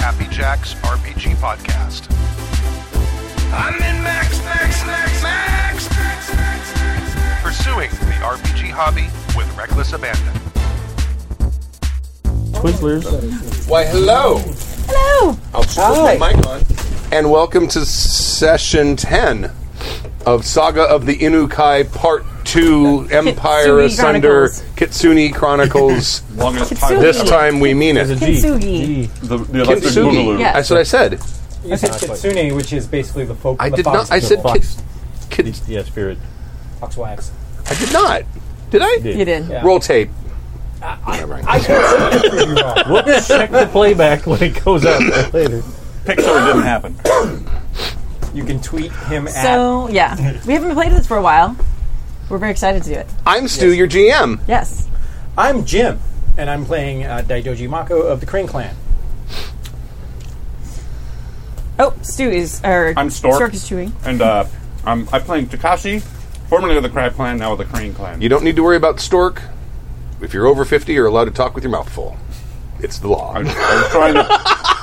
Max RPG Podcast. I'm in Max, Max, Max, Max, Max, Max, Max, Max. Pursuing the RPG hobby with reckless abandon. Twizzlers. Why, hello. Hello. I'll just put my mic on. And welcome to session 10 of Saga of the Inukai Part 2 Empire Kitsune Asunder Chronicles. Kitsune Chronicles. longest time. Kintsugi. this time we mean it. Kintsugi. The, the electric Kintsugi. boogaloo. Yeah. That's what I said. You said kitsune, which is basically the folk. I the did fox not. I said people. kits, kits, Yeah, spirit. foxwives. I did not. Did I? Did. You did. Yeah. Roll tape. We'll check the playback when it goes up later. Pixar didn't happen. You can tweet him at. So yeah, we haven't played this for a while. We're very excited to do it. I'm Stu, your GM. Yes. I'm Jim, and I'm playing uh, Daidoji Mako of the Crane Clan. Oh, Stu is or I'm Stork. Stork is chewing. And uh, I'm I'm playing Takashi, formerly of the Crab Clan, now of the Crane Clan. You don't need to worry about Stork. If you're over 50, you're allowed to talk with your mouth full. It's the law. I was, I was trying to.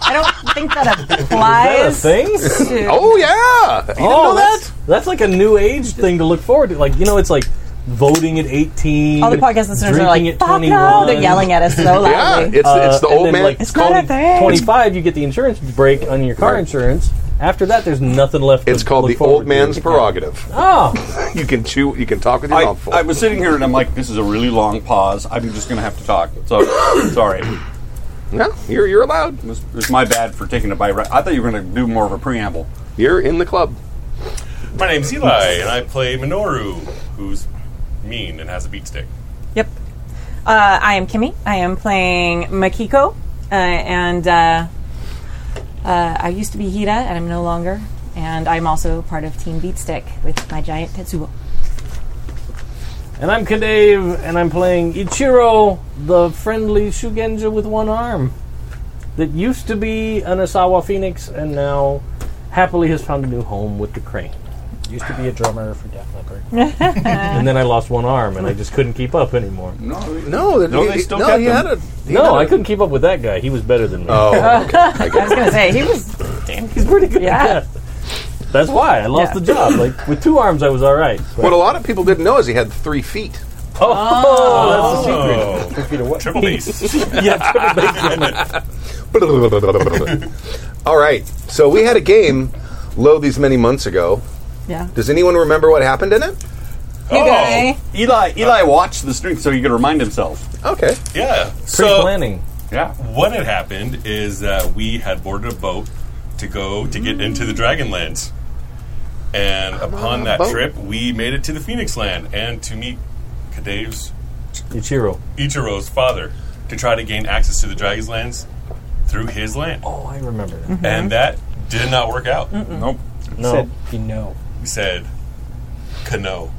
I don't think that applies. Things? to- Oh, yeah. You didn't know that? that's, that's like a new age thing to look forward to. Like you know, it's like voting at eighteen. Oh, All the podcast listeners are drinking like, at "Fuck 21. no!" They're yelling at us so Yeah, loudly. it's, it's the Uh, and old then, man. like, It's not a thing. Twenty-five, you get the insurance break on your car Right. insurance. After that, there's nothing left. It's to called look the old forward man's To. prerogative. Oh, You can chew. You can talk with your I, mouth full. I was sitting here and I'm like, this is a really long pause. I'm just going to have to talk. So sorry. It no, you're you're allowed. was, it was my bad for taking a bite. Right. I thought you were going to do more of a preamble. You're in the club. My name's Eli, and I play Minoru, who's mean and has a beat stick. Yep. Uh, I am Kimmy. I am playing Makiko, uh, and uh, uh, I used to be Hida, and I'm no longer. And I'm also part of Team Beatstick with my giant Tetsuo. and I'm Kadave, and I'm playing Ichiro, the friendly Shugenja with one arm, that used to be an Asawa Phoenix, and now happily has found a new home with the crane. Used to be a drummer for Def Leppard. and then I lost one arm, and I just couldn't keep up anymore. No, No, that- No, he, they still no, kept he them. had a. He No, had I a- couldn't keep up with that guy. He was better than me. Oh, I was going to say he was. He's pretty good. Yeah. at that. That's why I lost Yeah. the job. Like with two arms, I was all right. But- what a lot of people didn't know is he had three feet. oh, that's the secret. Oh, triple bass. Yeah, triple bass drummer. All right, so we had a game, lo these many months ago. Yeah. Does anyone remember what happened in it? Oh. guy. Eli Eli watched the string so he could remind himself. Okay, Yeah. So, pre-planning. Yeah. what had happened is that we had boarded a boat to go to Mm. get into the Dragonlands. And Ah, upon that boat. trip, we made it to the Phoenix Land and to meet Kadeve's Ichiro. Ichiro's father to try to gain access to the Dragon's Lands through his land. Oh, I remember. that. And that did not work out. Nope. No, Said you know. He said, Cano.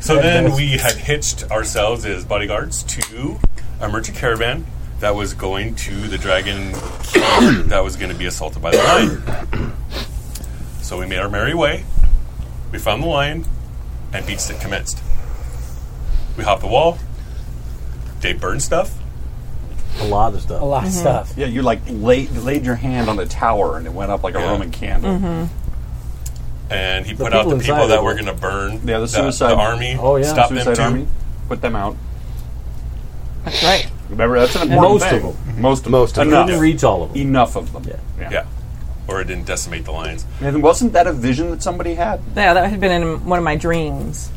so then we had hitched ourselves as bodyguards to a merchant caravan that was going to the dragon king that was going to be assaulted by the lion. So we made our merry way. We found the lion, and beats it commenced. We hopped the wall. They burned stuff. a lot of stuff. A lot of Mm-hmm. stuff. Yeah, you like laid laid your hand on a tower and it went up like a Yeah. Roman candle. Mm-hmm. and he The put out people the people inside that of were it. going to burn Yeah, the the suicide- the army. Oh, yeah, stop Suicide them too. Army, put them out. That's right. Remember, that's an important most thing. of them. Most of Most of them. them. Couldn't reach all of them. Enough of them. Yeah. Yeah, or it didn't decimate the lions. And wasn't that a vision that somebody had? Yeah, that had been in one of my dreams.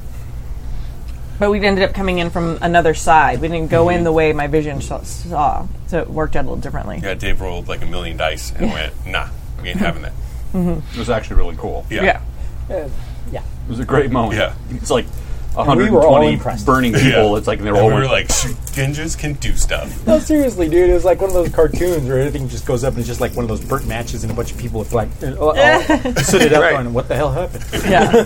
But we ended up coming in from another side. We didn't go in the way my vision saw, saw, so it worked out a little differently. Yeah, Dave rolled like a million dice and went, "Nah, we ain't having that." It was actually really cool. Yeah, Yeah. It was a great moment. Yeah. It's like we were all 120 impressed. burning people. It's like they were And all we were like, "Genjas can do stuff." No, seriously, dude. It was like one of those cartoons where everything just goes up and it's just like one of those burnt matches and a bunch of people with like uh, all suited up Right. on what the hell happened. Yeah.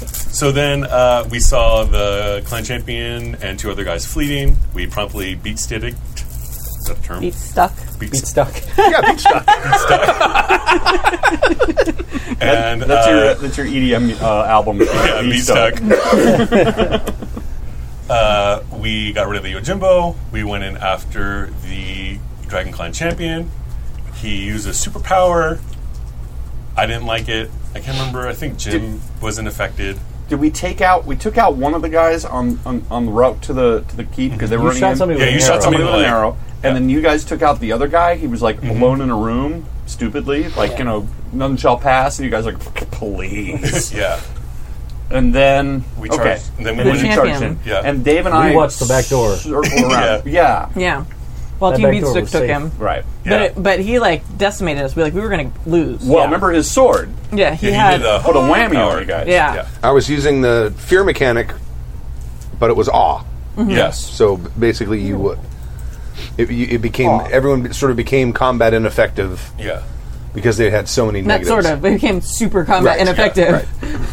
So then uh, we saw the clan champion and two other guys fleeting. We promptly beat Stidic. Is that a term? It's stuck. Beat Beat stuck. yeah, beach stuff. And that's E uh, your that's your EDM uh, album. Yeah, Beat beat Stuck. stuck. Uh, we got rid of the Yojimbo. We went in after the Dragon Clan champion. He used a superpower. I didn't like it. I can't remember. I think Jim wasn't affected. Did we take out? We took out one of the guys on on, on the route to the to the keep because they were You running. shot in. somebody Yeah, with you an shot arrow. somebody somebody with with an an arrow, and then you guys took out the other guy. He was like Mm-hmm. alone in a room, stupidly, like you know, none shall pass. And you guys are like, please. Yeah, and then we okay. charged. And then we And then went in- you Champion. charged him. Yeah. And Dave and I watched the back door. circle around. yeah. Yeah. Well, That Team back door Beatstick was took safe. him. Right. Yeah. But, but he like decimated us. We like we were gonna lose. Well, yeah. remember his sword? Yeah, he Yeah, he had. did a Put a whammy power. on you guys. yeah. yeah. I was using the fear mechanic, but it was awe. Mhm. Yes. So b- basically, you would. Hmm. It, you- it became everyone sort of became combat ineffective Yeah. because they had so many Not negatives. sort of. It became super combat Right, ineffective.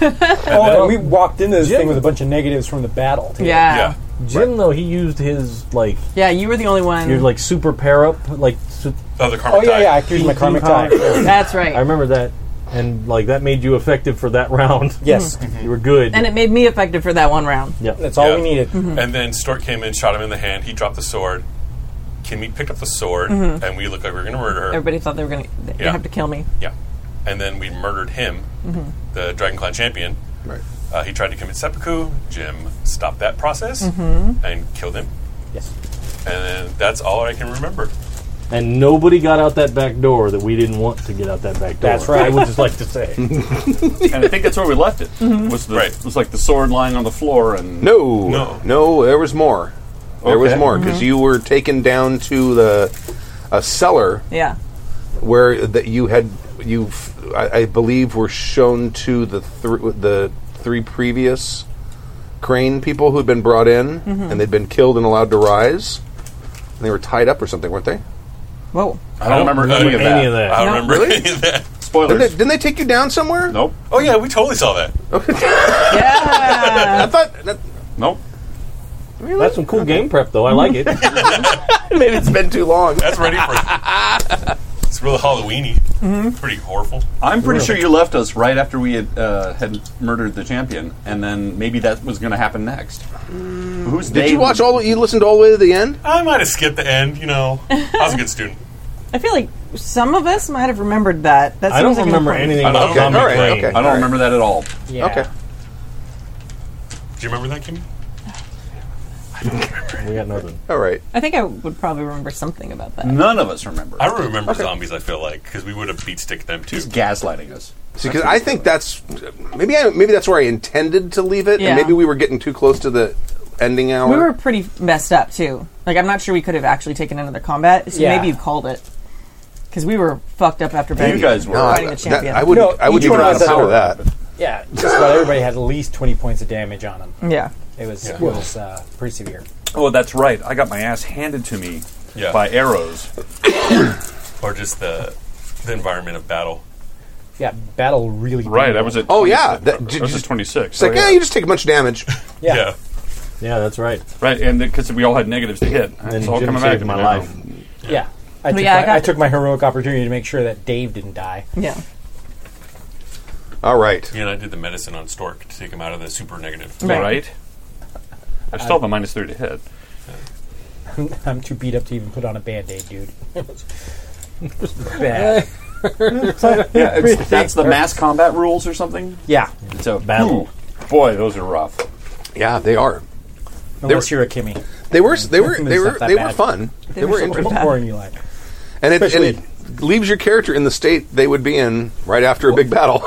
yeah, right. Oh, and we walked into this Jim- thing with a bunch of negatives from the battle. too. Yeah. Yeah. yeah. Jim though he used his like you were the only one. your like super pair up like su- Oh, the karma Oh yeah, tie. yeah. I used my karmic Karmic tie. That's right. I remember that and like that made you effective for that round. Yes, Mm-hmm. you were good. and it made me effective for that one round. yeah. that's all we Yeah. needed. Mm-hmm. And then Stork came in, shot him in the hand. He dropped the sword. Kimmy picked up the sword, Mm-hmm. and we looked like we were going to murder her. Everybody thought they were gonna they Yeah. have to kill me. Yeah. And then we murdered him, the Dragon Clan champion. Mm-hmm. Right. Uh, he tried to commit seppuku. Jim stopped that process Mm-hmm. and killed him. Yes. And then that's all I can remember. And nobody got out that back door that we didn't want to get out that back door. That's right. I would just like to say. and I think that's where we left it. Was the, Right. was like the sword lying on the floor and No, No. no. There was more. There was Okay. more because Mm-hmm. you were taken down to the a cellar Yeah. where that you had you f- I, I believe were shown to the thr the three previous crane people who had been brought in Mm-hmm. and they'd been killed and allowed to rise and they were tied up or something weren't they Whoa. I don't remember any of that. Any of that. I don't No. remember Really? any of that. didn't, they Spoilers. didn't they take you down somewhere Nope. Oh, yeah, we totally saw that. Yeah. i thought that, Nope. That's some cool game prep though. I like it. maybe it's been too long That's ready for It's real Halloweeny. Mm-hmm. Pretty horrible. I'm pretty sure you left us right after we had uh, had murdered the champion, and then maybe that was going to happen next. Who's did you watch all you listened all the way to the end I might have skipped the end, you know. I was a good student. I feel like some of us might have remembered that. That I don't seems like an remember important- anything I don't about know. Comic All right, Lane. okay. I don't remember that at all. Yeah. okay Do you remember that, Kimmy? We got nothing. all right I think I would probably remember something about that. None of us remember. I remember zombies, I feel like, because we would have beat stick them too. He's gaslighting us. See, 'cause I think that's maybe I, maybe that's where I intended to leave it, Yeah. and maybe we were getting too close to the ending hour. We were pretty messed up too. Like I'm not sure we could have actually taken another combat. So Yeah. maybe you called it because we were fucked up after You Betty. guys were. no, I, fighting the that- champion. I wouldn't. No, I would each one not has power that. that. Yeah, just about everybody had at least twenty points of damage on them. Yeah. It was Yeah. it was uh, pretty severe. Oh, that's right. I got my ass handed to me Yeah. by arrows. Or just the, the environment of battle. Yeah, battle really. Right. beat I it. was at. Oh, yeah, that- I did was you- at 26. It's like, Oh, yeah, you just take a bunch of damage. Yeah. yeah. Yeah, that's right. Right, and because we all had negatives to hit, it's all Jim coming back saved to my me now. life. Yeah. I took, yeah, I my, I, got- took my heroic opportunity to make sure that Dave didn't die. Yeah. All right. Yeah, and I did the medicine on Stork to take him out of the super negative. Right. Right. I still have a minus three to hit. I'm too beat up to even put on a band aid, dude. Bad. yeah, That's the mass combat rules or something. yeah. So Battle. boy, those are rough. Yeah, they are. Unless you're a Kimmy, They were. They were. It's They were. not that They were bad. fun. They, were were so interesting, bad. boring you like. and it, and Especially- it leaves your character in the state they would be in right after a big battle.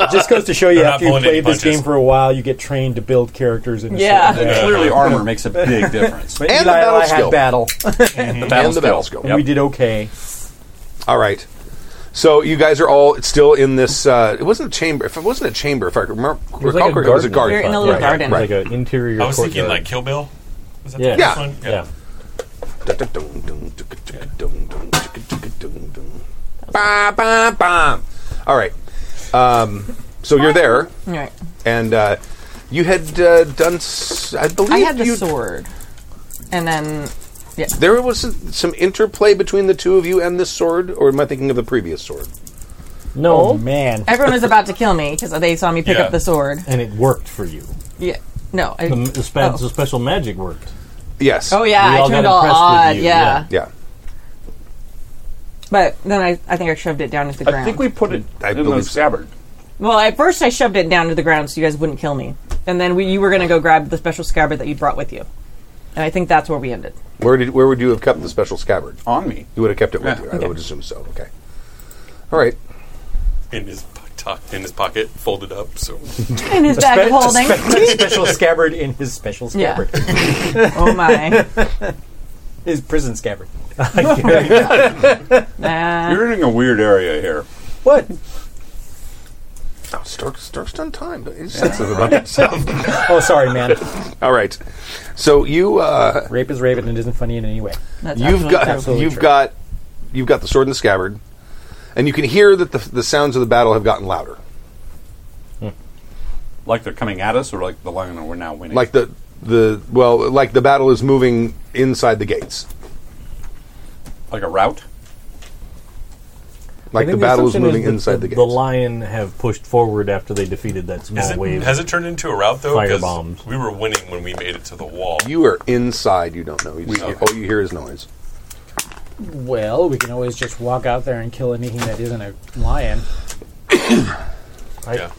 Just goes to show you, They're not after you pulling any played this punches. game for a while, you get trained to build characters. In a Yeah. certain way. Clearly, armor makes a big difference. But And the Eli, battle Eli skill. had battle, and the the battle skill. and we did okay. all right. So you guys are all still in this. Uh, it wasn't a chamber. If it wasn't a chamber, if I remember, was recall like a correctly, it was a garden. garden. You're in a little Yeah, garden. Like an interior I was thinking courtyard. like Kill Bill. Was that Yeah. the Yeah. first one? yeah. Ba, ba, ba. All right. Um, so you're there, All right. and uh, you had uh, done. S- I believe I had the you, sword, and then yeah, There was some interplay between the two of you and this sword, or am I thinking of the previous sword? No, Man, everyone was about to kill me because they saw me pick Yeah. up the sword. and it worked for you. Yeah. No. I, The, m- the, spe- oh. the special magic worked. Yes. oh yeah, We I all turned got all impressed with odd. you, Yeah. yeah. Yeah. yeah, but then I, I think I shoved it down to the I ground. think we put it I in the believe so. scabbard. Well, at first I shoved it down to the ground so you guys wouldn't kill me, and then we, you were going to go grab the special scabbard that you brought with you, and I think that's where we ended. Where did where would you have kept the special scabbard? On me. You would have kept it with Yeah. you. I would assume so. Okay. All right. in his po- tucked in his pocket, folded up. So In his bag of holding. special scabbard in his special Yeah. scabbard. oh my. His prison scabbard. Uh, You're in a weird area here. What? Oh, Stark, Stark's done time. He's sensitive about himself. Oh, sorry, man. All right. So you uh, Rape is rape, and it isn't funny in any way. that's you've absolutely got true. absolutely you've true. got you've got the sword and the scabbard, and you can hear that the the sounds of the battle have gotten louder. Like they're coming at us, or like the lion that we're now winning. Like the the well, like the battle is moving inside the gates. like a route. Like I the think battle is assumption moving that inside the, gates. The lion have pushed forward after they defeated that small is it, wave. has it turned into a route though? 'Cause Firebombs. We were winning when we made it to the wall. you are inside. You don't know. You just, We- All you hear is noise. Well, we can always just walk out there and kill anything that isn't a lion. yeah.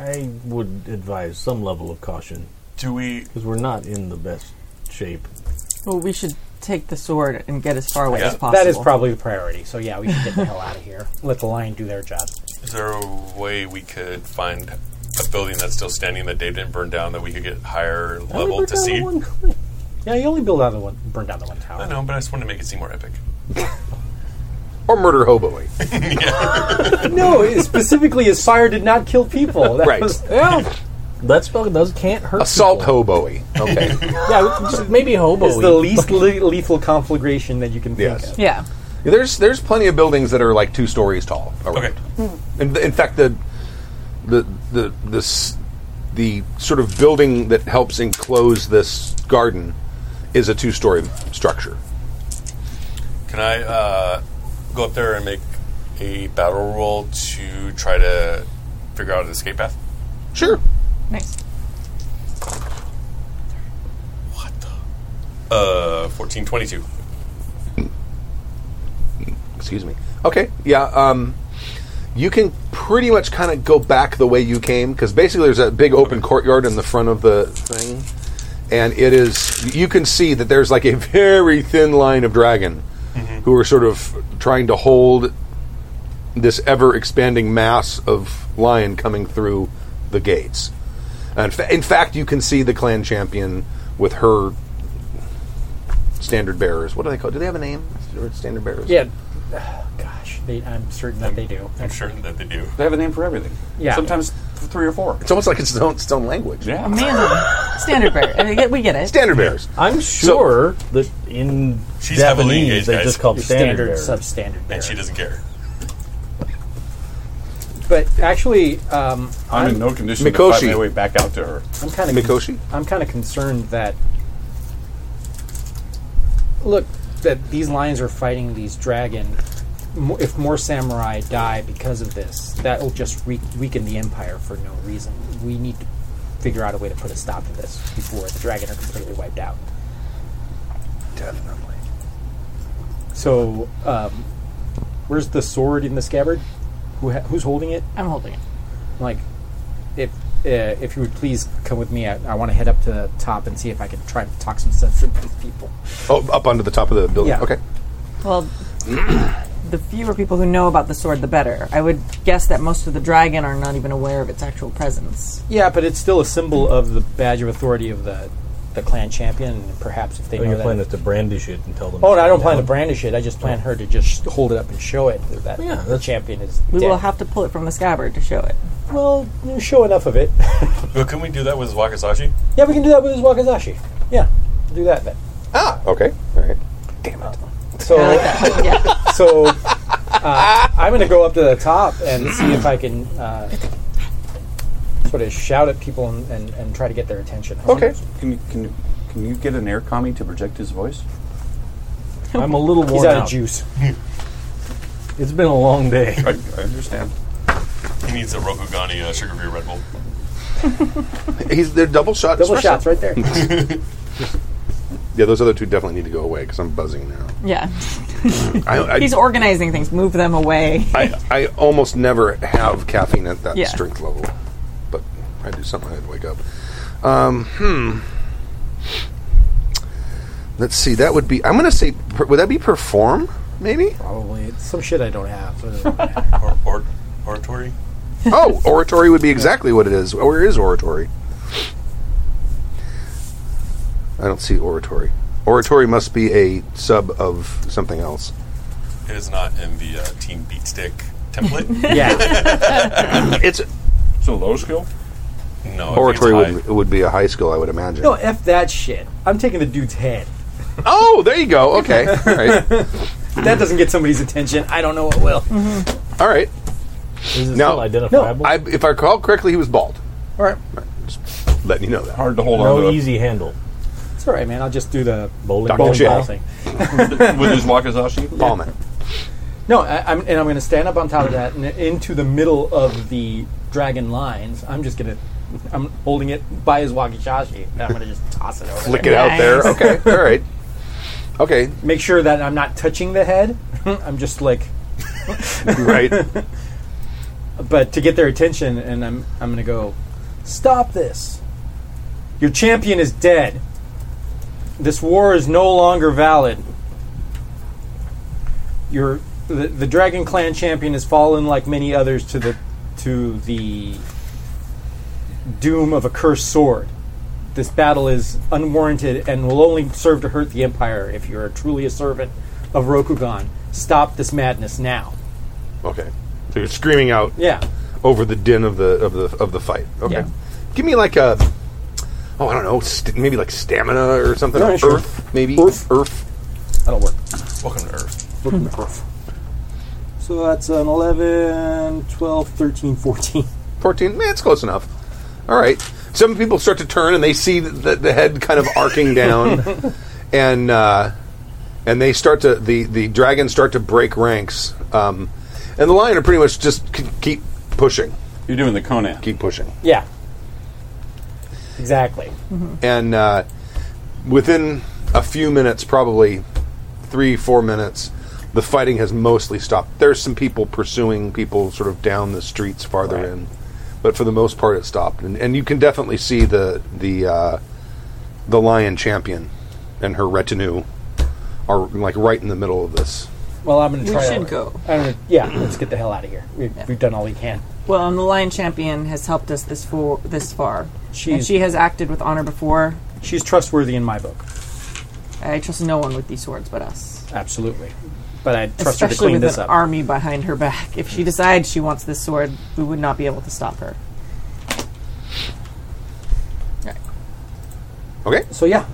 I would advise some level of caution Do we? because we're not in the best shape. Well, we should take the sword and get as far away Yeah. as possible. That is probably the priority. So yeah, we should get the hell out of here. Let the lion do their job. Is there a way we could find a building that's still standing that Dave didn't burn down that we could get higher level to see? Yeah, you only build out the one, burn down the one I tower. know, but I just wanted to make it seem more epic. Or murder hoboing. No, it- specifically, his fire did not kill people. That Right. was- That spell does can't hurt. Assault people. hoboing. Okay. Yeah, just maybe hobo. It's the least le- lethal conflagration that you can think Yes. of. Yeah. There's there's plenty of buildings that are like two stories tall. around. Okay. In, in fact, the the the this the sort of building that helps enclose this garden is a two-story structure. Can I uh, go up there and make a battle roll to try to figure out an escape path? Sure. Nice. Uh, fourteen twenty-two. Excuse me. Okay. Yeah. Um, you can pretty much kind of go back the way you came because basically there's a big open courtyard in the front of the thing, and it is you can see that there's like a very thin line of dragon who are sort of trying to hold this ever expanding mass of lion coming through the gates. And fa- in fact, you can see the clan champion with her standard bearers. What do they call? Do they have a name? Standard bearers. Yeah. Gosh, they, I'm certain that they do. I'm sure that they do. They have a name for everything. Yeah. Sometimes th- three or four. It's almost like it's its own, its own language. Yeah. Amanda, standard bearer. I mean, get- we get it. Standard bearers. I'm sure that in She's heavily Japanese engaged, they guys. just called standard. Standard, bearers. substandard. And she bearer. doesn't care. But actually, um, I'm in no condition to Mikoshi. fight my way back out to her. I'm kind of Mikoshi? I'm kind of concerned that look that these lions are fighting these dragon. Mo- If more samurai die because of this, that will just re- weaken the empire for no reason. We need to figure out a way to put a stop to this before the dragon are completely wiped out. Definitely. So, um, where's the sword in the scabbard? Who ha- who's holding it? I'm holding it. Like, if uh, if you would please come with me, I, I want to head up to the top and see if I can try to talk some sense into these people. Oh, up onto the top of the building. Yeah. Okay. Well, the fewer people who know about the sword, the better. I would guess that most of the dragon are not even aware of its actual presence. Yeah, but it's still a symbol of the badge of authority of the, the clan champion. And perhaps if they So know Oh, you're that. planning to brandish it and tell them. oh, no, I don't down. plan to brandish it. I just plan her to just hold it up and show it that Yeah, the that's- champion is. We dead. will have to pull it from the scabbard to show it. Well, you show enough of it. But can we do that with Wakasashi? yeah, we can do that with Wakazashi. Yeah, do that then. Ah, okay. All right. Damn it. So, yeah. so uh, I'm going to go up to the top and see if I can uh, sort of shout at people and, and, and try to get their attention. Okay. Can you, can, you, can you get an air commie to project his voice? I'm a little He's worn out out. of juice. It's been a long day. I, I understand. He needs a Rokugani uh, sugar free Red Bull. He's they're double shot. Double espresso. shots right there. Yeah, those other two definitely need to go away because I'm buzzing now. Yeah. I, I, He's organizing things. Move them away. I, I almost never have caffeine at that Yeah. strength level, but I do something. I'd wake up. Um, hmm. Let's see. That would be. I'm going to say. Per, would that be perform? Maybe. Probably it's some shit I don't have. so it doesn't matter. Or, or, oratory? Oh, oratory would be exactly what it is. Where is oratory? I don't see oratory. Oratory must be a sub of something else. It is not in the uh, Team Beatstick template. yeah. It's So low skill. no, I think it's oratory high. would, would be a high skill, I would imagine. No, f that shit. I'm taking the dude's head. Oh, there you go. Okay, all right, If that doesn't get somebody's attention, I don't know what will. all right. Is it No. still identifiable? I, if I recall correctly, he was bald. All right, Just letting you know that. Hard to hold no on to easy handle. it's all right, man. I'll just do the Bowling Dr. ball. J. ball thing. with his wakizashi. Ballman. No, I, I'm, and I'm going to stand up on top of that and into the middle of the dragon lines. I'm just going to. I'm holding it by his wakizashi. and I'm going to just toss it over. Flick there. it out there. Okay, all right. Okay, Make sure that I'm not touching the head. I'm just like, right. but to get their attention, and I'm I'm going to go. Stop this! Your champion is dead. This war is no longer valid. Your the, the Dragon Clan champion has fallen like many others to the to the doom of a cursed sword. This battle is unwarranted and will only serve to hurt the Empire if you are truly a servant of Rokugan. Stop this madness now. Okay. So you're screaming out Yeah. over the din of the of the of the fight. Okay. Yeah. Give me like a oh I don't know st- maybe like stamina or something. Yeah, Or sure. Earth maybe. Earth. Earth. That'll work. Welcome to Earth. So that's an 11, 12, 13, 14. Fourteen. Man, it's close enough. All right. Some people start to turn and they see the, the head kind of arcing down, and uh, and they start to the the dragons start to break ranks, um, and the lion are pretty much just c- keep pushing, You're doing the Conan. keep pushing. Yeah. Exactly. and uh, within a few minutes, probably three, four minutes, the fighting has mostly stopped. There's some people pursuing people sort of down the streets farther in, but for the most part, it stopped. And, and you can definitely see the the uh, the lion champion and her retinue are like right in the middle of this. Well, I'm going to We try should to- go. I'm gonna, yeah, let's get the hell out of here. We've, we've done all we can. Well, and the Lion Champion has helped us this for this far. and She's- she has acted with honor before. She's trustworthy in my book. I trust no one with these swords but us. Absolutely. But I trust her to Especially clean with this an up. army behind her back. If she decides she wants this sword, we would not be able to stop her. Okay, so, yeah.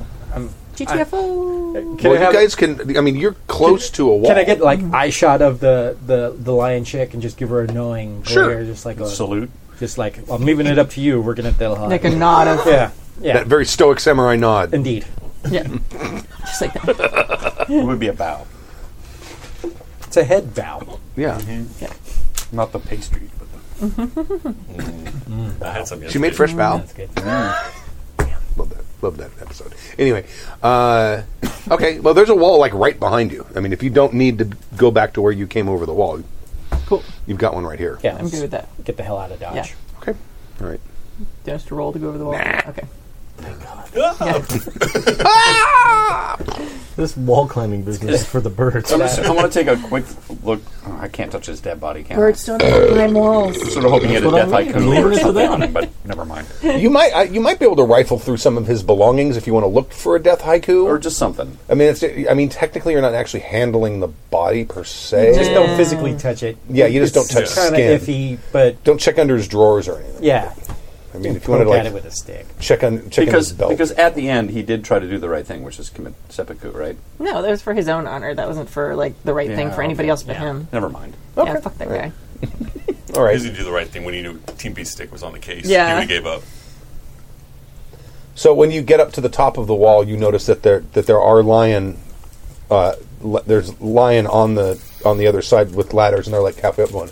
GTFO! Can, well, I have, you guys can. I mean, you're close to a wall. can I get, Mm-hmm. like, eye shot of the, the, the lion chick and just give her a knowing Sure. glare, Just like, a, Salute. just like, I'm leaving it up to you. We're going to tell her. like a nod of. yeah. Yeah. that very stoic samurai nod? Indeed. Yeah. Just like that. It would be a bow, It's a head bow. yeah, not the pastry. But the I had some she made yesterday. fresh bow. That's good. Love that. Love that episode. Anyway, uh, okay. Well, there's a wall like right behind you. I mean, if you don't need to go back to where you came over the wall, Cool. you've got one right here. Yeah. I'm good with that. Get the hell out of Dodge. Yeah. Okay. All right. Do I have to roll to go over the wall? Okay. This wall climbing business for the birds. I'm, just, I want to take a quick look. Oh, I can't touch his dead body. Can I? don't have high morals. Sort of hoping he had a what death I'm haiku leaving or it to something them. on him, but never mind. You might uh, you might be able to rifle through some of his belongings if you want to look for a death haiku. Or just something. I mean, it's, I mean, technically, you're not actually handling the body per se. Just don't physically touch it. Yeah, you just don't touch kind skin. of iffy, but Don't check under his drawers or anything. yeah. I mean, if you Poke want to at it like with a stick. check on check on his Because belt. because at the end he did try to do the right thing, which is commit seppuku, right? No, that was for his own honor. That wasn't for, like, the right thing Yeah, for anybody okay. else but him. Never mind. Yeah, fuck that guy. All He right. didn't do the right thing when he knew Team Beatstick was on the case. Yeah. He would have gave up. So when you get up to the top of the wall, you notice that there that there are lion, uh, l- there's lion on the on the other side with ladders, and they're like halfway up going,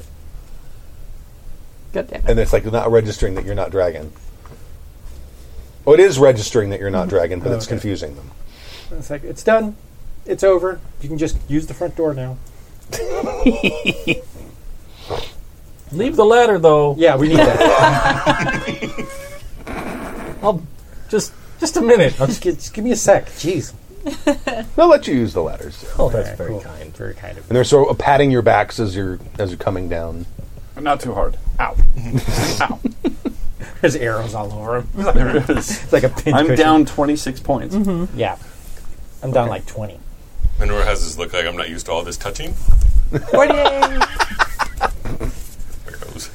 God damn it. and it's like not registering that you're not dragon. Oh, it is registering that you're not dragon, but it's confusing them. It's like it's done, it's over. You can just use the front door now. Leave the ladder though. Yeah, we need that. I'll just just a minute. just, gi- just give me a sec. Jeez. They'll let you use the ladders, yeah. Oh, that's Alright, very cool. kind. Very kind of. and they're sort of patting your backs as you're as you're coming down. But not too hard. Ow. Ow. There's arrows all over him. There it is. It's like a pinch. I'm cushion. down 26 points. Mm-hmm. Yeah, I'm down like twenty. Manure has this look like I'm not used to all this touching. There it goes.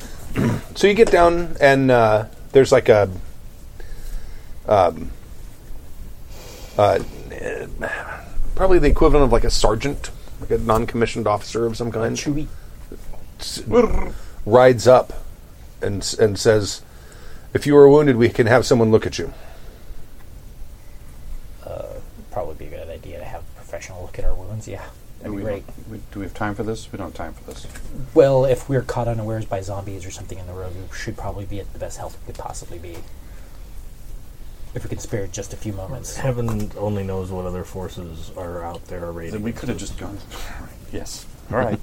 So you get down, and uh, there's like a. Um, uh, eh, probably the equivalent of like a sergeant, like a non commissioned officer of some kind. Chewy. rides up and s- and says, "If you are wounded, we can have someone look at you." Probably be a good idea to have a professional look at our wounds. Yeah, that'd Do be we, great. we- do we have time for this? We don't have time for this. Well, if we're caught unawares by zombies or something in the road, we should probably be at the best health we could possibly be. If we could spare just a few moments. Heaven only knows what other forces are out there Then raiding. we could have just gone. Yes. All right.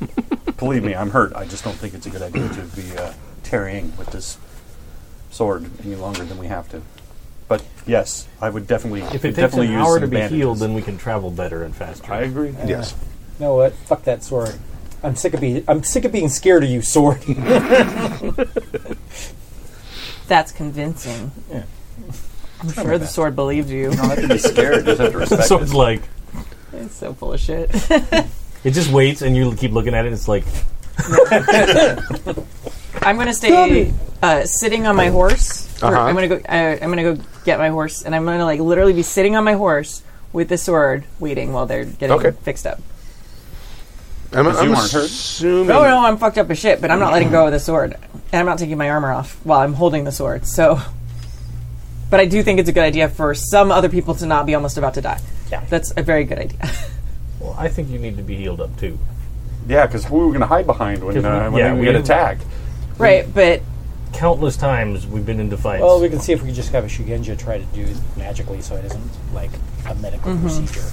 Believe me, I'm hurt. I just don't think it's a good idea to be uh, tarrying with this sword any longer than we have to. But yes, I would definitely. If it takes definitely an use hour some to be bandages. healed, then we can travel better and faster. I agree. yes, You know what? Fuck that sword. I'm sick of being I'm sick of being scared of you, sword. That's convincing. I'm sure the sword believed you. I have to be scared. Just have to respect so it. it's like it's so full of shit. it just waits, and you keep looking at it. and It's like I'm gonna stay uh, sitting on my horse. Or Uh-huh. I'm gonna go. Uh, I'm gonna go get my horse, and I'm gonna like literally be sitting on my horse with the sword, waiting while they're getting Okay. fixed up. I'm, Because you I'm aren't hurt. assuming. No, no, I'm fucked up as shit, but I'm not letting go of the sword, and I'm not taking my armor off while I'm holding the sword. So, but I do think it's a good idea for some other people to not be almost about to die. Yeah. that's a very good idea. Well, I think you need to be healed up too. Yeah, because who are we going to hide behind when, 'Cause uh, we- when yeah, we, we- get attacked? right, but Countless times we've been into fights. well, we can see if we can just have a Shugenja try to do it magically so it isn't like a medical procedure.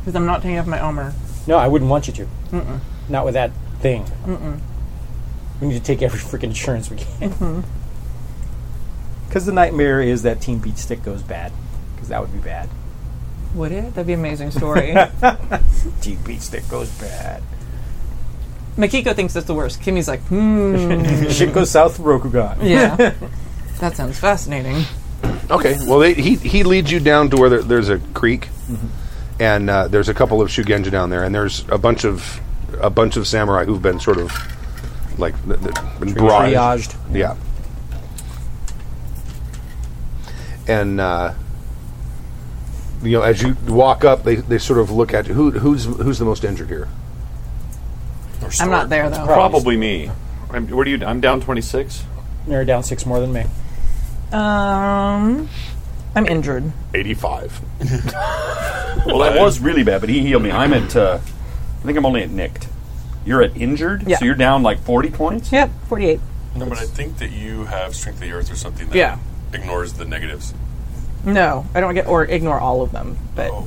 because I'm not taking off my armor. No, I wouldn't want you to. Mm-mm. Not with that thing. Mm-mm. Mm-hmm. We need to take every freaking insurance we can. Because the nightmare is that Team Beat Stick goes bad. Because that would be bad. Would it? That'd be an amazing story. Team Beat Stick goes bad. Makiko thinks that's the worst. Kimmy's like, hmm, Shit goes south for Rokugan. yeah, that sounds fascinating. Okay, well they, he he leads you down to where there, there's a creek, Mm-hmm. and uh, there's a couple of shugenja down there, and there's a bunch of a bunch of samurai who've been sort of like th- th- been brought. Triaged. Yeah. And uh, you know, as you walk up, they, they sort of look at you. Who, who's who's the most injured here? Or I'm sword. not there though. Probably me. I'm, what are you? I'm down 26. You're down six more than me. Um, I'm injured. Eighty five. Well, that was really bad, but he healed me. I'm at. Uh, I think I'm only at nicked. You're at injured, Yeah. so you're down like 40 points. Yep, 48. No, but I think that you have strength of the earth or something that Yeah. ignores the negatives. No, I don't get or ignore all of them, but Oh,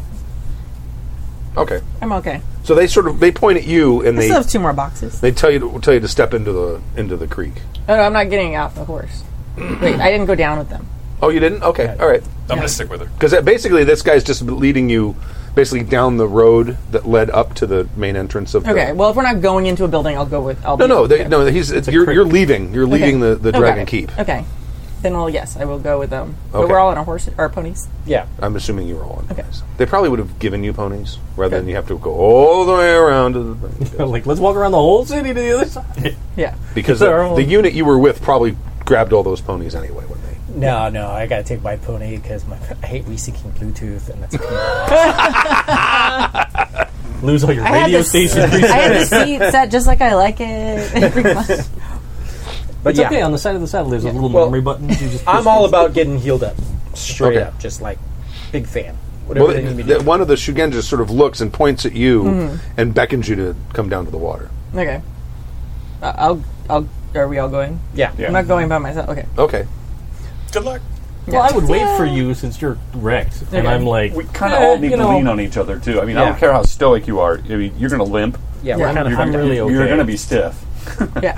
Okay. I'm okay. So they sort of they point at you and I they still have two more boxes. they tell you to, tell you to step into the into the creek. No, no, I'm not getting off the horse. Wait, I didn't go down with them. Oh, you didn't? Okay, all right. I'm going to stick with her. Because basically, this guy's just leading you basically down the road that led up to the main entrance of. Okay, The, well, if we're not going into a building, I'll go with. I'll no, be no, they, there. no. He's it's, you're, creek. you're leaving. You're Okay. leaving the, the No, got dragon it. keep. Okay, then well, yes, I will go with them. But Okay. we're all on our horses or ponies. Yeah. I'm assuming you were all on. Okay. ponies. They probably would have given you ponies rather than you have to go all the way around to the like let's walk around the whole city to the other side. Yeah, because They're the, all- the unit you were with probably grabbed all those ponies anyway, wouldn't they? No, no, I gotta take my pony because I hate reseeking Bluetooth, and that's a pain in the ass. Lose all your had radio this- stations. I have the seat set just like I like it. But It's yeah, okay. On the side of the saddle, there's a little Well, memory button. You just I'm all about getting healed up, straight Okay. up, just like big fan. Whatever Well, they the- need me to the- do. one of the shugenjas sort of looks and points at you Mm-hmm. and beckons you to come down to the water. okay, I- I'll. I'll. Are we all going? Yeah, Yeah. I'm not going by myself. Okay. Okay. Good luck. Well, I would wait for you since you're wrecked, and I'm like, We kind of eh, all need you to know, lean on each other too. I mean, I Yeah. don't care how stoic you are. I mean, you're going to limp. Yeah, I'm, we're I'm really okay. You're going to be stiff. Yeah.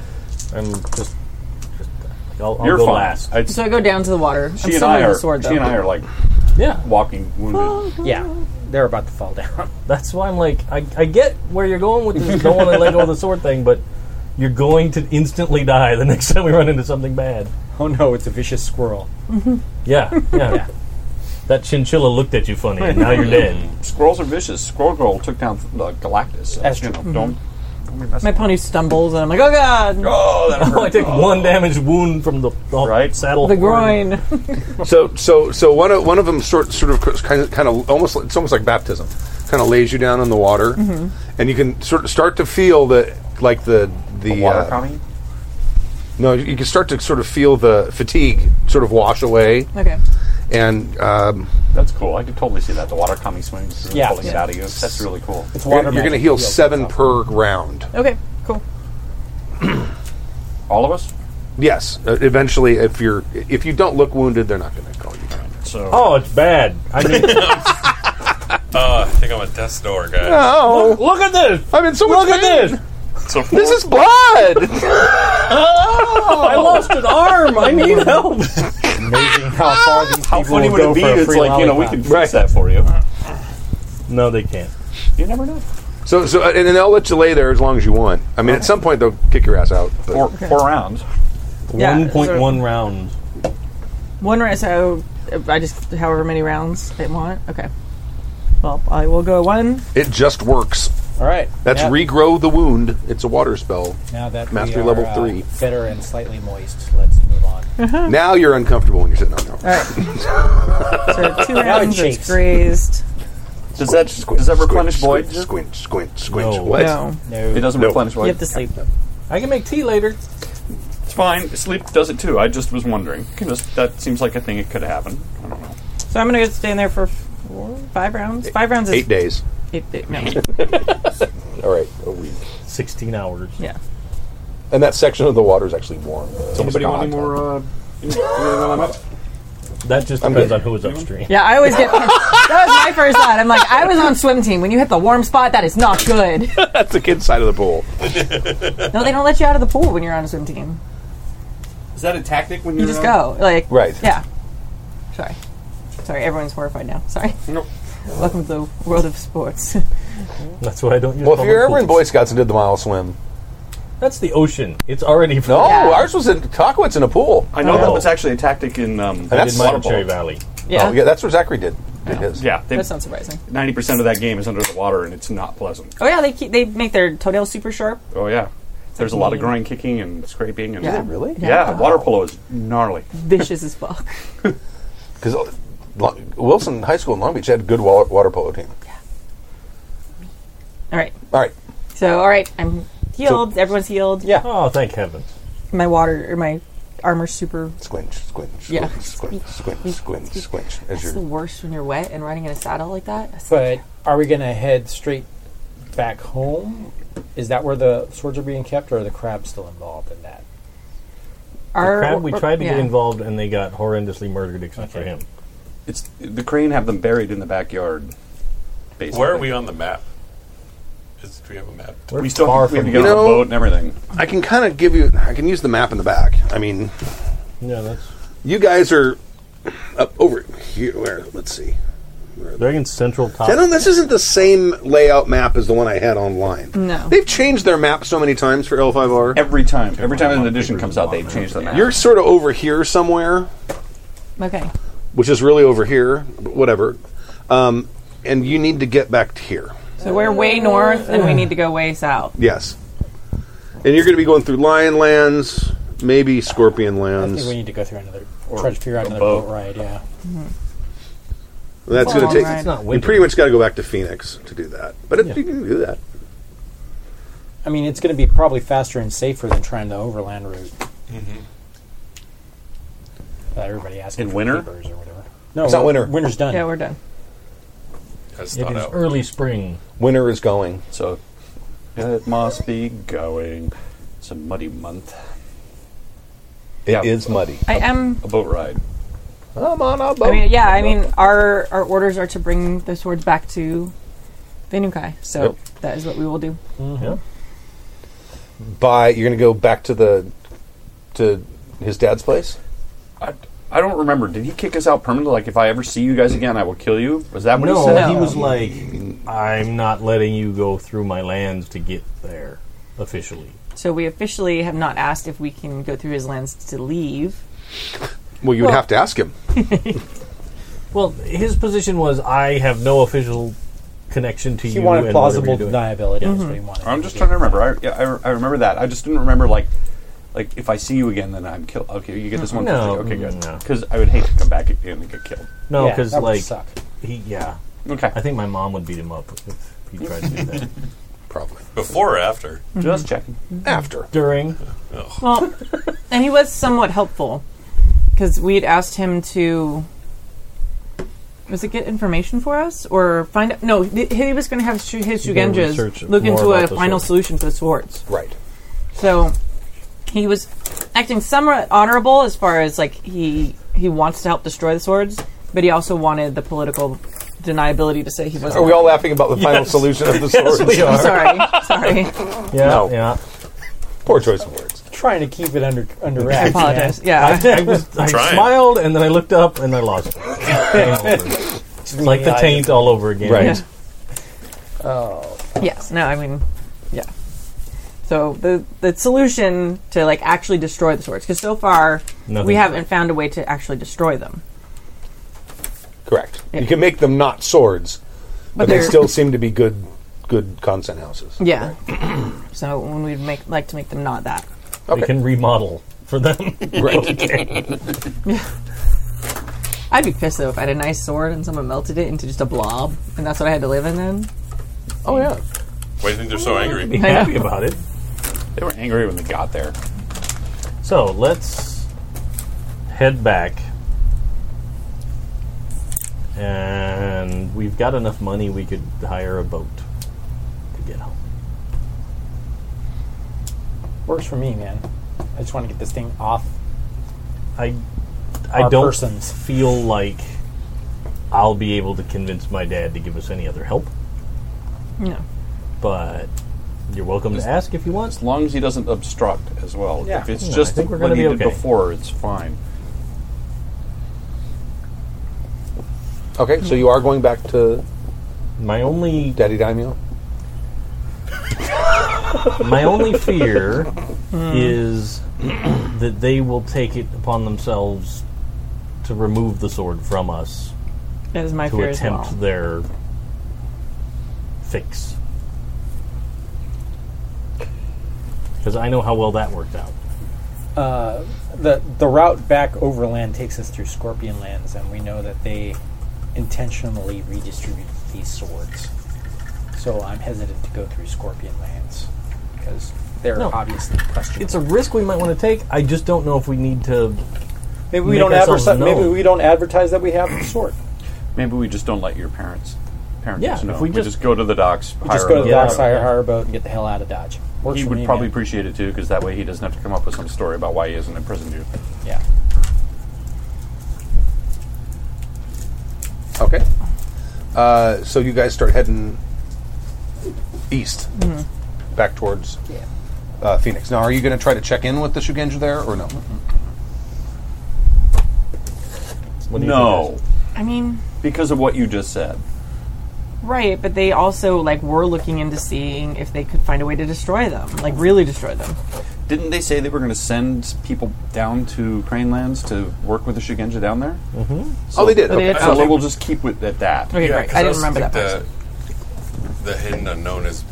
I'm just. just uh, I'll, I'll You're go fine. last. It's- So I go down to the water. I'm she and still I holding are. the sword, though. she and I are like Yeah, walking wounded. yeah, they're about to fall down. that's why I'm like, I, I get where you're going with this. Don't want to let go of the sword thing, but you're going to instantly die the next time we run into something bad. Oh no, it's a vicious squirrel. Yeah, yeah. That chinchilla looked at you funny, and now you're dead. Squirrels are vicious. Squirrel girl took down uh, Galactus. That's You true. Mm-hmm. know, Don't. My pony stumbles, and I'm like, oh god, Oh, that I hurt. take one damage wound from the, the Right. saddle. the groin. So so so one of one of them sort sort of kind of kind of almost it's almost like baptism, kind of lays you down in the water, Mm-hmm. and you can sort of start to feel that like the the, Water uh, coming. no you can start to sort of feel the fatigue sort of wash away, Okay. and um, That's cool. I could totally see that. The water coming swimming through, Yeah. pulling it out of you. That's really cool. It's you're, water. you're going to magic. heal Yeah, seven it's per round. Okay. Cool. All of us. Yes, uh, eventually if you're if you don't look wounded, they're not going to call you. So Oh, it's bad. I mean, Uh, I think I'm a Death Door guy. Oh, look at this. I'm in so much Look at this. So This is blood. I lost an arm. I need help. Amazing how far these people Ah! how funny will go would it be? for a It's free like you know we lollipop. Uh-huh. can Right. fix that for you. No, they can't. You never know. so so uh, and then they'll let you lay there as long as you want. I mean, at some point they'll kick your ass out. But. Four, four rounds. Yeah, One point sort one of- round. One round. So uh, I just however many rounds I want. Okay. Well, I will go one. It just works. All right, That's now, regrow the wound. It's a water spell. now that mastery we are, level uh, three. Better and slightly moist. Let's move on. Now you're uncomfortable when you're sitting on there. So two Now it rounds. It's shakes. grazed. Does that does that replenish squint, void? Squint, squint, squint. No. What? No, No, It doesn't No. replenish void. you have to sleep. I can make tea later. It's fine. Sleep does it too. I just was wondering. Can this- that seems like a thing. It could happen. I don't know. So I'm gonna go stand there for four, five rounds. Five rounds is Eight days. Eight, eight, no. All right, a week. Sixteen hours. Yeah. And that section of the water is actually warm. It's almost like a hot tub. Uh, while I'm up? That just I'm depends good. on who is upstream. Yeah, I always get. that was my first thought. I'm like, I was on swim team. When you hit the warm spot, that is not good. That's the kid's side of the pool. No, they don't let you out of the pool when you're on a swim team. Is that a tactic when You just go. Like, Right. Yeah. Sorry. Sorry, everyone's horrified now. Sorry. Nope. Welcome to the world of sports. That's why I don't use. Well, if public you're ever in pools. Boy Scouts and did the mile swim, that's the ocean. It's already no, Yeah. ours was in Cockwood's in a pool. I know Oh. that was actually a tactic in. Um, I That's did water mine in Cherry polo. Valley. Yeah. Oh, yeah, that's where Zachary did, did his. Yeah, That's not surprising. ninety percent of that game is under the water, and it's not pleasant. Oh yeah, they keep, they make their toenails super sharp. Oh yeah, there's a lot of groin kicking and scraping, and Yeah. yeah, Is it really? water polo is gnarly. Vicious as fuck. Because uh, Wilson High School in Long Beach had a good wa- water polo team. All right. All right. So all right, I'm healed. Everyone's healed. Yeah. Oh, thank heavens! My water or my armor's super. Squinch, squinch, Yeah. squinch, squinch, squinch, squinch, squinch. It's the worst when you're wet and riding in a saddle like that. That's- But are we going to head straight back home? Is that where the swords are being kept, or are the crabs still involved in that? our, Crab, we tried to get yeah. involved, and they got horrendously murdered, except for Okay. him. It's the crane have them buried in the backyard. Basically. where are we on the map? Is, do we have a map? We still far we have from to get on You a know- boat and everything. I can kind of give you. I can use the map in the back. I mean, Yeah, that's you guys are up over here. Where? Let's see. they're in Central Top. I don't, this isn't the same layout map as the one I had online. No. They've changed their map so many times for L5R. Every time, every time an edition comes out, they change the map. You're sort of over here somewhere, Okay. which is really over here, but whatever. Um, and you need to get back to here. So we're way north and we need to go way south. Yes. And you're going to be going through Lion Lands, maybe Scorpion I think Lands. we need to go through another, try to figure out a another boat. boat ride. Yeah. That's going Long to take. ride. It's not you winter. pretty much got to go back to Phoenix to do that. But it, Yeah. you can do that. I mean, it's going to be probably faster and safer than trying the overland route. Mm-hmm. Uh, everybody asking In for winter? papers or whatever. No, It's not winter. Winter's done. Yeah, we're done. Has It thought is out. early spring. Winter is going. So it must be going. It's a muddy month. It is Yeah. muddy. I am A boat ride. I'm on a boat. I mean, yeah, I mean, our our orders are to bring the swords back to the Nukai, so Yep. that is what we will do. By you're going to go back to the to his dad's place. I, I don't remember. Did he kick us out permanently? Like, if I ever see you guys again, I will kill you? Was that what he No, said? he was like, I'm not letting you go through my lands to get there officially. So we officially have not asked if we can go through his lands to leave. Well, you would Well- have to ask him. Well, his position was, I have no official connection to He you. wanted and whatever plausible you're doing." deniability. Mm-hmm. Is what he wanted. I'm just trying to remember. I, yeah, I, re- I remember that. I just didn't remember like like if I see you again, then I'm killed. Okay, you get this one. No, first, okay, good. no. Because I would hate to come back and and get killed. No, Yeah, because that would like suck. he, yeah, Okay, I think my mom would beat him up if he tried to do that. Probably Before or after? just checking. after. During, Well, and he was somewhat helpful because we had asked him to. Was it get information for us or find out? No, th- he was going to have shu- his He's gonna research Shugenjas look more into about a the final swords. solution for the swords. Right. So he was acting somewhat honorable as far as like he he wants to help destroy the swords, but he also wanted the political deniability to say he wasn't. Are we all laughing about the final solution of the swords? we are. sorry, sorry. yeah, No. yeah. Poor choice of words. trying to keep it under under wraps. I apologize. Yeah. I, was, I Trying. smiled and then I looked up and I lost. it. it's like the taint all over again. Right. Yes. No. I mean, yeah. So the the solution to like actually destroy the swords, because so far we Nothing. haven't found a way to actually destroy them. Correct. Yeah. You can make them not swords, but, they they're- still seem to be good good consent houses. Yeah. so when we'd make like to make them not that. We can remodel for them. Right. I'd be pissed though if I had a nice sword and someone melted it into just a blob, and that's what I had to live in then. oh yeah. Why do you think they're so Be angry? happy about it. They were angry when they got there. So let's head back. And we've got enough money we could hire a boat to get home. Works for me, man. I just want to get this thing off. I I Our don't persons. feel like I'll be able to convince my dad to give us any other help, No. but you're welcome to ask if you want. As long as he doesn't obstruct as well. Yeah. If it's No, I just think we're what gonna he be did okay. before, it's fine. Okay, so you are going back to My only Daddy Daimyo? my only fear is that they will take it upon themselves to remove the sword from us That is my to fear as attempt well. their fix. Because I know how well that worked out. the The route back overland takes us through Scorpion Lands, and we know that they intentionally redistributed these swords. So I'm hesitant to go through Scorpion Lands because they're No. obviously questionable. It's a risk we might want to take. I just don't know if we need to maybe we make don't ourselves advertise. Maybe known. we don't advertise that we have the sword. Maybe we just don't let your parents parents Yeah, know. if we just- go to the docks. Hire Just go to a the boat. docks, hire, yeah. hire a boat, and get the hell out of Dodge. Works He for would me, probably man. appreciate it too, because that way he doesn't have to come up with some story about why he hasn't imprisoned you. yeah. Okay. Uh, so you guys start heading east, back towards uh, Phoenix. Now, are you going to try to check in with the Shugenja there, or no? What do you No, I mean, because of what you just said. right? But they also like were looking into seeing if they could find a way to destroy them, like really destroy them. Didn't they say they were going to send people down to Crane Lands to work with the Shugenja down there? Mm-hmm. So, Oh, they did. Oh, they Okay. did? So Okay. we'll just keep it at that. Okay, right. 'cause I didn't also remember that. think part. The, the hidden unknown is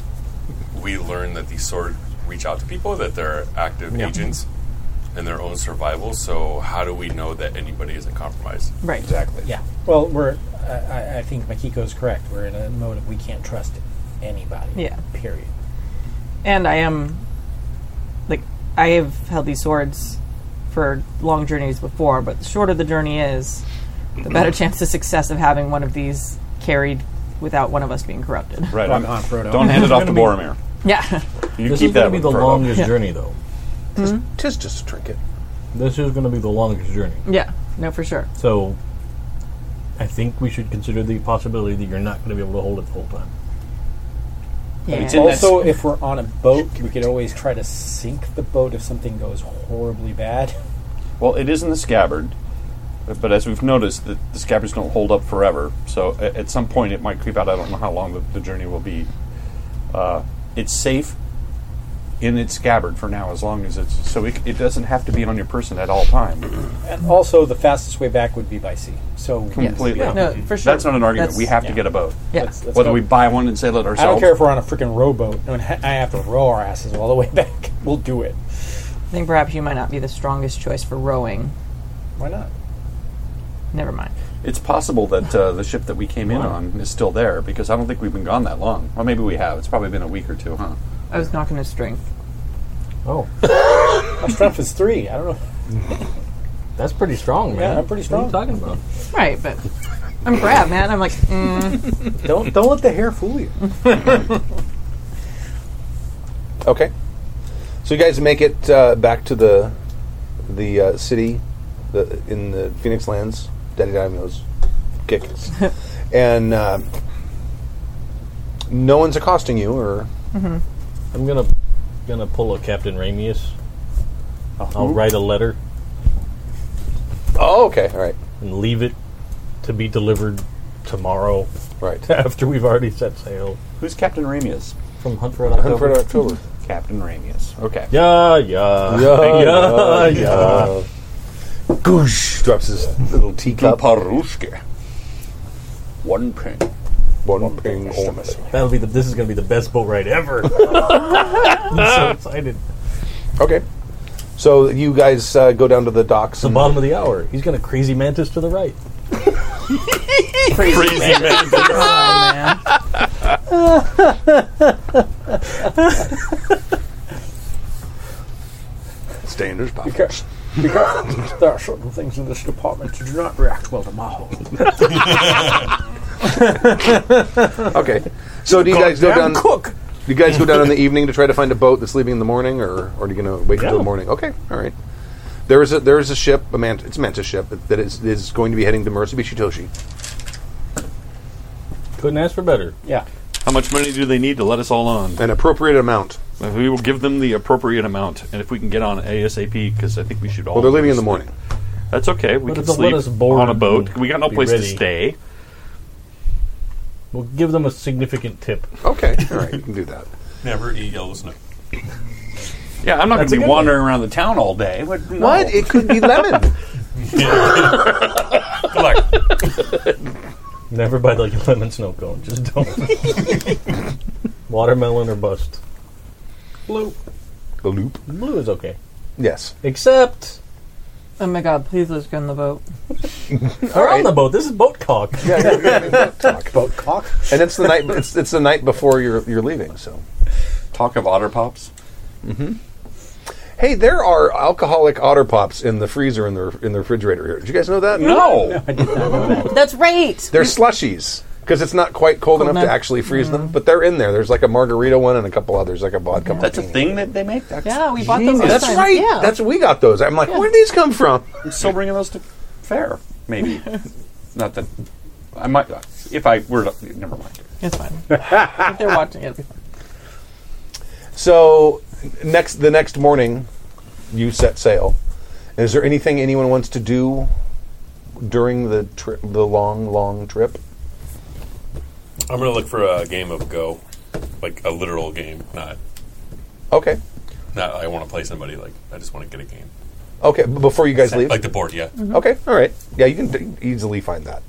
we learn that these sort reach out to people, that they're active agents in their own survival. So how do we know that anybody isn't compromised? Right. Exactly. Yeah. Well, we're. I, I- I think Makiko's correct. We're in a mode of we can't trust anybody. Yeah. Period. And I am like I have held these swords for long journeys before, but the shorter the journey is, the better chance of success of having one of these carried without one of us being corrupted. Right. Rock I'm- on, Frodo. Don't hand it off to Gonna Boromir. Yeah. You This keep is that going to be one, the Frodo. longest journey, though. Tis just a trinket. This is going to be the longest journey. Yeah. No, for sure. So I think we should consider the possibility that you're not going to be able to hold it the whole time. Yeah. in- that's- Also, if we're on a boat, we could always try to sink the boat if something goes horribly bad. Well, it is in the scabbard, but as we've noticed, the, the scabbards don't hold up forever. So at, at some point, it might creep out. I don't know how long the, the journey will be. Uh, it's safe in its scabbard for now, as long as it's so it, it doesn't have to be on your person at all time. And also, the fastest way back would be by sea. So Completely. No, for sure. That's not an argument. That's- we have to yeah. get a boat. Yeah. let's- let's Whether go. we buy one and sail it ourselves. I don't care if we're on a freaking rowboat. I, mean, ha- I have to row our asses all the way back. We'll do it. I think perhaps you might not be the strongest choice for rowing. Why not? Never mind. It's possible that uh, the ship that we came in on is still there because I don't think we've been gone that long. Well, maybe we have. It's probably been a week or two, huh? I was not going to strength. Oh, My strength is three. I don't know. That's pretty strong, man. Yeah, I'm pretty What are strong. you talking about? Right, but I'm Brad, man. I'm like, mm, Don't don't let the hair fool you. Okay. So you guys make it uh, back to the the uh, city the, in the Phoenix lands. Daddy Domino's kicks, and uh, no one's accosting you or I'm gonna gonna pull a Captain Ramius. I'll write a letter Oh, okay. All right. and leave it to be delivered tomorrow Right. after we've already set sail Who's Captain Ramius? from Hunt for Red October. Hunt for October. Captain Ramius. Okay. Yeah, yeah, Yeah, yeah, yeah. Goosh drops his little teacup. Paparushka. One pin. One ping only. That'll be the. This is gonna be the best boat ride ever. I'm so excited. Okay. So you guys uh, go down to the docks. The bottom of the hour. He's gonna crazy mantis to the right. Crazy man. standards. Because, because there are certain things in this department that do not react well to my hold. Okay. So do you guys go down? cook. Do you guys go down in the evening to try to find a boat that's leaving in the morning, or, or are you going to wait until the morning? Okay, all right. There is a there is a ship, a man, it's a mantis ship that is, is going to be heading to Mitsubishi Toshi. Couldn't ask for better. Yeah. How much money do they need to let us all on? An appropriate amount. We will give them the appropriate amount, and if we can get on ASAP, because I think we should all. Well, they're leaving in the morning. That's okay. We But can they'll let sleep us board on a boat. and We got no be place to ready. stay. We'll give them a significant tip. Okay, all right, you can do that. Never eat yellow snow. Yeah, I'm not going That's to a be good one. wandering around the town all day. What? No. What? It could be lemon. Good luck. Never buy the lemon snow cone. Just don't. Watermelon or bust. Blue. the loop. Blue is okay. Yes. Except oh my god, please let's go on the boat. we're on the boat. This is boat cock. Boat cock. And it's the night. It's, it's the night before you're you're leaving. So, Mm-hmm. Talk of otter pops. hey, there are alcoholic otter pops in the freezer in the in the refrigerator here. Did you guys know that? No. That's right. They're slushies because it's not quite cold, enough, Mm-hmm. to enough. actually freeze them, but they're in there. There's like a margarita one and a couple others, like a vodka. That's a martini. thing that they make. That's, Yeah, we bought those. last genius. That's time. right. Yeah. That's we got those. I'm like, where did these come from? I'm still bringing those to fair. Maybe. not that I might. If I were to, never mind. it's fine. if they're watching it. So next, the next morning, you set sail. Is there anything anyone wants to do during the tri- the long, long trip? I'm gonna look for a game of Go, like a literal game. Not, Okay, not. I want to play somebody. Like I just want to get a game. okay. b- Before you guys leave, Like the board. Yeah. Mm-hmm. okay, all right. Yeah, you can d- easily find that.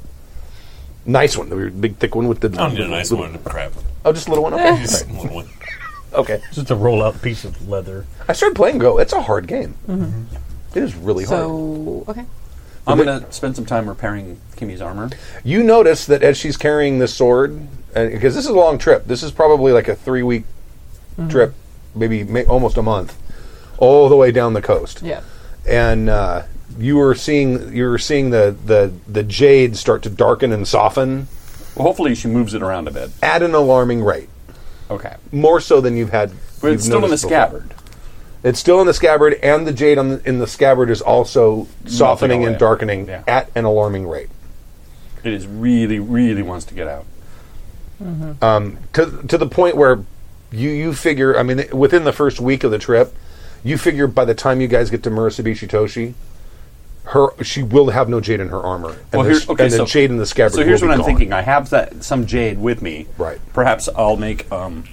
Nice one, the big thick one with the. I don't need a nice one. Crap. Oh, just a little one. Okay, All Just right. a little one. okay. Just a roll out piece of leather. I started playing Go. It's a hard game. It is really hard. So, okay. I'm going to spend some time repairing Kimmy's armor. You notice that as she's carrying the sword, because this is a long trip. This is probably like a three week trip, maybe ma- almost a month, all the way down the coast. Yeah. And uh, you were seeing you were seeing the, the the jade start to darken and soften Well, hopefully, she moves it around a bit. at an alarming rate, Okay. more so than you've had. But you've it's still in the noticed before. scabbard. It's still in the scabbard, and the jade on the, in the scabbard is also softening away. and darkening Yeah. at an alarming rate. It is really, really wants to get out. to to the point where you you figure I mean within the first week of the trip, you figure by the time you guys get to Marissa Bishitoshi, her she will have no jade in her armor. And, Well, the here- sh- okay, and the so- jade in the scabbard. So here's will be what I'm gone. thinking. I have that some jade with me. Right. Perhaps I'll make um,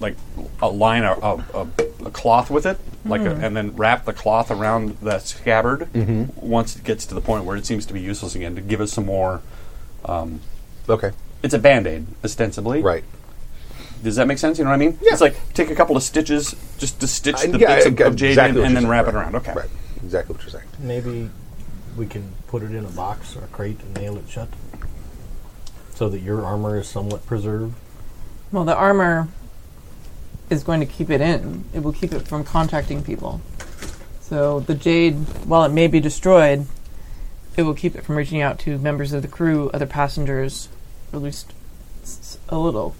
like a line of a, a, a cloth with it, like, a, and then wrap the cloth around the scabbard Mm-hmm. once it gets to the point where it seems to be useless again to give us some more. Okay. It's a band aid, ostensibly. Right. Does that make sense? You know what I mean? Yeah. It's like take a couple of stitches, just to stitch I- the yeah, bits I- of, of jade exactly what in, you're and then saying. wrap it Right. around. Okay. Right. Exactly what you're saying. Maybe we can put it in a box or a crate and nail it shut, so that your armor is somewhat preserved. Well, the armor is going to keep it in. It will keep it from contacting people. So the jade, while it may be destroyed, it will keep it from reaching out to members of the crew, other passengers, or at least s- s- a little.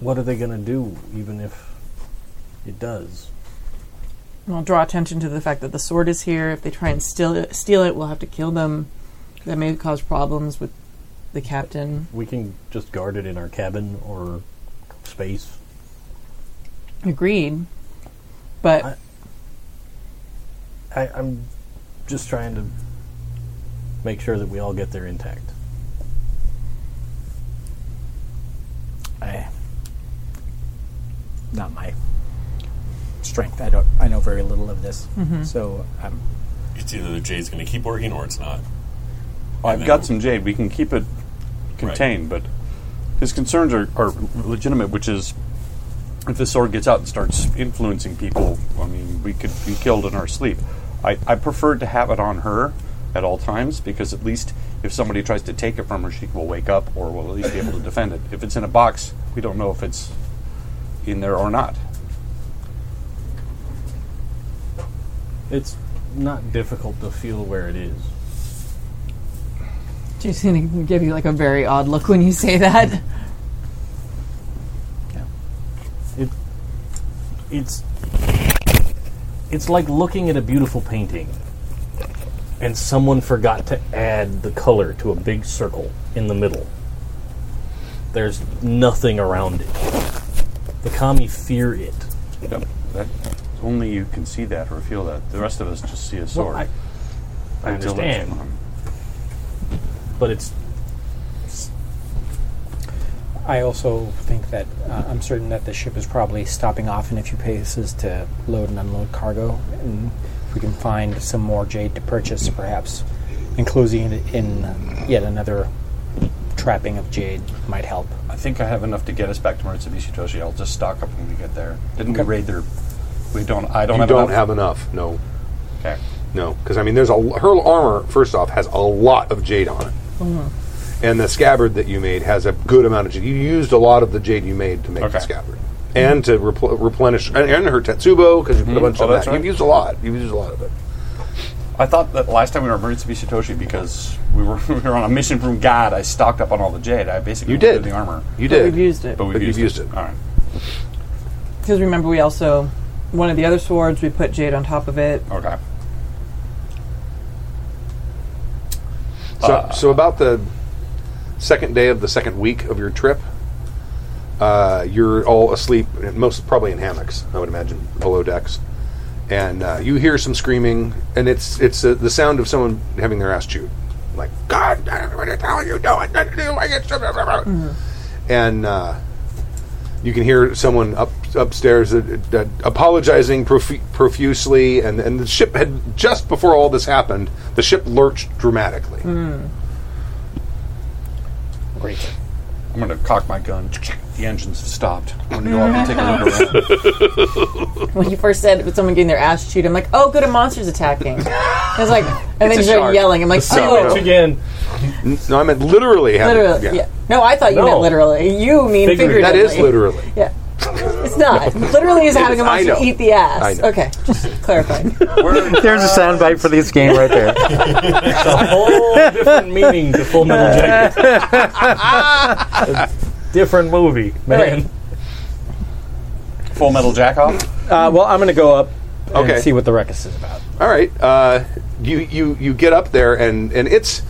What are they going to do, even if it does? And I'll draw attention to the fact that the sword is here. If they try and steal it, steal it, we'll have to kill them. That may cause problems with the captain. We can just guard it in our cabin or space. Agreed. But I- I, I'm just trying to make sure that we all get there intact. I, not my strength. I don't. I know very little of this, so um, It's either the jade's going to keep working or it's not. I've got some jade. We can keep it contained, but his concerns are, are legitimate, which is if the sword gets out and starts influencing people, I mean, we could be killed in our sleep. I, I prefer to have it on her at all times because at least if somebody tries to take it from her, she will wake up or will at least be able to defend it. If it's in a box, we don't know if it's in there or not. It's not difficult to feel where it is. she's going to give you like a very odd look when you say that. It's it's like looking at a beautiful painting and someone forgot to add the color to a big circle in the middle. There's nothing around it. The kami fear it. Yep. That, only you can see that or feel that. The rest of us just see a sword. I- I until it's understand. gone. But it's I also think that uh, I'm certain that the ship is probably stopping off in a few places to load and unload cargo, and if we can find some more jade to purchase, perhaps enclosing it in um, yet another trapping of jade might help. I think I have enough to get us back to Mitsubishi Toshi. I'll just stock up when we get there. Didn't we Okay. raid their? We don't. I don't You have. don't enough. have enough. No. Okay. No, because I mean, there's a l- her armor. First off, has a lot of jade on it, and the scabbard that you made has a good amount of jade. You used a lot of the jade you made to make Okay. the scabbard, and to repl- replenish and, and her tetsubo because you put a bunch Oh, of that's that. right. You've used a lot. You've used a lot of it. I thought that last time we were at Mitsubishi Toshi because we were we were on a mission from God. I stocked up on all the jade. I basically You only did the armor, You But did. we've used it. but we But used, you've used it. it. All right. Because remember, we also one of the other swords we put jade on top of it. Okay. So, so about the second day of the second week of your trip, uh, you're all asleep, and most probably in hammocks, I would imagine, below decks, and uh, you hear some screaming, and it's it's uh, the sound of someone having their ass chewed, like God, what the hell are you doing? I get so-" and uh, you can hear someone up upstairs uh, uh, apologizing profu- profusely, and and the ship had just before all this happened, the ship lurched dramatically. Great. I'm gonna cock my gun. The engines have stopped. I'm gonna go off and take a look around. When you first said it was someone getting their ass chewed, I'm like, oh, good, a monster's attacking. I was like, and then you started yelling. I'm like, oh, again. No, I meant literally. having- literally. Yeah. yeah. No, I thought you No. meant literally. You mean Figuratively. figuratively. That is literally. Yeah. It's not. Literally is having a is. I monster know. eat the ass. I know. Okay, just clarifying. There's a soundbite for this game right there. a whole different meaning to Full Metal Jacket. different movie, man. Right. Full metal jack off. Uh, well, I'm going to go up Okay. and see what the ruckus is about. All right. Uh, you you you get up there and and it's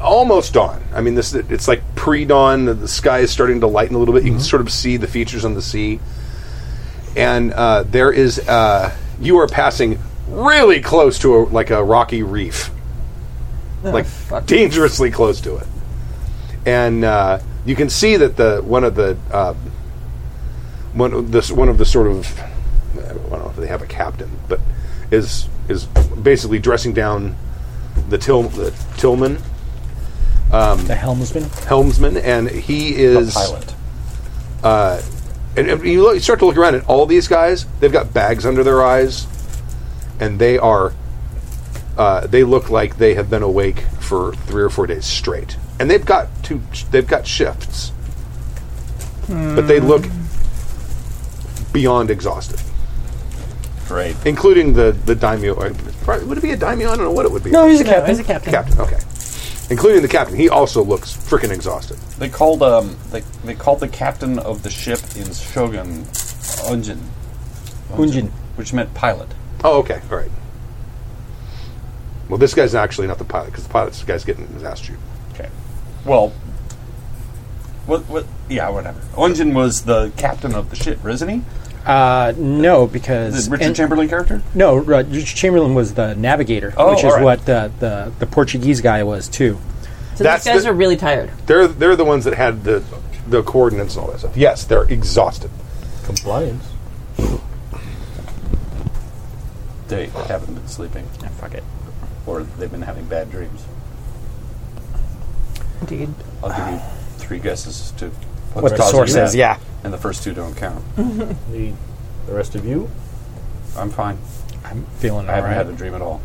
almost dawn. I mean, this it's like pre-dawn. The sky is starting to lighten a little bit. You can sort of see the features on the sea, and uh, there is uh, you are passing really close to a, like a rocky reef, like dangerously close to it, and uh, you can see that the one of the uh, one of this one of the sort of I don't know if they have a captain, but is is basically dressing down the till the tillman um, The helmsman, helmsman, and he is Pilot. And, and you, look, you start to look around at all these guys. They've got bags under their eyes, and they are uh, they look like they have been awake for three or four days straight. And they've got two they've got shifts, but they look beyond exhausted, Great. including the the daimyo. or- Probably, would it be a daimyo? I don't know what it would be. No, he's a captain. He's a captain. captain. Okay, including the captain. He also looks freaking exhausted. They called um they, they called the captain of the ship in Shogun Unjin. Unjin. Which meant pilot. Oh, okay, all right. Well, this guy's actually not the pilot because the pilot's the guy's getting his ass chewed. Okay. Well what what yeah, whatever. Unjin was the captain of the ship, isn't he? Uh, no, The because Richard and- Chamberlain character? No, uh, Richard Chamberlain was the navigator, Oh, which is all right. what uh, the the Portuguese guy was too. So That's these guys the- are really tired. They're they're the ones that had the the coordinates and all that stuff. Yes, they're exhausted. Compliance. They haven't been sleeping. fuck it. Or they've been having bad dreams. Indeed. I'll give you three guesses as to what's What the causing source that, is, yeah. Hmm. And the first two don't count. The, the rest of you. I'm fine. I'm feeling all I haven't right. had a dream at all.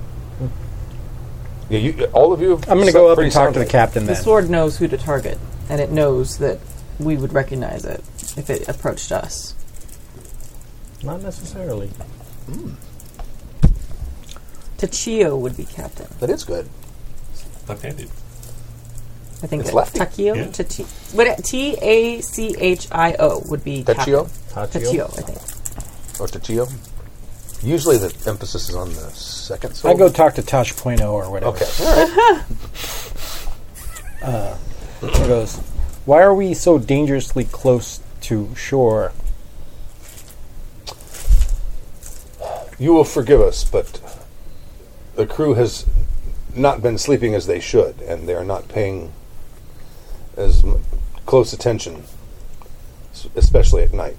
Yeah, you all of you. Have I'm going to go up and talk to the captain The then. sword knows who to target, and it knows that we would recognize it if it approached us. Not necessarily. Tachio would be captain. That is good. Left-handed. I think It's it's lefty. Tachio. Yeah. Tachi- what- T A C H I O would be Tachio captain. Tachio. Tachio, I think. or Tachio. Usually the emphasis is on the second I syllable. go talk to Tosh Point oh or whatever. Okay. All right. Uh, He goes, "Why are we so dangerously close to shore?" You will forgive us, but the crew has not been sleeping as they should, and they are not paying as m- close attention, s- especially at night,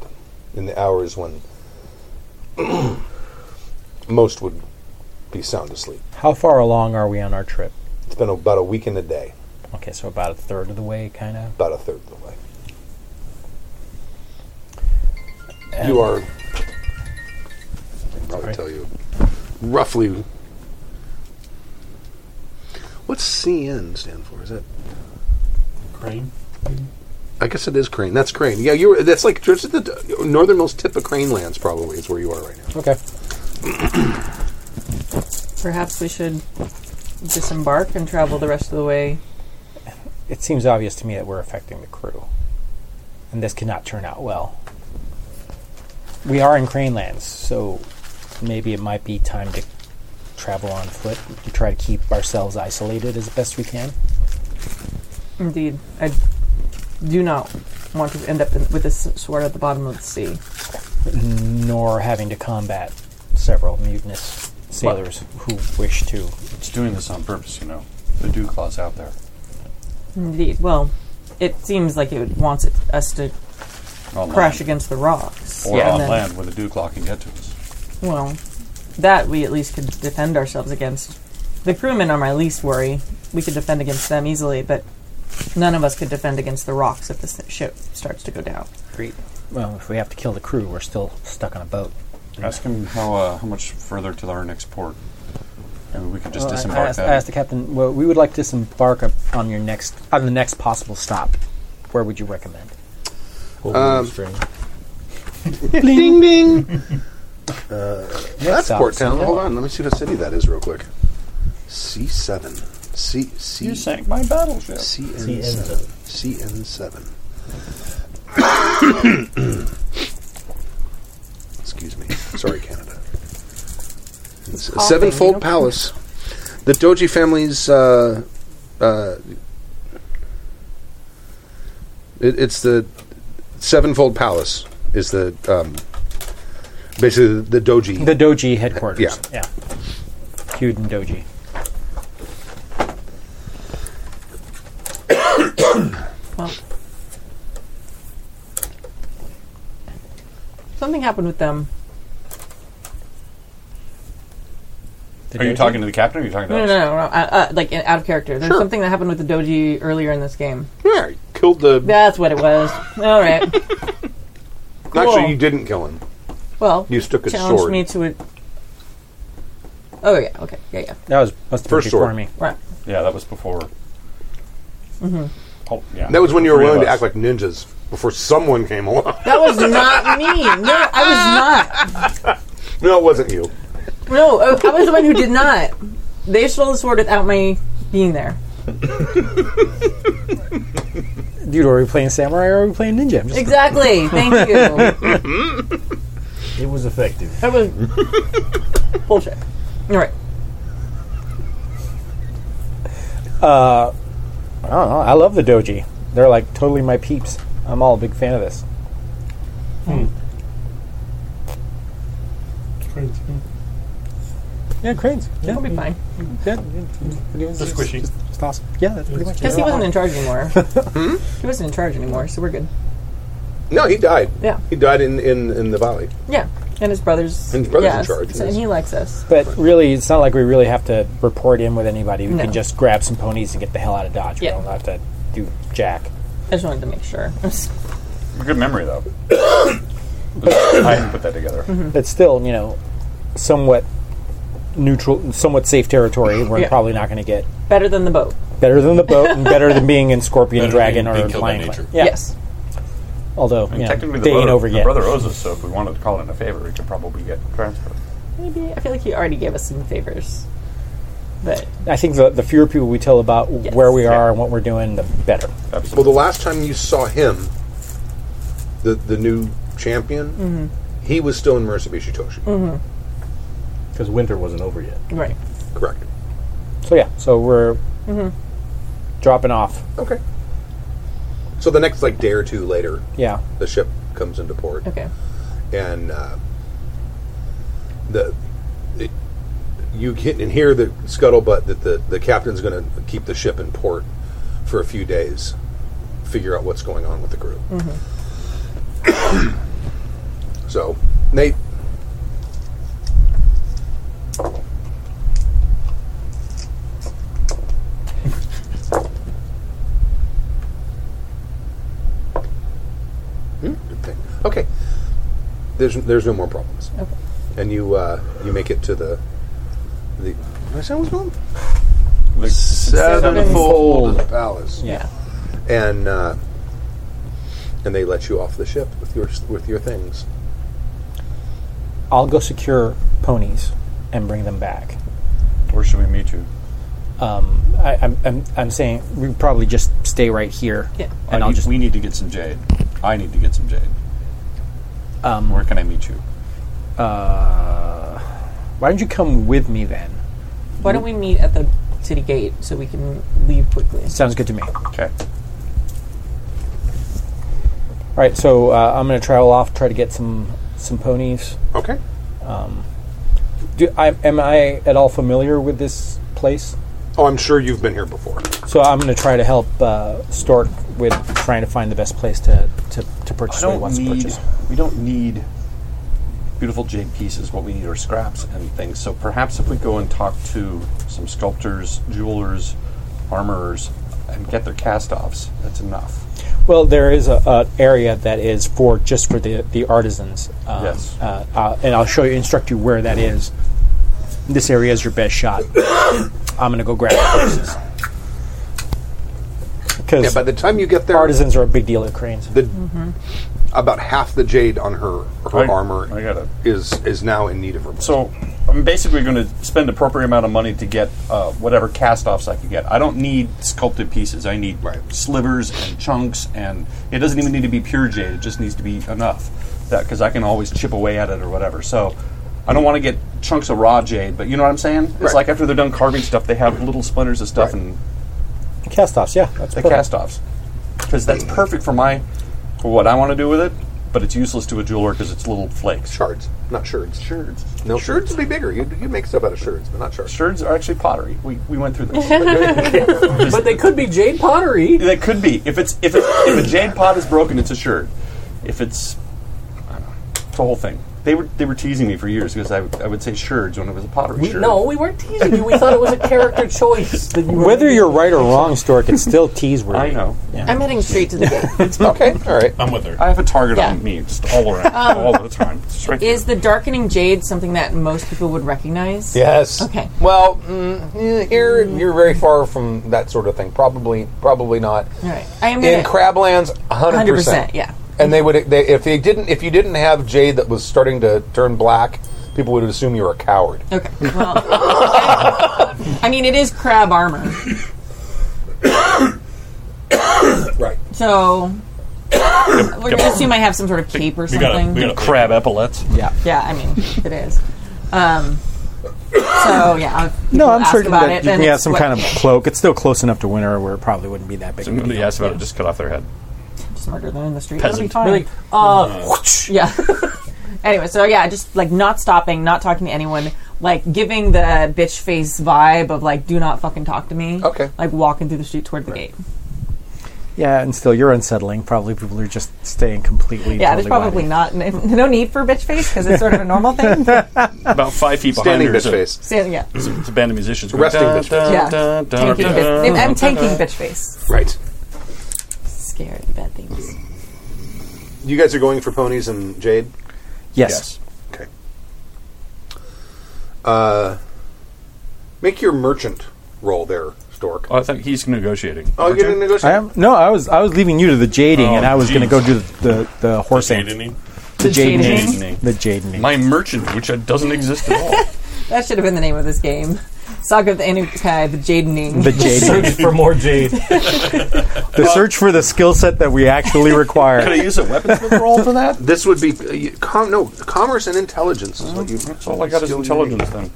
in the hours when most would be sound asleep. How far along are we on our trip? It's been about a week and a day, Okay, so about a third of the way, kind of. about a third of the way. you are. I can probably Sorry. tell you roughly. What's CN stand for? Is that? Crane. I guess it is Crane. That's Crane. Yeah, you. were- That's like just at the northernmost tip of Crane Lands. Probably is where you are right now. Okay. Perhaps we should disembark and travel the rest of the way. It seems obvious to me that we're affecting the crew, and this cannot turn out well. We are in Crane Lands, so maybe it might be time to travel on foot to try to keep ourselves isolated as best we can. Indeed. I do not want to end up in, with this sword at the bottom of the sea. nor having to combat several mutinous sailors who wish to. It's doing this on purpose, you know. The dew claw's out there. Indeed. Well, it seems like it wants it, us to On crash land. against the rocks. Or and on then- land where the dew claw can get to us. Well, that we at least could defend ourselves against. The crewmen are my least worry. We could defend against them easily, but none of us could defend against the rocks if the s- ship starts to go down. Well, if we have to kill the crew, we're still stuck on a boat. Ask him how uh, how much further to our next port. Maybe we could just Well, I- disembark I asked, that. I asked the captain. Well, we would like to disembark up on your next on the next possible stop. Where would you recommend? Pull Um, the string. ding ding. Next That's stop, Port Town. Seattle. Hold on. Let me see what city that is real quick. C seven. C C. you sank my battleship. CN7. CN7. Excuse me. Sorry, Sevenfold Palace. The Doji family's. Uh, uh, it, it's the Sevenfold Palace is the um, basically the, the Doji. The doji headquarters. Yeah. Yeah. Huden doji. Something happened with them. The Are you doji? talking to the captain or are you talking to No, no, us? no, no. no. Uh, uh, like in, out of character. There's something that happened with the doji earlier in this game. yeah, killed the. That's what it was. All right. Actually, you didn't kill him. Well, You just took his challenged sword. me to it. Oh yeah. Okay. Yeah. Yeah. That was must have been First before sword. me. Right. Yeah, that was before. Mm-hmm. Mm-hmm. Oh, yeah. That was when you were Three of willing to us. act like ninjas before someone came along. That was not me. No, I no, it wasn't you. was not. No, I, I was the one who did not. They stole the sword without my being there. Dude, are we playing samurai or are we playing ninja? I'm just Exactly. Thank you. It was effective. That was bullshit. All right. I don't know. I love the doji. They're like totally my peeps. I'm all a big fan of this. Hmm. Yeah, cranes. Yeah, I'll be fine. yeah. It's, They're squishy. it's awesome. Yeah, that's pretty much Because it. he wasn't in charge anymore. hmm? He wasn't in charge anymore, so we're good. No, he died. Yeah. Hmm? He died in, in, in the valley. Yeah. And his brother's. And his brother's in yes, charge, so- yes. and he likes us. But really, it's not like we really have to report in with anybody. We No. can just grab some ponies and get the hell out of Dodge. Yeah. We don't have to do jack. I just wanted to make sure. Good memory, though. I didn't put that together. Hmm. But still, you know, somewhat neutral, somewhat safe territory. We're Yeah. probably not going to get Better than the boat. better than the boat and better than being in Scorpion Better Dragon than being- or being killed by Lion. nature. Clan. Yeah. Yes. Although, I you mean, know, technically, they the ain't brother, over the yet. brother owes us, so if we wanted to call in a favor, we could probably get transferred. Maybe. I feel like he already gave us some favors. But I think the, the fewer people we tell about Yes. where we are and what we're doing, the better. Well, the last time you saw him, the the new champion, he was still in Murasaki Toshi. Because winter wasn't over yet. right. Correct. So yeah, so we're Mm-hmm. dropping off. Okay. So the next like day or two later, Yeah, the ship comes into port, Okay. and uh, the it, you hit and hear the scuttlebutt that the the captain's going to keep the ship in port for a few days, figure out what's going on with the crew. so Nate, Hmm? Good thing. Okay. There's there's no more problems. Okay. And you uh, you make it to the the what is that what's called? The Sevenfold Palace. yeah. And uh, and they let you off the ship with your with your things. I'll go secure ponies and bring them back. Where should we meet you? Um, I, I'm, I'm, I'm saying we probably just stay right here. Yeah. and I I'll need- just we need to get some jade. I need to get some jade. Um, Where can I meet you? Uh, why don't you come with me then? Why don't we meet at the city gate so we can leave quickly? Sounds good to me. All Okay. right, so uh, I'm going to travel off, try to get some some ponies. Um, Okay. Do I, am I at all familiar with this place? Oh, I'm sure you've been here before. So I'm going to try to help uh, Stork with trying to find the best place to, to, to purchase what he wants to purchase. We don't need beautiful jade pieces. What we need are scraps and things. So perhaps if we go and talk to some sculptors, jewelers, armorers, and get their cast-offs, that's enough. Well, there is a, a area that is for just for the the artisans. Um, Yes. uh, uh, and I'll show you, instruct you where that is. This area is your best shot. I'm going to go grab the horses. Yeah. Because By the time you get there, artisans are a big deal at cranes. the about half the jade on her her I- armor I gotta- is is now in need of removal. So I'm basically going to spend appropriate amount of money to get uh, whatever cast-offs I can get. I don't need sculpted pieces. I need slivers and chunks, and it doesn't even need to be pure jade. It just needs to be enough that because I can always chip away at it or whatever. So I don't want to get chunks of raw jade, but you know what I'm saying? It's Right. like after they're done carving stuff, they have little splinters of stuff and Cast offs, yeah. That's the perfect. cast offs. Because that's perfect for my for what I want to do with it, but it's useless to a jeweler because it's little flakes. Shards, not sherds. Shards. No, sherds would be bigger. You you make stuff out of sherds, but not shards. Shards are actually pottery. We, we went through this. But they could be jade pottery. they could be. If it's if it, if a jade pot is broken, it's a shard. If it's I don't know, it's a whole thing. They were they were teasing me for years because I would- I would say shards when it was a pottery We, shard. no, we weren't teasing you. We thought it was a character choice. That you were Whether you're right or wrong, Stork, it's still tease worthy. I know. I'm heading straight to the gate. Okay, all right. I'm with her. I have a target Yeah. Um, on me just all around, all the time. It's right Is the darkening jade something that most people would recognize? Yes. Okay. Well, mm, mm, you're you're very far from that sort of thing. Probably, probably not. All right. I am In gonna Crablands, Mm-hmm. hundred 100%, percent. yeah. And they would they, if they didn't if you didn't have jade that was starting to turn black, people would assume you were a coward. Okay. Well, I mean, it is crab armor, Right. so we're gonna assume I have some sort of cape or We got a, something. we got a crab epaulets. Yeah. yeah, I mean, it is. Um, so yeah, I'll, No, people I'm ask certain about it. that you and can have it's some what- kind of cloak. It's still close enough to winter where it probably wouldn't be that big. of a Somebody deal. asked about it, just cut off their head. smarter than in the street. Peasant. That'll be fine. yeah. anyway, so yeah, just like not stopping, not talking to anyone, like giving the bitch face vibe of like, do not fucking talk to me. Okay. Like walking through the street toward the gate. Yeah, and still you're unsettling. Probably people are just staying completely. Yeah, there's totally wide. probably not n- no need for bitch face because it's sort of a normal thing. About five feet behind Standing her. is bitch a- face. So, yeah, It's a band of musicians. going, Resting "Dun, bitch face." dun, Yeah. dun, dun, tanking dun, bitch. dun, I'm tanking dun, dun. bitch face. Right. Scared of bad things. You guys are going for ponies and jade. Yes. Okay. Uh, make your merchant roll there, Stork. Uh, Oh, I think he's negotiating. oh, you're gonna negotiate. I am. No, I was. I was leaving you to the jading, Oh, and I was going to jeez. go do the the, the horse Jade, ant, didn't he? the jadening, Jadening. the jadening. My merchant, which doesn't exist at all. That should have been the name of this game. Saga of the Inukai, the Jadening. The jading. Search for more jade. the search for the skill set that we actually Could I require. use a weaponsmith roll for that? This would be uh, you- com- no commerce and intelligence. Is what you, That's all I got is skill you need. intelligence then.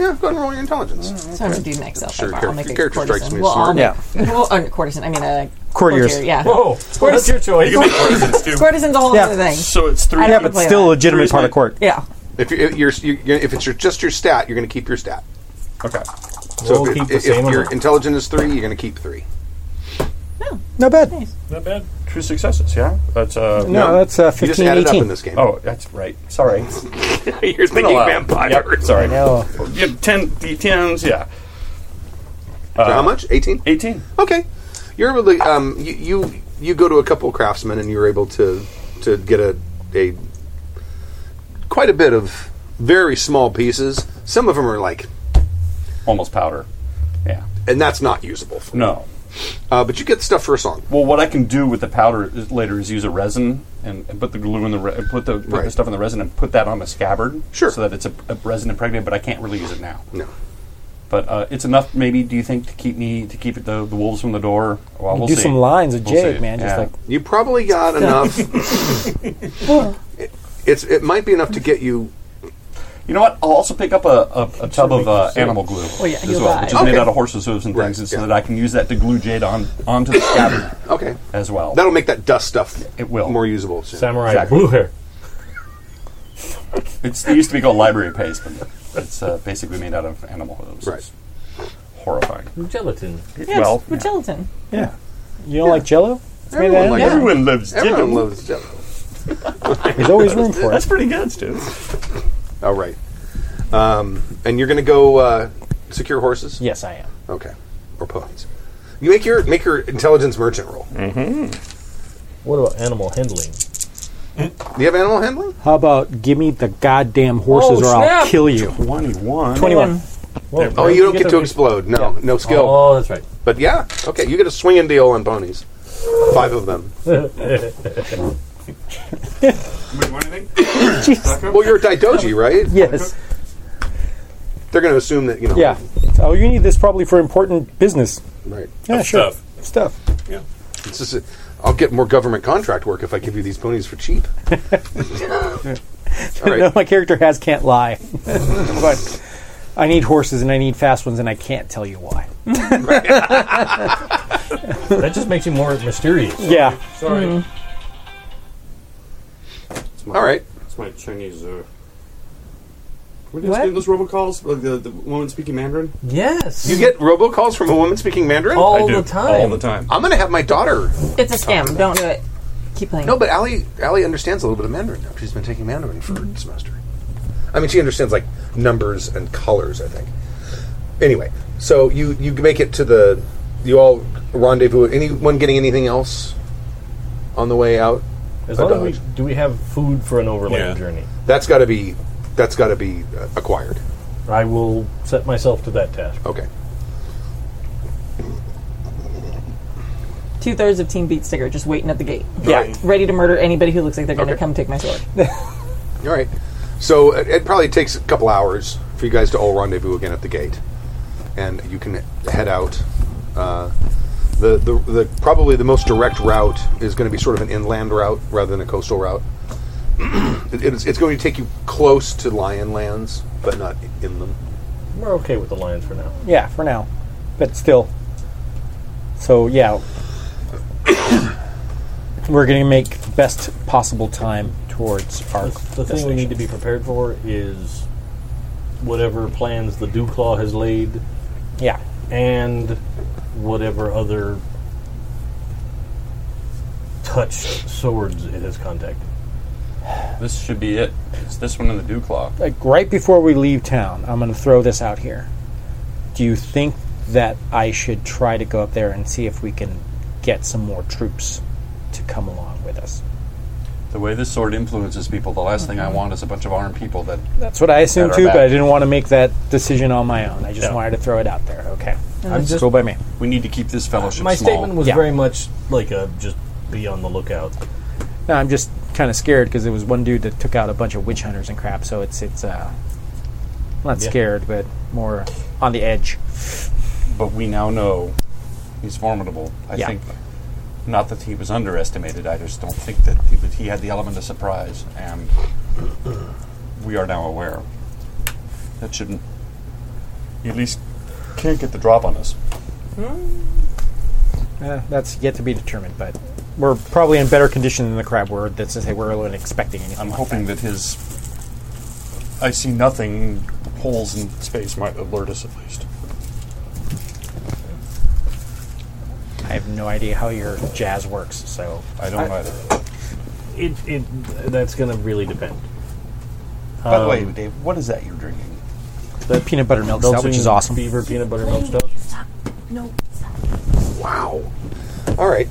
Yeah, go ahead and roll your intelligence. so I'm gonna do next up. Sure, I'll character- make a character strikes courtiesan. me as Well, I'll smart. make- well, uh, courtesan. I mean a Courtiers. courtier, Yeah. Whoa, what's your choice? You can make poisons too. Courtisan's a whole Yeah. other thing. So it's three. I Yeah, don't but play still a that. legitimate part of Charisma. court. Yeah. If you, if you're, you're if it's your, just your stat, you're going to keep your stat. Okay. So We'll if, keep the if same your amount. intelligence is three, you're going to keep three. No bad. Not bad. Two successes, yeah? That's, uh. No, that's uh, You just 15, added up 18. in this game. Oh, that's right. Sorry. you're thinking Wow. vampire. Yep, sorry. No. Yeah, ten, the tens, yeah. So how much? Eighteen. 18. Okay, you're able to um, you, you you go to a couple craftsmen and you're able to to get a a quite a bit of very small pieces. Some of them are like, Almost powder. Yeah. and that's not usable. For, No. uh, but you get stuff for a song. Well, what I can do with the powder is- later is use a resin and, and put the glue in the re- put the, put the Right. stuff in the resin and put that on a scabbard. Sure. So that it's a, a resin impregnated, but I can't really use it now. No, But uh, it's enough, maybe. Do you think to keep me to keep the, the wolves from the door? Well, we'll do see. some lines of We'll jade, see. man. Just Yeah. like you probably got enough. It- it's it might be enough to get you. You know what? I'll also pick up a, a, a tub of uh, animal glue Oh, yeah, as you'll well, die. which is made Okay. out of horses' hooves and Right, things, and so yeah. that I can use that to glue jade on onto the scabbard Okay, as well. that'll make that dust stuff. It will. more usable. soon. Samurai Exactly. blue hair. It's, it used to be called library paste, but it's uh, basically made out of animal hooves. Right. It's horrifying. Gelatin. Yeah, well, with gelatin. yeah. You don't like Jello? Everyone, likes- Everyone lives. everyone loves Jello. There's always room for That's it. pretty good, Stu. All right, um, and you're going to go uh, secure horses. Yes, I am. Okay, or ponies. You make your make your intelligence merchant roll. What about animal handling? Do you have animal handling? How about give me the goddamn horses, Oh, or I'll snap. kill you. Twenty-one. Twenty-one. Whoa, Oh, you don't get, to a- explode. No, no skill. Oh, that's right. But yeah, okay, you get a swinging deal on ponies. Five of them. Wait, what do you think? Well, you're a Daidoji, right? Yes. They're going to assume that you know. Yeah. Oh, you need this probably for important business. Right. Yeah, sure. Stuff. Stuff. It's just a, I'll get more government contract work if I give you these ponies for cheap. All right. no, my character has can't lie. but I need horses and I need fast ones, and I can't tell you why. That just makes you more mysterious. Yeah. Sorry. Mm. All right. It's my Chinese. Uh, what What? is those robocalls? Like the, the woman speaking Mandarin? Yes. You get robocalls from a woman speaking Mandarin? Oh. all I do, the time. All the time. I'm going to have my daughter. It's a scam. Don't do it. Keep playing. No, but Allie, Allie understands a little bit of Mandarin now. She's been taking Mandarin for a semester. I mean, she understands like numbers and colors, I think. Anyway, so you you make it to the you all rendezvous. Anyone getting anything else on the way out? As A long as we dodge. do, we have food for an overland Yeah. journey. That's got to be that's got to be uh, acquired. I will set myself to that task. Okay. Two thirds of Team Beat sticker just waiting at the gate, Yeah. ready to murder anybody who looks like they're going to Okay. come take my sword. All right. So it, it probably takes a couple hours for you guys to all rendezvous again at the gate, and you can head out. Uh, the, the the probably the most direct route is going to be sort of an inland route rather than a coastal route. it, it's, it's going to take you close to lion lands, but not in them. We're okay with the lions for now. Yeah, for now. But still. So, yeah. We're going to make the best possible time towards our. The thing we need to be prepared for is whatever plans the Dewclaw has laid Yeah. and whatever other touch swords it has contacted. This should be it. It's this one and the dew claw. Like, right before we leave town, I'm going to throw this out here. Do you think that I should try to go up there and see if we can get some more troops to come along with us? The way this sword influences people, the last thing I want is a bunch of armed people that That's what I assumed At our too, but I back. didn't want to make that decision on my own. I just No. wanted to throw it out there. Okay. I'm just cool by me. we need to keep this fellowship my small. statement was Yeah. very much like a just be on the lookout. No, I'm just kind of scared because it was one dude that took out a bunch of witch hunters and crap. So it's it's uh, not Yeah. scared, but more on the edge. but we now know he's formidable. I Yeah. think not that he was underestimated. I just don't think that he, that he had the element of surprise, and we are now aware that shouldn't. He at least can't get the drop on us. Eh, that's yet to be determined, but we're probably in better condition than the crab were. That's to say, we're not expecting anything. I'm like hoping that his I see nothing holes in space might alert us at least. that. I have no idea how your jazz works. So uh, I don't either. It, it that's going to really depend. By the way, Um, Dave, what is that you're drinking? the peanut butter milk stout, which is Belgian awesome. Beaver peanut butter milk stout. Wow. All right.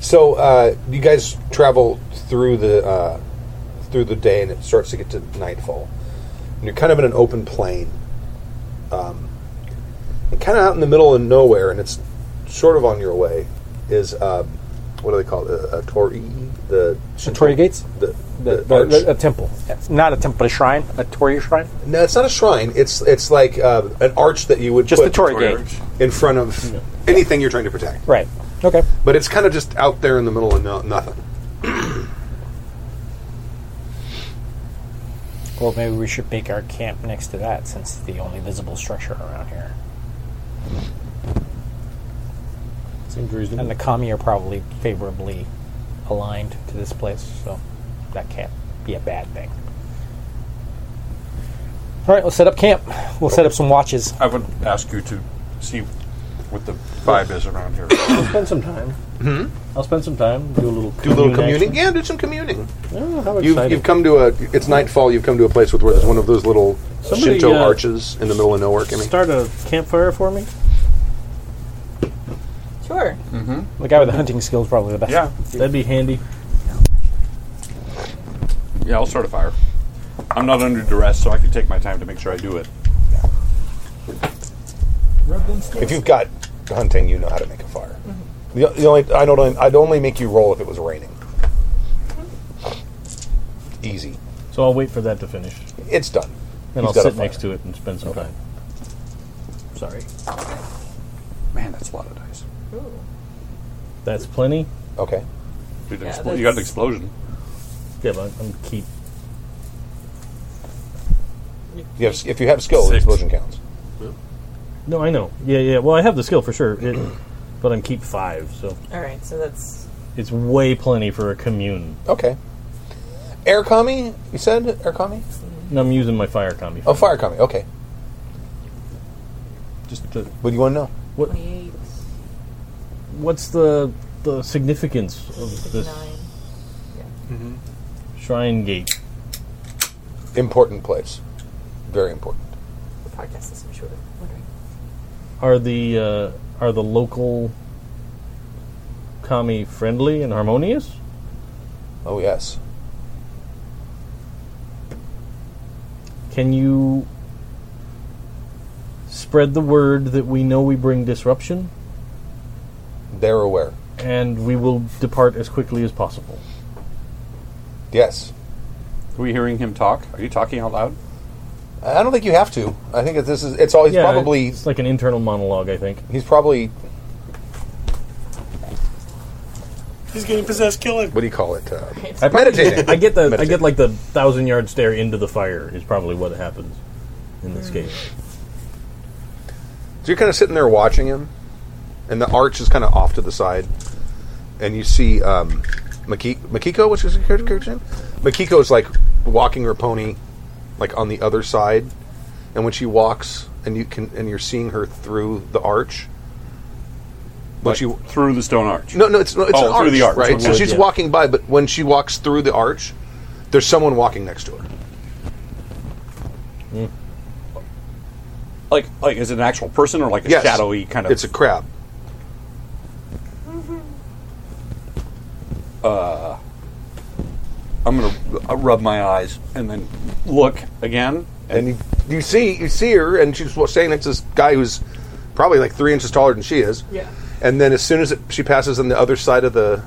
so uh, you guys travel through the uh, through the day, and it starts to get to nightfall. And you're kind of in an open plain, um, and kind of out in the middle of nowhere, and it's sort of on your way. Is um, what do they call it? A, a tori? The Torii gates? The, The- the, Uh, the- arch? the- a temple, not a temple, a shrine, a Torii shrine. no, it's not a shrine. It's it's like uh, an arch that you would Just the put Torii gate. in front of anything you're trying to protect. Right. Okay. but it's kind of just out there in the middle of no- nothing. Well, maybe we should make our camp next to that since it's the only visible structure around here. Seems reasonable. And the kami are probably favorably aligned to this place, so that can't be a bad thing. All right, let's set up camp. We'll set up some watches. I would ask you to see what the vibe is around here. I'll spend some time. Hmm? I'll spend some time. Do a little Do a little commune communing. Yeah, do some communing. action. Oh, how You've, exciting! you've come to a. It's nightfall. You've come to a place with where there's one of those little Somebody, Shinto uh, arches in the middle of nowhere. Kimmy. Start a campfire for me. Sure. The guy with the hunting skill is probably the best. yeah, That'd be handy. yeah, I'll start a fire. I'm not under duress, so I can take my time to make sure I do it. if you've got hunting, you know how to make a fire. Mm-hmm. The, the only I don't. I'd only make you roll if it was raining. Easy. So I'll wait for that to finish, It's done. and He's I'll got a sit fire. next to it and spend some time. Sorry. Man, that's a lot of dice. That's plenty. Okay. Dude, Yeah, expl- you got an that's- explosion. Yeah, but I'm keep. You have, if you have skill, the Six. explosion counts. No, I know. Yeah, yeah. Well, I have the skill for sure, it, but I'm keep five, so All right, so that's it's way plenty for a commune. Okay. Air commie, you said? Air commie? And I'm using my fire combi. Oh, fire commie. Okay. Just the, What do you want to know? twenty-eight, what's the the significance of this nine. shrine gate? Important place. Very important. The podcast is short. I'm wondering. Are the uh, are the local kami friendly and harmonious? Oh, yes. Can you spread the word that we know we bring disruption They're aware. and we will depart as quickly as possible? Yes. Are we hearing him talk? Are you talking out loud? I don't think you have to. I think that this is, it's all, he's probably, it's like an internal monologue, I think. he's probably, He's getting possessed, kill him. what do you call it? Uh, I meditating. I get the I Meditate. get like the thousand yard stare into the fire is probably what happens in this case. So you're kind of sitting there watching him, and the arch is kind of off to the side, and you see um, Maki- Makiko, which is your character- character's name. Makiko's like walking her pony, like on the other side, and when she walks, and you can, and you're seeing her through the arch. When Like, she through the stone arch. no no it's no, it's Oh, an through arch, the arch. right? So Okay. she's Yeah. walking by, but when she walks through the arch, there's someone walking next to her. Like, like is it an actual person or like a Yes. shadowy kind of? It's a crab. I'm gonna r- rub my eyes and then look again. and you, you see you see her, and she's wa- standing next to this guy who's probably like three inches taller than she is. Yeah. And then as soon as it, she passes on the other side of the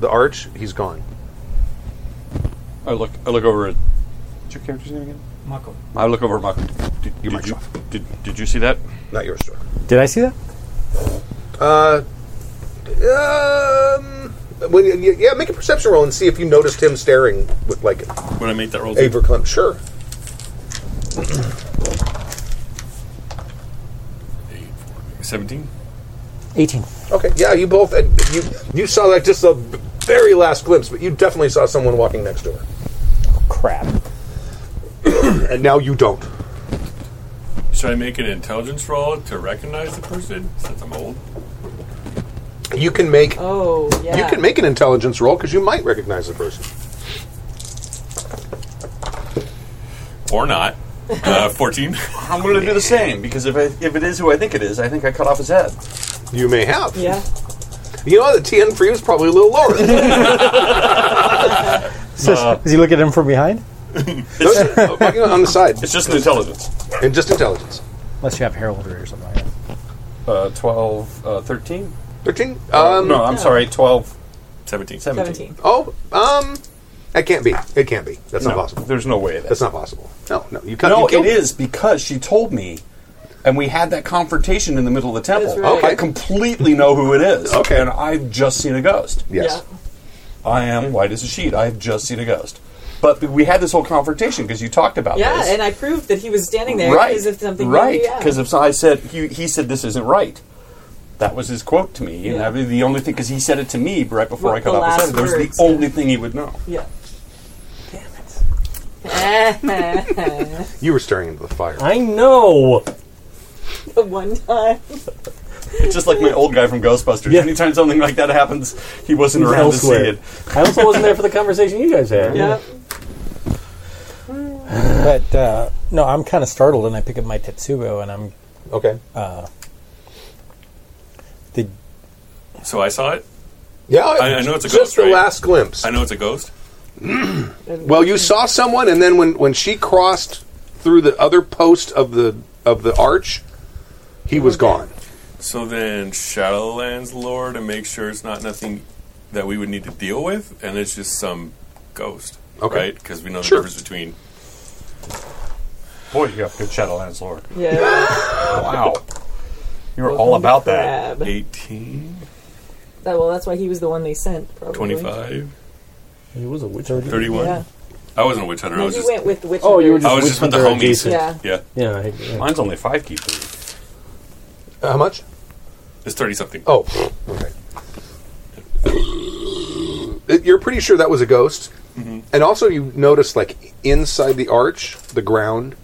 the arch, he's gone. I look. I look over. At, what's your character's name again? Mako. I look over at Mako. Did, Your did mic's you off. did, did you see that? Not yours, sir. Did I see that? Um. When, you- yeah, make a perception roll and see if you noticed him staring with like Would I make that roll? too? Averclump. Sure. Eight, four, Seventeen. 18. Okay. Yeah, you both and you you saw like just the very last glimpse, but you definitely saw someone walking next to her, Crap. and now you don't. Should I make an intelligence roll to recognize the person since I'm old? You can make Oh yeah. you can make an intelligence roll because you might recognize the person. Or not. Uh, 14. I'm going to do the same because if I, if it is who I think it is, I think I cut off his head. You may have. Yeah. You know, the TN for you is probably a little lower. Does he look at him from behind? Those are fucking on the side. It's just an intelligence. And just intelligence. Unless you have heraldry or something like that. Uh, 12, uh, 13? 13? Um, no, I'm sorry, 12, 17. 17. Seventeen. Oh, um, that can't be. It can't be. That's No, not possible. there's no way that. That's not possible. No, no. You can't. no, you it killed- is because she told me, and we had that confrontation in the middle of the temple. That's right. Okay. I completely know who it is. Okay. And I've just seen a ghost. Yes. Yeah. I am white as a sheet. I've just seen a ghost. But we had this whole confrontation because you talked about Yeah, this. and I proved that he was standing there right. as if something. right Yeah. because if I said he, he said this isn't right that was his quote to me and Yeah. that was the only thing because he said it to me right before I What cut the off his last head that was the words, yeah. only thing he would know yeah. You were staring into the fire. I know. The one time. it's just like my old guy from Ghostbusters Yeah. anytime something like that happens he wasn't He's around elsewhere. to see I also wasn't there for the conversation you guys had. Yeah. But, uh, no, I'm kind of startled and I pick up my Tetsubo and I'm. Okay. Uh, Did, So I saw it. Yeah, I- I know it's a Just ghost, the right? last glimpse. I know it's a ghost. Well, you saw someone, and then when, when she crossed through the other post of the of the arch, he was gone. So then Shadowlands lore to make sure it's not nothing that we would need to deal with, and it's just some ghost, Okay. right? Because we know the Sure. difference between it boy you have good Shadowlands lore Yeah. wow you're all about that Crab. 18 That, well, that's why he was the one they sent, probably. 25, He was a witch. hunter. 31. Yeah. I wasn't a witch hunter. I No, was he just, went with the witch. Oh, you were I was Witch just with the hunter homies. adjacent. Yeah. Yeah. Yeah, I- yeah. Mine's only five keepers. How much? It's 30 something. Oh, okay. It- You're pretty sure that was a ghost. And also, you notice, like, inside the arch, the ground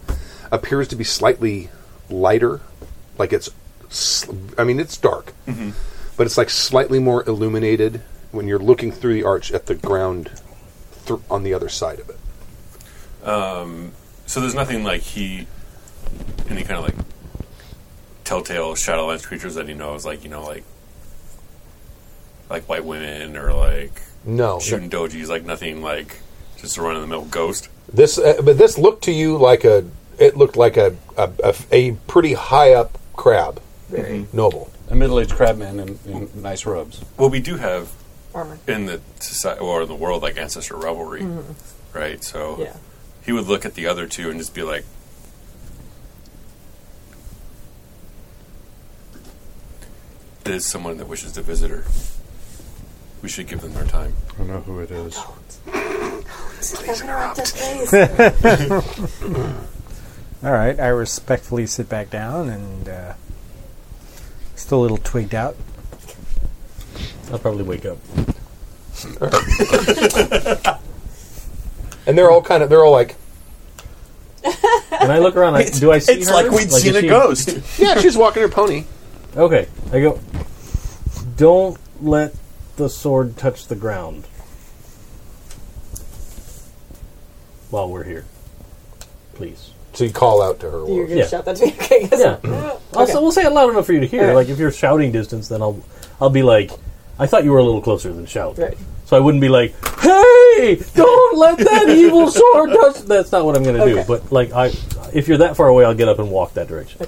appears to be slightly lighter. Like, it's, sl- I mean, it's dark, but it's, like, slightly more illuminated when you're looking through the arch at the ground thr on the other side of it. So there's nothing like he, any kind of like telltale Shadowlands creatures that he knows, like, you know, like, like white women or like No. shooting dojis, like nothing like just a run of the mill ghost. This, uh, but this looked to you like a, it looked like a, a, a, a pretty high up crab. Very. Noble. A middle-aged crabman in, in nice robes. Well, we do have Armor. in the society or in the world like ancestor rivalry, right? So Mm-hmm. Yeah. he would look at the other two and just be like, "There's someone that wishes to visit her. We should give them their time." I don't know who it is. All right, I respectfully sit back down and uh, still a little twigged out. I'll probably wake up. And they're all kind of, they're all like, And I look around. I, do I see It's her? like we'd is seen a she- ghost. yeah, she's walking her pony. Okay, I go. Don't let the sword touch the ground while we're here, please. So you call out to her. You're Wolf. going to Yeah. shout that to me? Okay. Yeah. Also, we'll say it loud enough for you to hear. Alright. Like if you're shouting distance, then I'll I'll be like, I thought you were a little closer than shout. Right. So I wouldn't be like, hey, don't let that evil sword touch. That's not what I'm going to do. Okay. But like I, if you're that far away, I'll get up and walk that direction.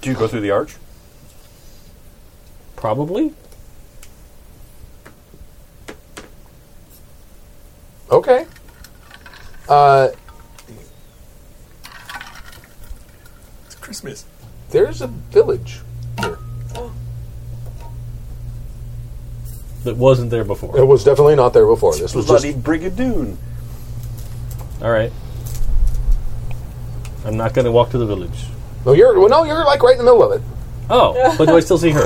Do you go through the arch? Probably. Okay. Uh, It's Christmas. there's a village. Here. That wasn't there before. It was definitely not there before. This was just Bloody Brigadoon. All right. I'm not going to walk to the village. no. You're well, no. You're like right in the middle of it. Oh, but do I still see her?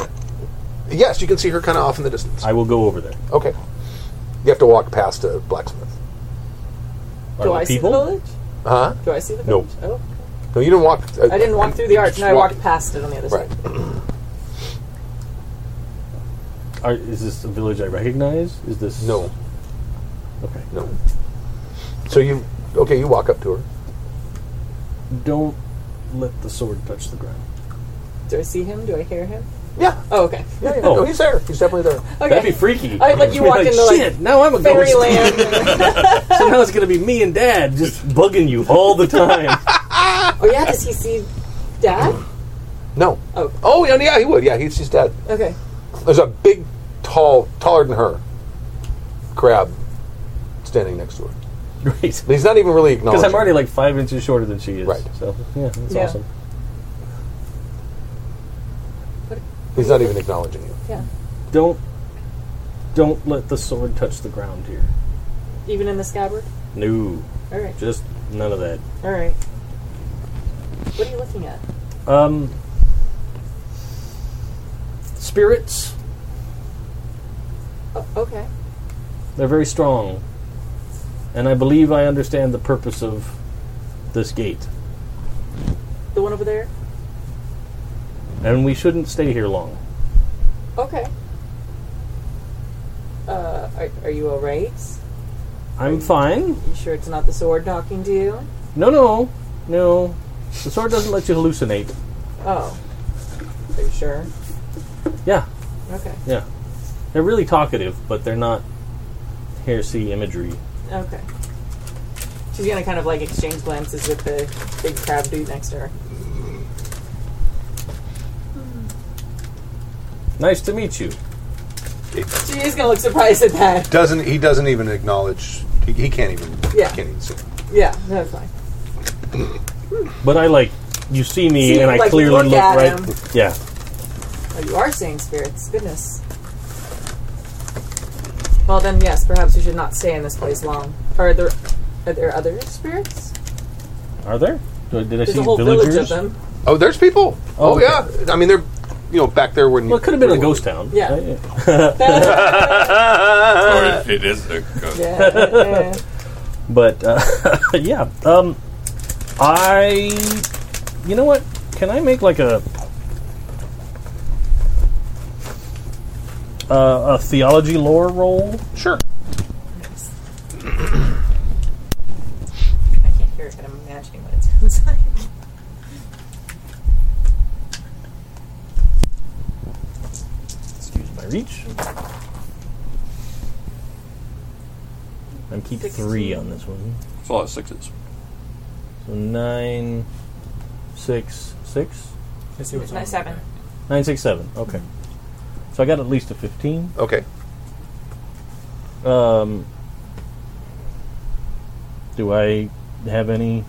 Yes, you can see her kind of off in the distance. I will go over there. Okay. You have to walk past a blacksmith. Are Do there I see the people? village? Huh? Do I see the No. village? No. No, you didn't walk. Uh, I didn't walk through the arch. Just No, I walk- walked past it on the other Right. side. Are, is this a village I recognize? Is this No. Okay. No. So you okay? You walk up to her. Don't let the sword touch the ground. Do I see him? Do I hear him? Yeah. Oh, okay. Yeah. yeah. Oh. No, he's there. He's definitely there. Okay. That'd be freaky. I'd let you Be walk into, like, shit. now I'm a ghost. Fairyland. So now it's gonna be me and Dad just bugging you all the time. oh yeah, does he see Dad? No. Oh. Oh, yeah, yeah, he would. Yeah, he's he's dead. Okay. There's a big, tall, taller than her crab standing next to her. Great. He's not even really acknowledging. Because I'm already like five inches shorter than she is. Right. So yeah, that's Yeah. awesome. He's not even acknowledging you. Don't don't let the sword touch the ground here. Even in the scabbard. No. All right. Just none of that. All right. What are you looking at? Um, spirits, Oh, okay. they're very strong. And I believe I understand the purpose of this gate. The one over there. And we shouldn't stay here long. Okay. Uh, are, are you all right? I'm fine. You sure it's not the sword talking to you? No, no, no. The sword doesn't let you hallucinate. Oh. Are you sure? Yeah, Okay. yeah. They're really talkative, but they're not heresy imagery. Okay. She's gonna kind of like exchange glances with the big crab dude next to her. Nice to meet you. She is gonna look surprised at that. Doesn't he? Doesn't even acknowledge. He, he can't even. Yeah. Can't even see. Yeah, that's fine. But I like, you see me See, and I like, you clearly look look at right. him. Yeah. Oh, you are seeing spirits. Goodness. Well, then, yes, perhaps we should not stay in this place long. Are there are there other spirits? Are there? Do- Did I There's see a whole villagers? village of them. Oh, there's people. Oh, yeah. I mean, they're you know back there when Well, it could have been a ghost town. Yeah. Uh, yeah. Or if Oh, it is a ghost. Yeah. But uh, yeah, um, I. You know what? Can I make like a uh, a theology lore roll? sure. I can't hear it, but I'm imagining what it sounds like. Excuse my reach. I'm keep three on this one. It's a lot of sixes. So nine, six, six, Nice seven. nine, six, seven. Okay. So I got at least a fifteen. Okay. Um, do I have any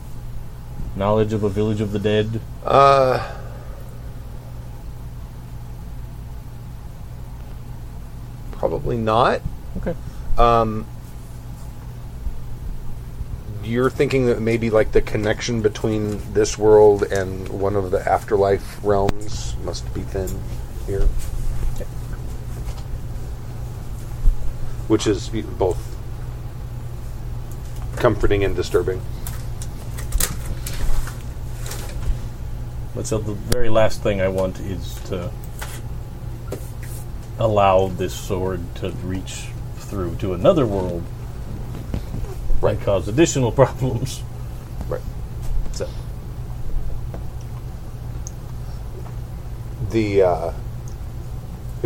knowledge of a village of the dead? Uh, probably not. Okay. Um, you're thinking that maybe like the connection between this world and one of the afterlife realms must be thin here, which is y- both comforting and disturbing. But so the very last thing I want is to allow this sword to reach through to another world Right. and cause additional problems. Right. So the uh,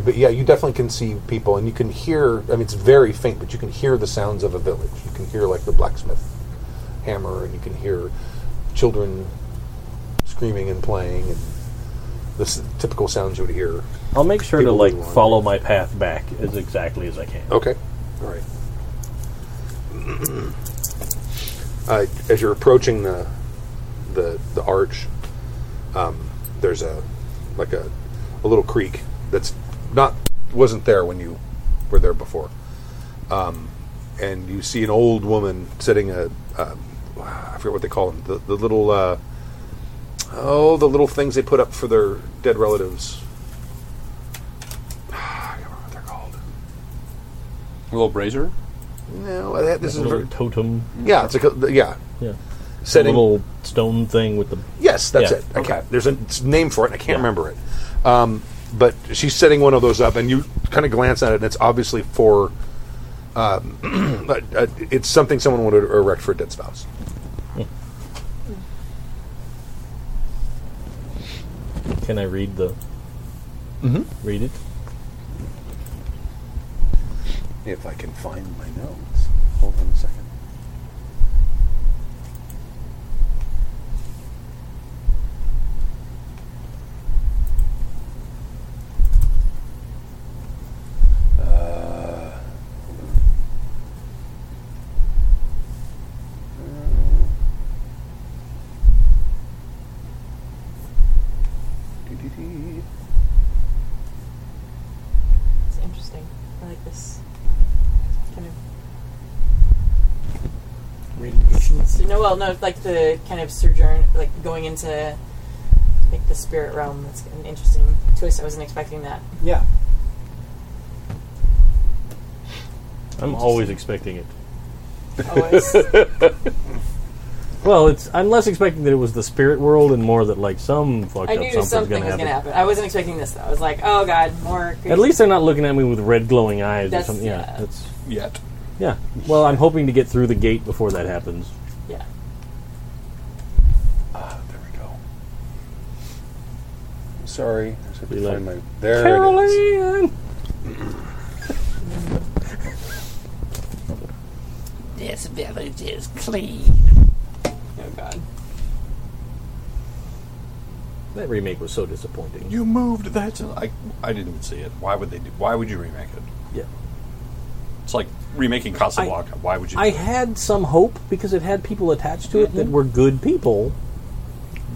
but yeah, you definitely can see people, and you can hear. I mean, it's very faint, but you can hear the sounds of a village. You can hear like the blacksmith hammer, and you can hear children screaming and playing, and the s- typical sounds you would hear. I'll make sure People to do like wander. follow my path back as exactly as I can. Okay. All right. uh, as you're approaching the the, the arch, um, there's a like a, a little creek that's not wasn't there when you were there before, um, and you see an old woman sitting a um, I forget what they call them the, the little uh, oh the little things they put up for their dead relatives. I can't remember what they're called. A little brazier. No, I- this A is little very- totem, yeah, it's a co- yeah yeah, a setting. little stone thing with the yes, that's yeah, it. I can't, there's a s- name for it. And I can't remember it. Um, but she's setting one of those up, and you kind of glance at it, and it's obviously for. Um, uh, uh, it's something someone would erect for a dead spouse. Can I read the? Read it. If I can find my notes, hold on a second. It's interesting. I like this. Kind of. So, no, well, no, like the kind of sojourn, like going into like the spirit realm. That's an interesting twist. I wasn't expecting that. Yeah. I'm always expecting it. Always. Well, it's I'm less expecting that it was the spirit world and more that like some fucked I up knew something's something gonna was happen. going to happen. I wasn't expecting this though. I was like, oh god, more. Creepy. At least they're not looking at me with red glowing eyes That's- or something. Yeah, yeah. that's Yet. yeah. Well, I'm hoping to get through the gate before that happens. Yeah. There we go. I'm sorry. I just have Be to like, find my, there it is. Caroline. This village is clean. Oh god. That remake was so disappointing. You moved that. To, I I didn't even see it. Why would they do? Why would you remake it? Yeah. It's like remaking Casablanca. why would you? I do it? had some hope because it had people attached to it that were good people,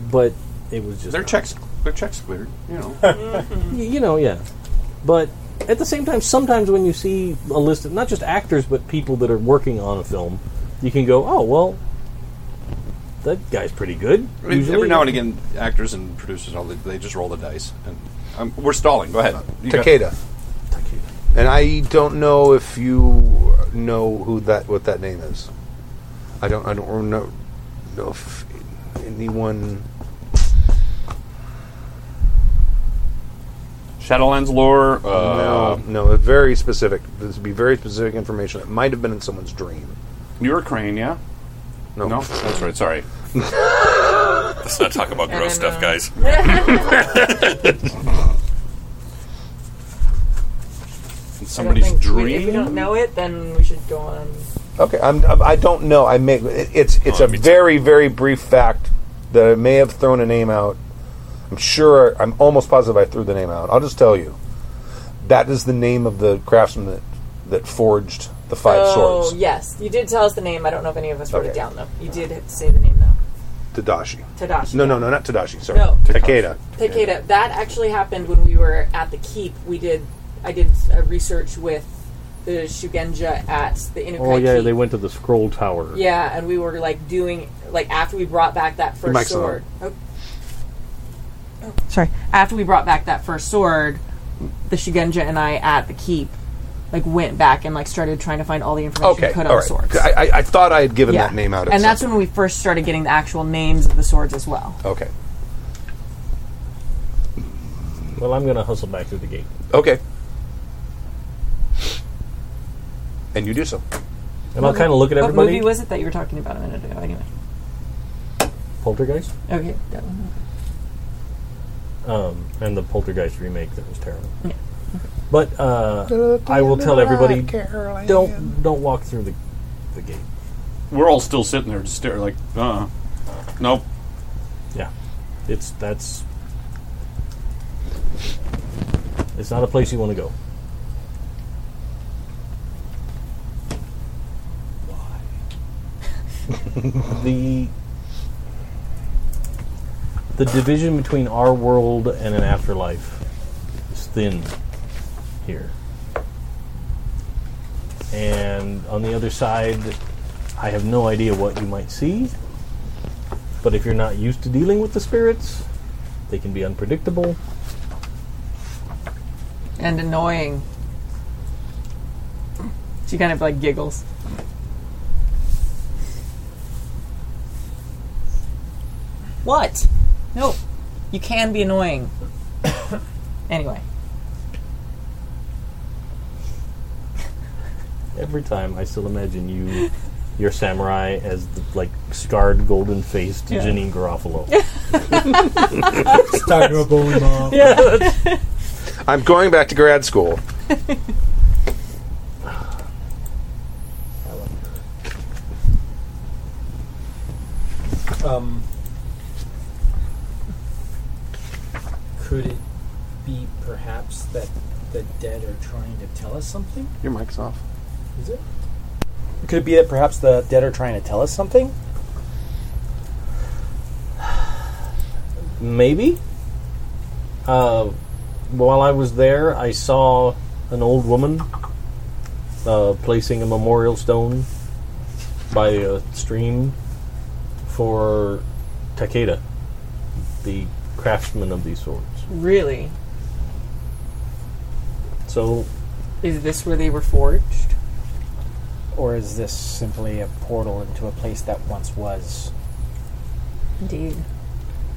but it was just their not. checks. Their checks cleared. You know. Y- you know, yeah. But at the same time, sometimes when you see a list of not just actors but people that are working on a film, you can go, "Oh well, that guy's pretty good." I mean, every now and again, actors and producers, and all they, they just roll the dice. And um, we're stalling. Go ahead. You got- Takeda. And I don't know if you know who that what that name is. I don't. I don't know, know if anyone. Shadowlands lore. Uh, no, no. it's Very specific. This would be very specific information. It might have been in someone's dream. You were Crane, yeah? No. No, that's right. Oh, Sorry. Let's not talk about gross uh, stuff, guys. In I don't somebody's think we- dream. if we don't know it, then we should go on. Okay, I'm, I'm. I don't know. I may. it- It's it's a very very brief fact that I may have thrown a name out. I'm sure. I'm almost positive I threw the name out. I'll just tell you. That is the name of the craftsman that that forged the five oh, swords. yes. You did tell us the name. I don't know if any of us wrote it Okay. down, though. You did say the name, though. Tadashi. Tadashi. No, no, no, not Tadashi. Sorry, No. Takeda. Takeda, that actually happened when we were at the keep. We did, I did uh, research with the Shugenja at the Inukai Oh yeah, keep. they went to the scroll tower. Yeah, and we were like doing like after we brought back that Your first mic's not on. sword. Oh. Oh, Sorry. After we brought back that first sword, the Shigenja and I at the keep like went back and like started trying to find all the information we Okay, could all on right. swords. I, I, I thought I had given Yeah. that name out. at And that's some- when we first started getting the actual names of the swords as well. okay. Well, I'm gonna hustle back through the gate. Okay. And you do so. And I'll kind of look at What everybody. movie was it that you were talking about a minute ago? Anyway. Poltergeist. Okay. That one. Um, and the Poltergeist remake that was terrible. But uh, I will tell everybody don't don't walk through the the gate. We're all still sitting there just staring like, uh, nope. Yeah, it's that's it's not a place you want to go. the the division between our world and an afterlife is thin here. And on the other side, I have no idea what you might see. But if you're not used to dealing with the spirits, they can be unpredictable. And annoying. She kind of like giggles. What? No. You can be annoying. anyway. Every time, I still imagine you, your samurai, as the, like scarred, golden-faced Yeah. Janine Garofalo. Starting to bully mom. Yeah. I'm going back to grad school. Um, could it be perhaps that the dead are trying to tell us something? Your mic's off. Is it? Could it be that perhaps the dead are trying to tell us something? Maybe. Uh, while I was there, I saw an old woman uh, placing a memorial stone by a stream for Takeda, the craftsman of these swords. Really? So Is this where they were forged? Or is this simply a portal into a place that once was? Indeed.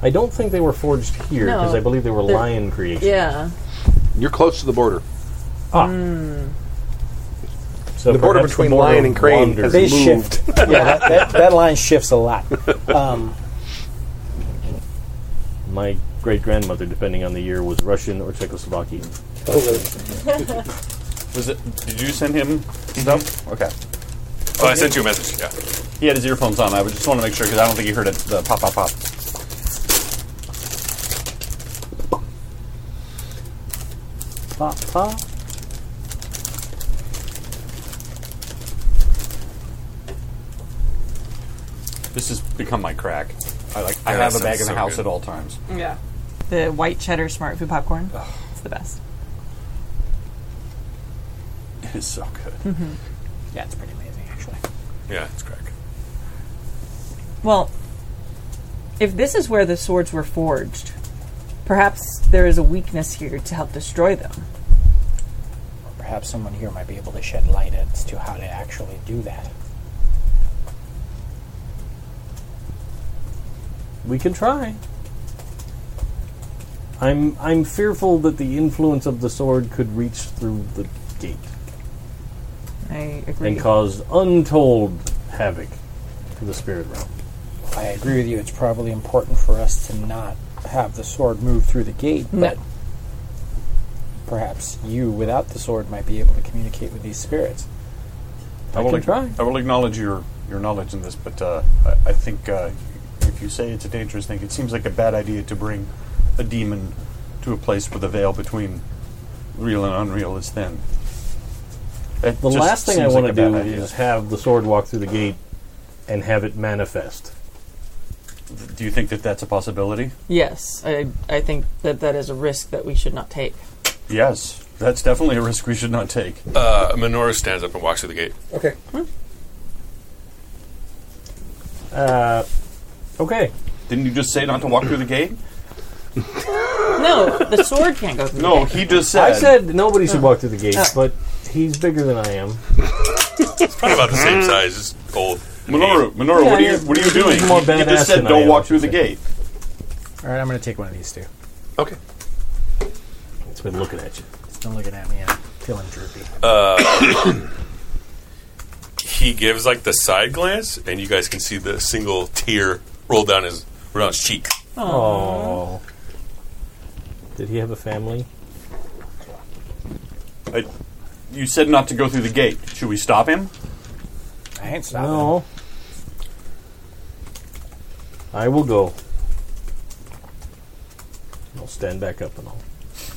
I don't think they were forged here because No, I believe they were they're- lion creations. Yeah. You're close to the border. Ah. So The border perhaps between lion and crane has wandered. They moved. shift. yeah, that, that, that line shifts a lot. Um, My great grandmother, depending on the year, was Russian or Czechoslovakian. Was it? Did you send him stuff? Okay. Oh, I sent you a message. Yeah. He had his earphones on. I would just want to make sure because I don't think he heard it. The pop, pop, pop. pop, pop. This has become my crack. I like. I Yeah, have a that bag in sounds the so house good. at all times. Yeah. The white cheddar smart food popcorn. It's the best. It is so good. Yeah, it's pretty amazing, actually. Yeah, it's crack. Well, if this is where the swords were forged, perhaps there is a weakness here to help destroy them. Perhaps someone here might be able to shed light as to how to actually do that. We can try. I'm I'm fearful that the influence of the sword could reach through the gate I agree. and cause untold havoc to the spirit realm. I agree with you. It's probably important for us to not have the sword move through the gate, No. but perhaps you, without the sword, might be able to communicate with these spirits. I will can ac- try. I will acknowledge your, your knowledge in this, but uh, I, I think uh, if you say it's a dangerous thing, it seems like a bad idea to bring a demon to a place where the veil between real and unreal is thin. It The just last thing I seems want like a to do bad idea. is have the sword walk through the gate and have it manifest. Do you think that that's a possibility? Yes, I, I think that that is a risk that we should not take. Yes. That's definitely a risk we should not take. Uh, Minoru stands up and walks through the gate. Okay. Uh, okay. Didn't you just say not to walk through the gate? No, the sword can't go through. No, he just said. I said Uh. nobody should walk through the gate, but he's bigger than I am. It's probably about the same Mm-hmm. size. It's gold. Minoru, Minoru, Yeah, what are you yeah. what are you He's doing? more You just badass said than I don't am, walk through I the should say. gate. All right, I'm going to take one of these two. Okay. It's been looking at you. It's been looking at me and feeling droopy. He gives like the side glance, and you guys can see the single tear roll down his roll down his cheek. Oh. Did he have a family? I, you said not to go through the gate. Should we stop him? I ain't stopping. No. I will go. I'll stand back up and I'll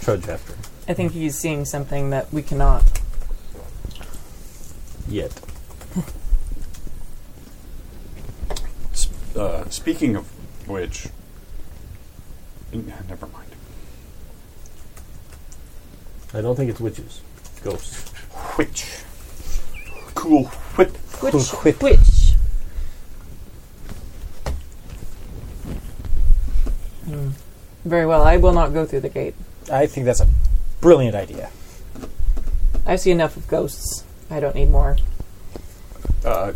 trudge after him. I think he's seeing something that we cannot. Yet. S- Uh, speaking of which, n- never mind. I don't think it's witches. Ghosts. Which cool whip. Which? Which? Hmm. Very well. I will not go through the gate. I think that's a brilliant idea. I see enough of ghosts. I don't need more. Uh,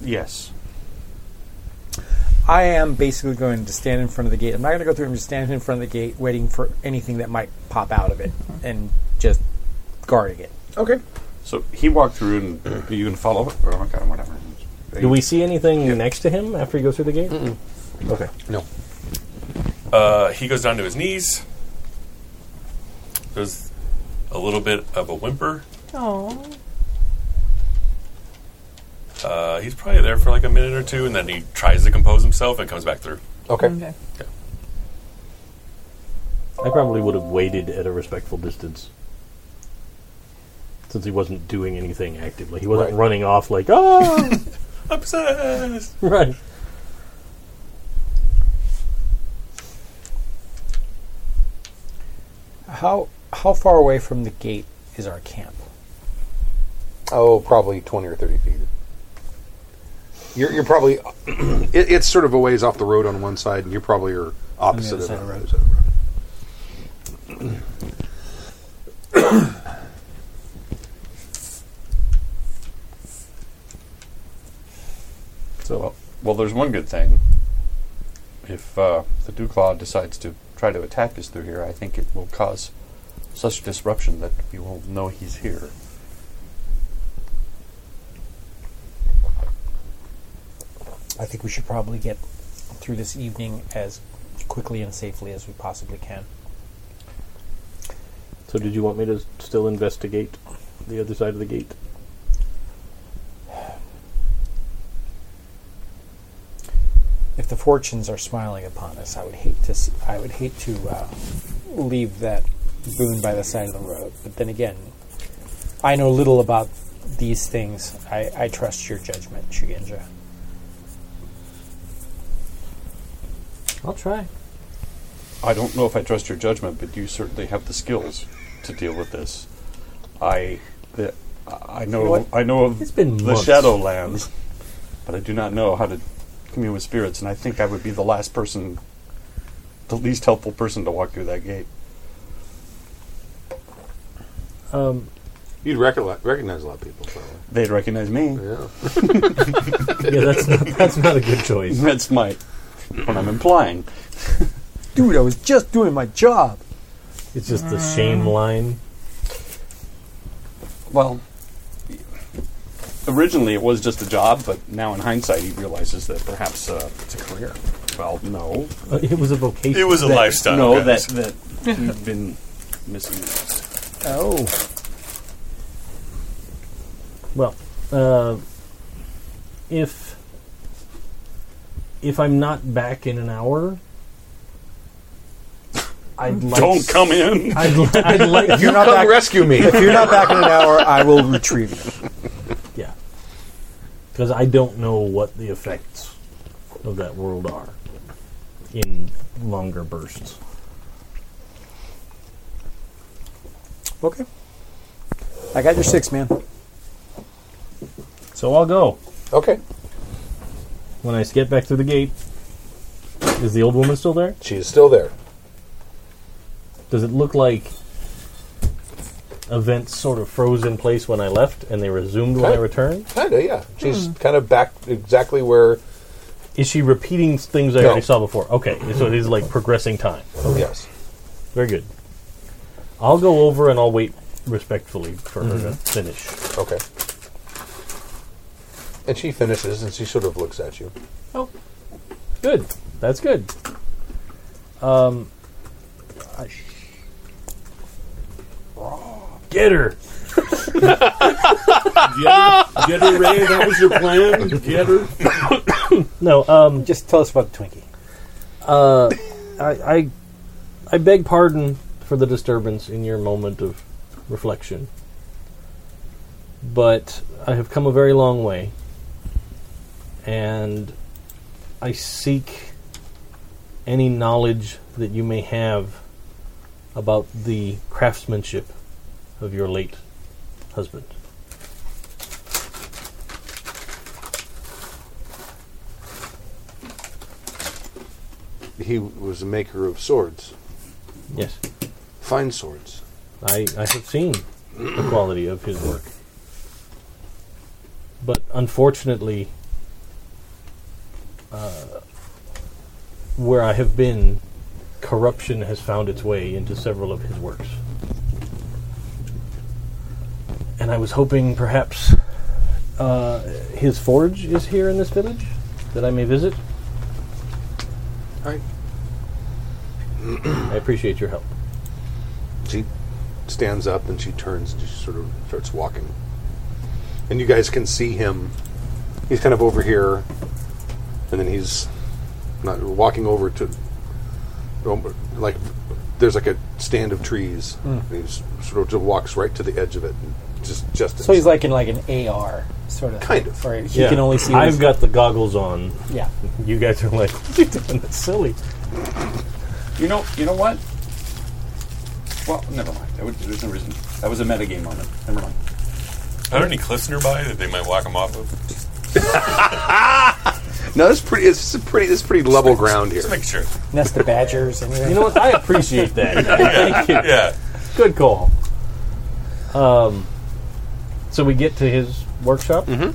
yes. I am basically going to stand in front of the gate. I'm not going to go through. I'm just standing in front of the gate, waiting for anything that might pop out of it, and just guarding it. Okay. So he walked through, and are you can follow. Or oh my god, whatever. Do we see anything next to him after he goes through the gate? Okay. Uh, he goes down to his knees. There's a little bit of a whimper. Oh, Uh, he's probably there for like a minute or two, and then he tries to compose himself and comes back through. Okay. okay. I probably would have waited at a respectful distance. Since he wasn't doing anything actively. He wasn't Right. running off like, oh! Obsessed. right. How how far away from the gate is our camp? Oh, probably 20 or 30 feet. You're, you're probably, it, it's sort of a ways off the road on one side, and you probably are opposite other of side of the the road. other side of the road. So uh, well, there's one good thing. If uh, the Duclaw decides to try to attack us through here, I think it will cause such disruption that we will know he's here. I think we should probably get through this evening as quickly and safely as we possibly can. So, did you want me to still investigate the other side of the gate? If the fortunes are smiling upon us, I would hate to. s I would hate to uh, leave that boon by the side of the road. But then again, I know little about these things. I, I trust your judgment, Shugenja. I'll try. I don't know if I trust your judgment, but you certainly have the skills to deal with this. I, the, I You know know, what? I know of It's been the months. Shadowlands, but I do not know how to commune with spirits, and I think I would be the last person, the least helpful person to walk through that gate. Um, You'd recolle- recognize a lot of people, probably. They'd recognize me. Yeah. yeah, that's not, that's not a good choice. That's my what I'm implying. Dude, I was just doing my job. It's just the shame line. Well, originally it was just a job, but now in hindsight he realizes that perhaps uh, it's a career. Well, no, Uh, it was a vocation. It was a That- lifestyle, No, guys. that that he'd been misused. Oh. Well, uh, if if I'm not back in an hour, I'd like Don't come in. I'd, li- I'd like You're not Come back, rescue me. if you're not back in an hour, I will retrieve you. yeah, because I don't know what the effects of that world are in longer bursts. Okay. I got your six, man. So I'll go okay. when I get back through the gate. Is the old woman still there? She is still there. Does it look like events sort of froze in place when I left and they resumed when I Okay. returned? Kind of, yeah. Hmm. She's kind of back exactly where. Is she repeating things I No. already saw before? Okay, so it is like progressing time. oh, Yes. Very good. I'll go over and I'll wait respectfully for Mm-hmm. her to finish. Okay. And she finishes and she sort of looks at you. Oh, good. That's good. Um, I- get her. Get her, get her, Ray. That was your plan. Get her. No, um, Just tell us about the Twinkie. I, I, I beg pardon for the disturbance in your moment of reflection, but I have come a very long way, and I seek any knowledge that you may have about the craftsmanship of your late husband. He was a maker of swords, Yes, fine swords. I, I have seen the quality of his work. But unfortunately, uh, where I have been, corruption has found its way into several of his works. And I was hoping perhaps uh, his forge is here in this village that I may visit. All right. I appreciate your help. She stands up and she turns and she sort of starts walking. And you guys can see him. He's kind of over here, and then he's not walking over to like there's like a stand of trees. Hmm. And he's sort of just walks right to the edge of it, and just just So he's like in like an AR sort of. Kind of. Or he can only see. I've what's- got the goggles on. Yeah. You guys are like, you're doing this silly. You know, you know what? Well, never mind. That would, there's no reason. That was a metagame moment. Never mind. Are there any cliffs nearby that they might walk him off of? no, it's pretty. It's pretty. It's pretty level ground here. Just make sure. Nest the badgers and everything. You know what? I appreciate that. Thank you. Yeah. Good call. Um, so we get to his workshop. Mm-hmm.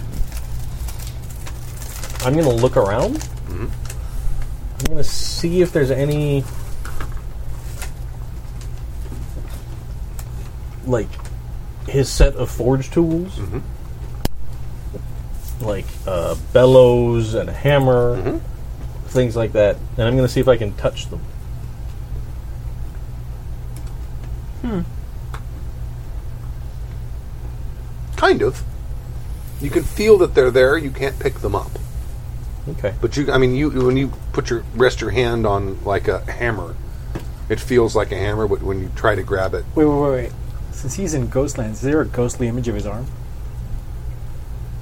I'm going to look around. Mm-hmm. I'm going to see if there's any like his set of forge tools, Mm-hmm. like uh, bellows and a hammer, Mm-hmm. things like that. And I'm going to see if I can touch them. Kind of. You can feel that they're there. You can't pick them up. Okay. But you, I mean, you when you put your rest your hand on like a hammer, it feels like a hammer. But when you try to grab it, Wait, wait, wait, wait. Since he's in Ghostlands, is there a ghostly image of his arm?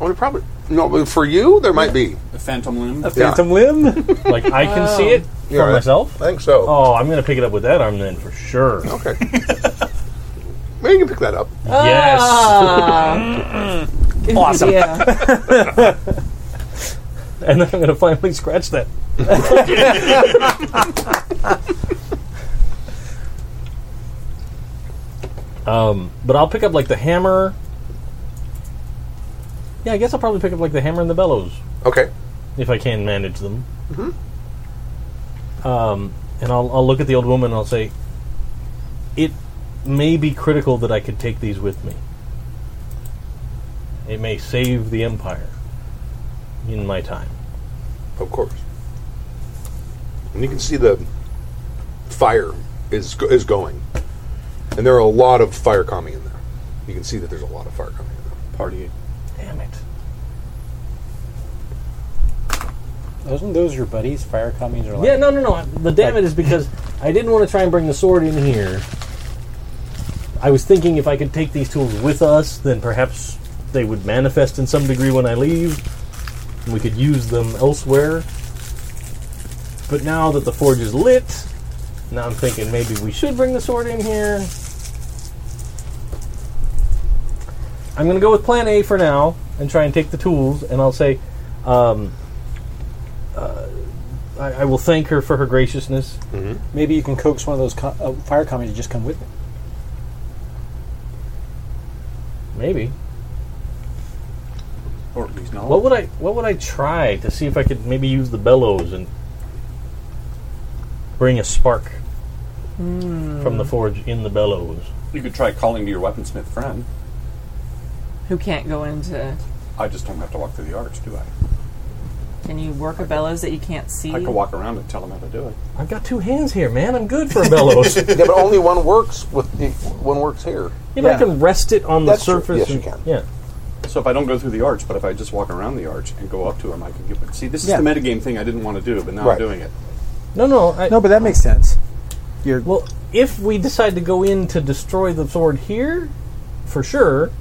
oh, it probably no. but For you, there might be. The phantom limb. A phantom limb? Like I can see it for Yeah, I- myself. I think so. Oh, I'm gonna pick it up with that arm then for sure. Okay. Well, you can pick that up. Yes. Ah. Good awesome. idea. and then I'm going to finally scratch that. um, but I'll pick up like the hammer. Yeah, I guess I'll probably pick up like the hammer and the bellows. Okay. If I can manage them. Um, and I'll, I'll look at the old woman and I'll say, It may be critical that I could take these with me. It may save the Empire in my time. Of course. And you can see the fire is go- is going, and there are a lot of fire coming in there. You can see that there's a lot of fire coming in there. Party. Damn it. Wasn't those your buddies? Fire commies or like Yeah, no, no, no. The damn it is because I didn't want to try and bring the sword in here. I was thinking if I could take these tools with us, then perhaps they would manifest in some degree when I leave, and we could use them elsewhere. But now that the forge is lit, now I'm thinking maybe we should bring the sword in here. I'm going to go with plan A for now and try and take the tools, and I'll say, um, I, I will thank her for her graciousness. Maybe you can coax one of those co- uh, fire commies to just come with me. Maybe. Or at least not. What would I what would I try to see if I could maybe use the bellows and bring a spark from the forge in the bellows? You could try calling to your weaponsmith friend. Who can't go into? I just don't have to walk through the arch, do I? Can you work a bellows that you can't see? I could walk around and tell him how to do it. I've got two hands here, man. I'm good for a bellows. yeah, yeah, but only one works with the, one works here. but I can rest it on That's the true. surface. Yes, you can. and- Yeah. So if I don't go through the arch, but if I just walk around the arch and go up to him, I can give it. See, this is the metagame thing I didn't want to do, but now Right. I'm doing it. No, no. I, No, but that makes sense. Well, if we decide to go in to destroy the sword here, for sure.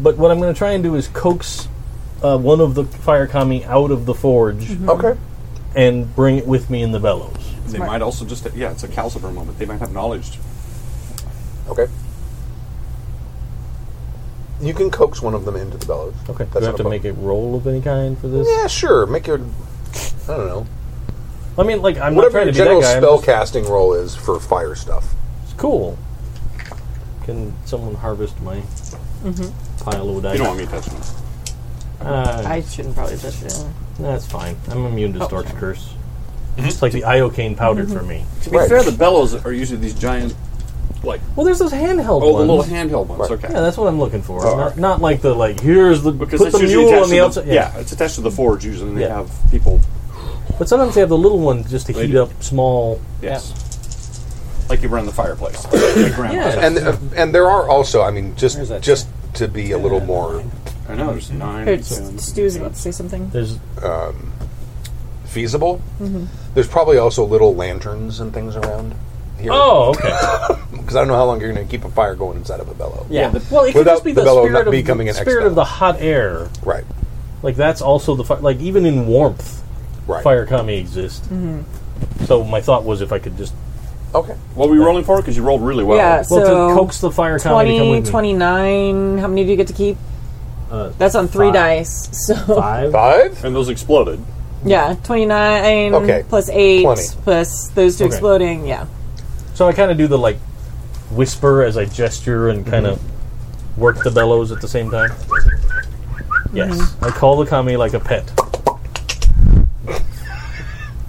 But what I'm going to try and do is coax uh, one of the fire kami out of the forge Okay. and bring it with me in the bellows. They might also just, yeah, it's a Calcifer moment. They might have knowledge. Okay. You can coax one of them into the bellows. Okay. That's do I not have a to problem. make a roll of any kind for this? Yeah, sure. Make your. I don't know. I mean, like, I'm Whatever not your trying to general be that guy. I'm spell just- casting roll is for fire stuff. it's cool. Can someone harvest my pile of dice? You don't want me touching them. Uh, I shouldn't probably touch it. that's fine. I'm immune to Stark's curse. Mm-hmm. It's like the iocane powder for me. To be Right. fair, the bellows are usually these giant, like, Well, there's those handheld oh, the ones. little handheld ones. Okay. yeah, that's what I'm looking for. Oh, not, alright. not like the like. Here's the because put it's the usually mule attached on the to outside. yeah. it's attached to the forge usually, and they Yeah. have people. but sometimes they have the little one just to They heat do. up small. Yes. Like you run the fireplace. like grandma's. Yeah. And uh, and there are also, I mean, Where's just that just to be a little more I know there's nine. Here, ten. Stu's about to say something. There's feasible. Mm-hmm. There's probably also little lanterns and things around here. oh okay. because I don't know how long you're going to keep a fire going inside of a bellow. yeah. well, it could Without just be the the, bellow spirit not of becoming the an spirit of expel. the hot air. Right. Like that's also the fire. Like even in warmth, Right. fire kami exist. So my thought was if I could just Okay. What were you rolling for? Because you rolled really well. Yeah. well So, to coax the fire kami to come 20, with me. 29. How many do you get to keep? Uh, That's on three five. dice. So Five. Five. And those exploded. yeah, twenty nine. Okay. Plus eight. 20. Plus those two Okay. exploding. Yeah. So I kind of do the like whisper as I gesture and kind of work the bellows at the same time. Yes, I call the kami like a pet.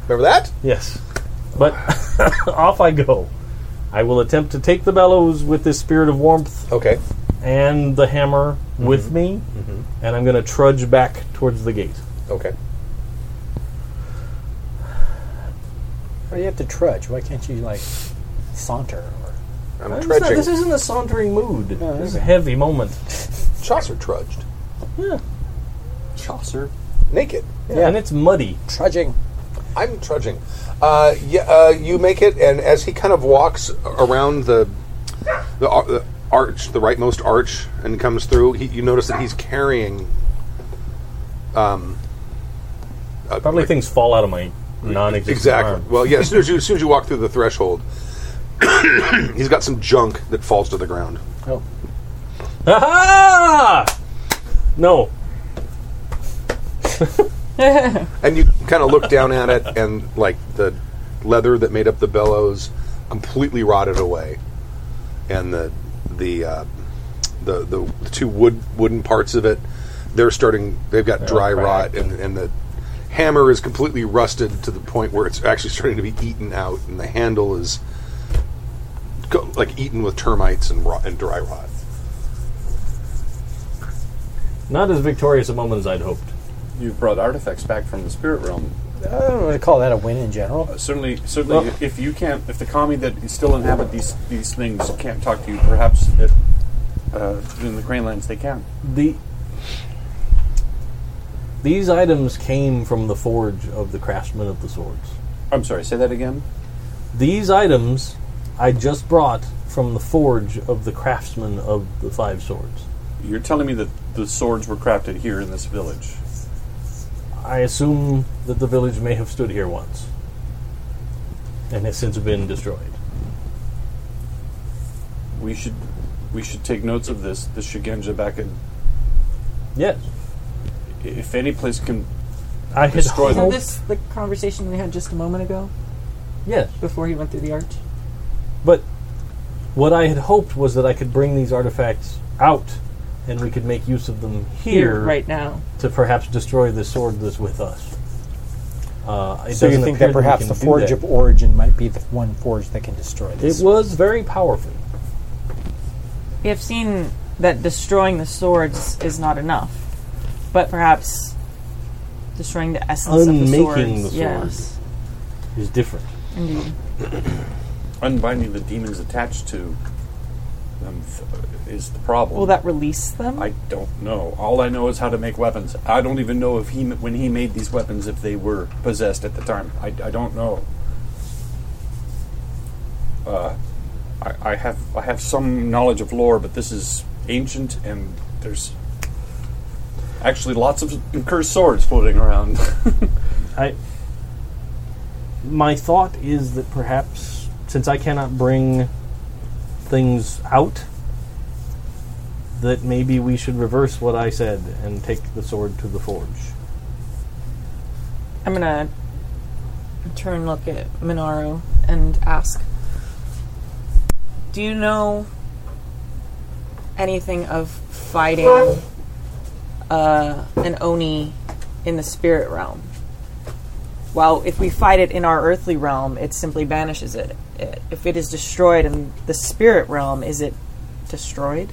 Remember that? Yes, but off I go. I will attempt to take the bellows with this spirit of warmth Okay. and the hammer with me, and I'm going to trudge back towards the gate. Okay. Why do you have to trudge? Why can't you like saunter? Or I'm This, is trudging. not, this isn't a sauntering mood. this is a heavy moment. Chaucer trudged Chaucer. naked. yeah, and it's muddy. trudging? I'm trudging. Uh, yeah, uh, you make it, and as he kind of walks around the the, ar- the arch, the rightmost arch, and comes through, he, you notice that he's carrying. Probably things fall out of my non-existent Exactly. arm. Well, yeah. As soon as, you, as soon as you walk through the threshold, he's got some junk that falls to the ground. Oh. Aha! No. and you kind of look down at it, and like the leather that made up the bellows completely rotted away, and the the uh, the, the two wood wooden parts of it they're starting they've got dry rot, and, and the hammer is completely rusted to the point where it's actually starting to be eaten out, and the handle is go, like eaten with termites and rot, and dry rot. Not as victorious a moment as I'd hoped. You've brought artifacts back from the spirit realm. I don't really call that a win in general. Uh, certainly, certainly, Well- if you can't, if the kami that still inhabit these these things can't talk to you, perhaps it, uh, in the Crane Lands they can. The these items came from the forge of the craftsmen of the swords. I'm sorry, say that again. These items I just brought from the forge of the craftsmen of the five swords. You're telling me that the swords were crafted here in this village. I assume that the village may have stood here once and has since been destroyed. We should we should take notes of this. The Shigenja back in. Yes. If any place can I had destroy Isn't them, this the conversation we had just a moment ago? Yes. Before he went through the arch? But what I had hoped was that I could bring these artifacts out and we could make use of them here, Here, right now. to perhaps destroy the sword that's with us. Uh, it so you doesn't think appear that we perhaps can the do forge that. of origin might be the one forge that can destroy this? It was very powerful. We have seen that destroying the swords is not enough, but perhaps destroying the essence of the Unmaking swords. the Yes, Is different. indeed. unbinding the demons attached to them f- is the problem. Will that release them? I don't know. All I know is how to make weapons. I don't even know if he m- when he made these weapons if they were possessed at the time. I, I don't know. Uh, I, I have I have some knowledge of lore, but this is ancient, and there's actually lots of cursed swords floating around. I my thought is that perhaps since I cannot bring things out that maybe we should reverse what I said and take the sword to the forge. I'm gonna turn look at Minoru and ask, "Do you know anything of fighting uh, an oni in the spirit realm? Well, if we fight it in our earthly realm, it simply banishes it. I- If it is destroyed in the spirit realm, is it destroyed?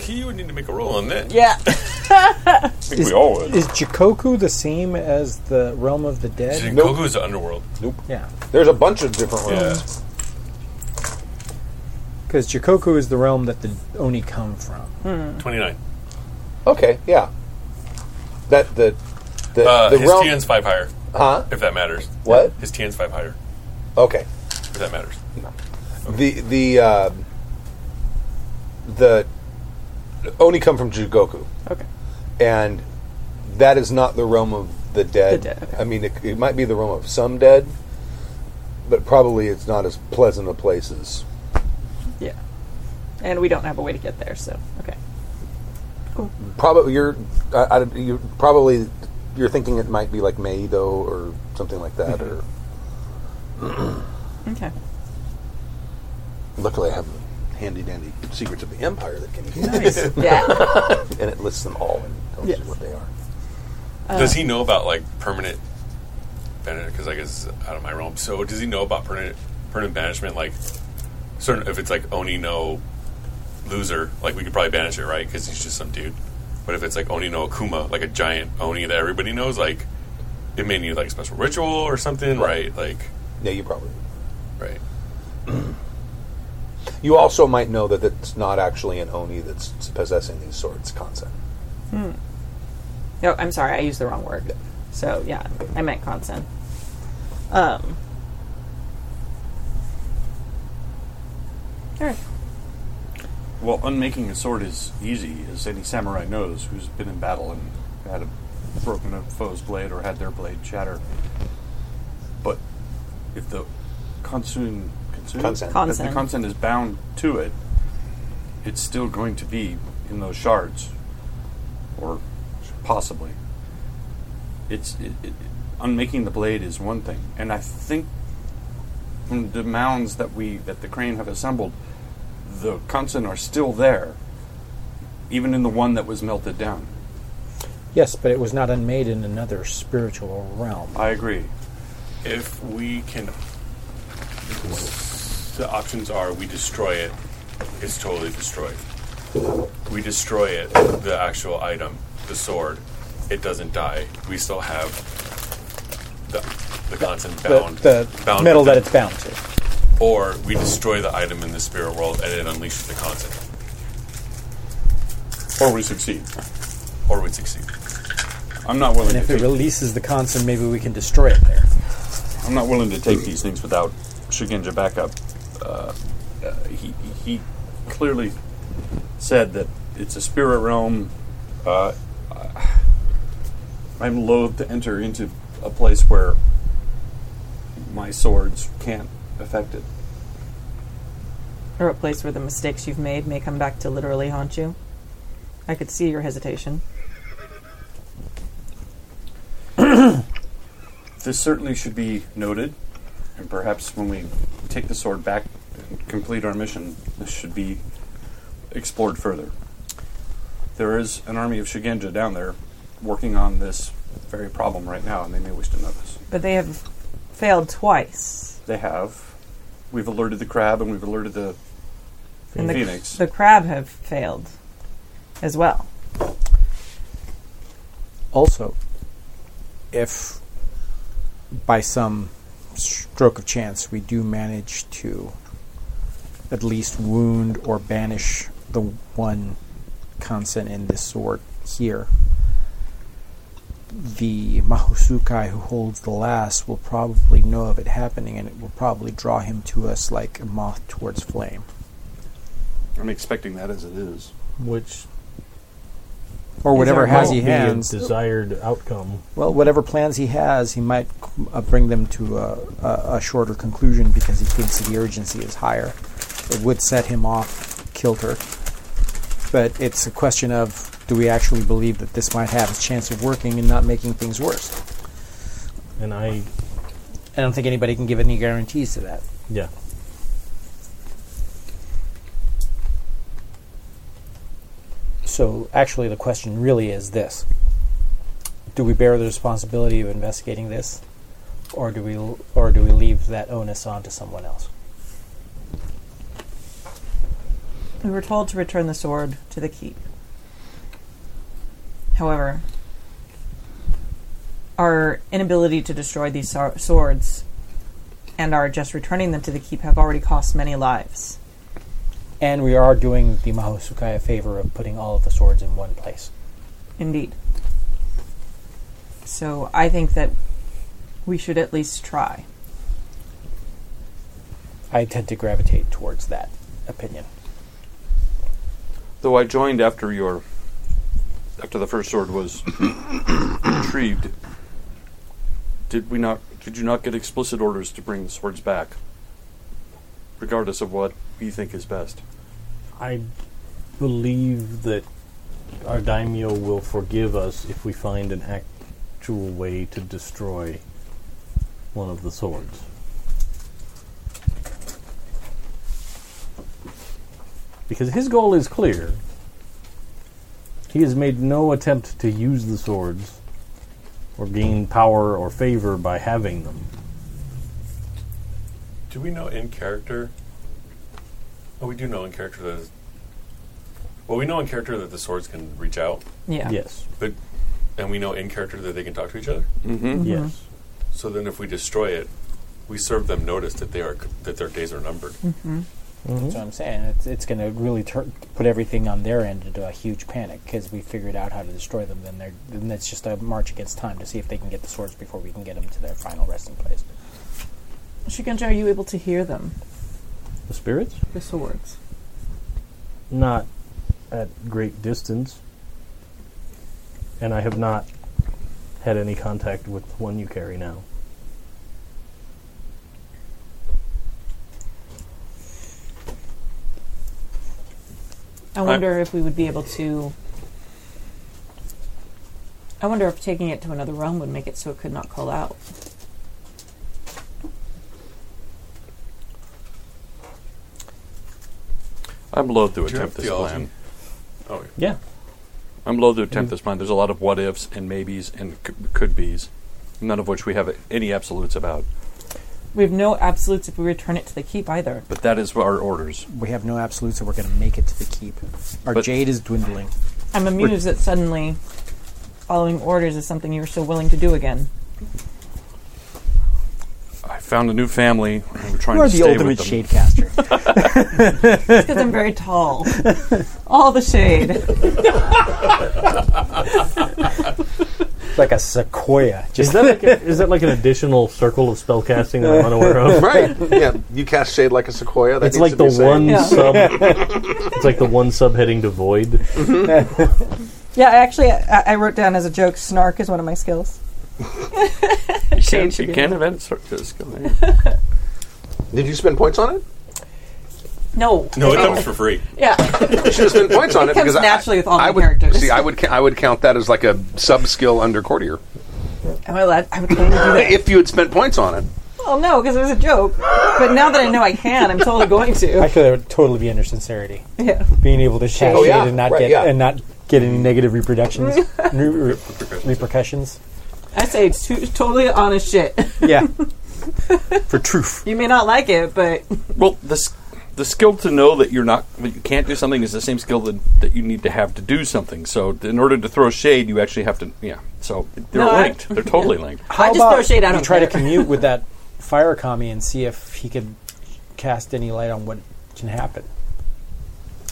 He would need to make a roll on that. Yeah. I think we all would. Is Jikoku the same as the realm of the dead? Shinkoku is the underworld. Yeah, There's a bunch of different Yeah. realms. because Jikoku is the realm that the Oni come from. Hmm. 29. Okay, yeah. That the the, Uh, the his realm. TN's 5 higher, huh? if that matters. What? His TN's 5 higher, Okay. if that matters. The the uh, the Oni come from Jugoku. Okay. and that is not the realm of the dead. The dead, okay. I mean, it, it might be the realm of some dead, but probably it's not as pleasant a place as Yeah. And we don't have a way to get there, so okay. probably you're. I, I, you probably you're thinking it might be like Meido or something like that. Or Okay. Mm-hmm. luckily, I have a handy dandy Secrets of the Empire that can Yeah. and it lists them all and tells you what they are. does he know about, like, permanent banishment? Because, like, it's out of my realm. So, does he know about permanent, permanent banishment? Like, certain, if it's like Oni no loser, like, we could probably banish it, right? Because he's just some dude. But if it's like Oni no Akuma, like a giant Oni that everybody knows, like, it may need, like, a special ritual or something, right? Like, Yeah, you probably. right. You also might know that it's not actually an Oni that's possessing these swords concept. No, I'm sorry, I used the wrong word. So yeah, I meant consent. Um. All right. Well, unmaking a sword is easy, as any samurai knows who's been in battle and had a broken a foe's blade or had their blade shatter. But if the Kansun can to? Consent. If Consent. the consent is bound to it, it's still going to be in those shards, or possibly. It's it, it, unmaking the blade is one thing, and I think from the mounds that we that the crane have assembled, the consent are still there, even in the one that was melted down. Yes, but it was not unmade in another spiritual realm. I agree. If we can, the options are we destroy it. It's totally destroyed. We destroy it, the actual item, the sword. It doesn't die. We still have the the constant The, bound, the bound metal with that it. it's bound to. Or we destroy the item in the spirit world and it unleashes the constant. Or we succeed. Or we succeed. I'm not willing And to if it take, releases the constant, maybe we can destroy it there. I'm not willing to take these things without Shigenja backup. Uh, uh, he he clearly said that it's a spirit realm. Uh, I- I'm loath to enter into a place where my swords can't affect it. Or a place where the mistakes you've made may come back to literally haunt you. I could see your hesitation. This certainly should be noted, and perhaps when we take the sword back and complete our mission, this should be explored further. There is an army of Shigenja down there working on this very problem right now, and they may wish to know this. But they have failed twice. They have. We've alerted the crab, and we've alerted the And the, phoenix. the crab have failed as well. Also, if by some stroke of chance we do manage to at least wound or banish the one constant in this sword here, the Mahosukai who holds the last will probably know of it happening and it will probably draw him to us like a moth towards flame. I'm expecting that as it is. Which Or whatever won't has he be a hands. desired outcome. Well, whatever plans he has, he might uh, bring them to a, a, a shorter conclusion because he thinks the urgency is higher. It would set him off kilter. But it's a question of do we actually believe that this might have a chance of working and not making things worse? And I, I don't think anybody can give any guarantees to that. yeah. So, actually, the question really is this Do we bear the responsibility of investigating this? Or do we, or do we leave that onus on to someone else? We were told to return the sword to the keep. However, our inability to destroy these sor- swords and our just returning them to the keep have already cost many lives. And we are doing the Mahosukai a favor of putting all of the swords in one place. Indeed. So I think that we should at least try. I tend to gravitate towards that opinion. Though I joined after your after the first sword was retrieved. Did we not did you not get explicit orders to bring the swords back? Regardless of what we think is best. I believe that our daimyo will forgive us if we find an actual way to destroy one of the swords. Because his goal is clear. He has made no attempt to use the swords or gain power or favor by having them. Do we know in character? Oh, we do know in character that. Is, well, we know in character that the swords can reach out, Yeah. Yes. but and we know in character that they can talk to each other. Mm-hmm. Yes. So then, if we destroy it, we serve them notice that they are that their days are numbered. Mm-hmm. That's what I'm saying. It's, it's going to really tur- put everything on their end into a huge panic because we figured out how to destroy them. Then they're then it's just a march against time to see if they can get the swords before we can get them to their final resting place. Shigenja, are you able to hear them? The spirits? The swords. not at great distance, and I have not had any contact with the one you carry now. I wonder if we would be able to. I wonder if taking it to another realm would make it so it could not call out. I'm loath Do you to have attempt this theology? plan. Oh Yeah. I'm loath to attempt this plan. There's a lot of what ifs and maybes and c- could be's, none of which we have any absolutes about. We have no absolutes if we return it to the keep either. But that is our orders. We have no absolutes, so we're going to make it to the keep. Our But- jade is dwindling. I'm amused that suddenly following orders is something you were so willing to do again. I found a new family. and We're trying You are the to stay ultimate with them. shadecaster. Because I'm very tall. All the shade. like a sequoia. Is that like a, is that like an additional circle of spellcasting that I'm unaware of? right? Yeah, you cast shade like a sequoia. That it's needs like to the be said. one sub. it's like the one subheading to void. yeah, I actually I, I wrote down as a joke snark is one of my skills. You Shade can't, should you be can't enough. event sort this guy. Did you spend points on it? No. No, it comes Oh. for free. Yeah. You should have spent points on it, It comes because I- naturally with all I my would characters. see. I would. Ca- I would count that as like a sub skill under courtier. Am I allowed? I would totally do that. if you had spent points on it, Well, no, because it was a joke. But now that I know I can, I'm totally going to. Actually, that would totally be under sincerity. Yeah. Being able to cast Oh, shade yeah, and not right, get yeah. and not get any negative reproductions, re- re- repercussions. I say it's too, totally honest shit. Yeah, For truth. You may not like it, but Well, this the skill to know that you're not that you can't do something is the same skill that, that you need to have to do something. So in order to throw shade, you actually have to yeah. So they're No, I- linked. They're totally linked. I just throw shade. I you don't try to care. commute with that fire kami and see if he could cast any light on what can happen.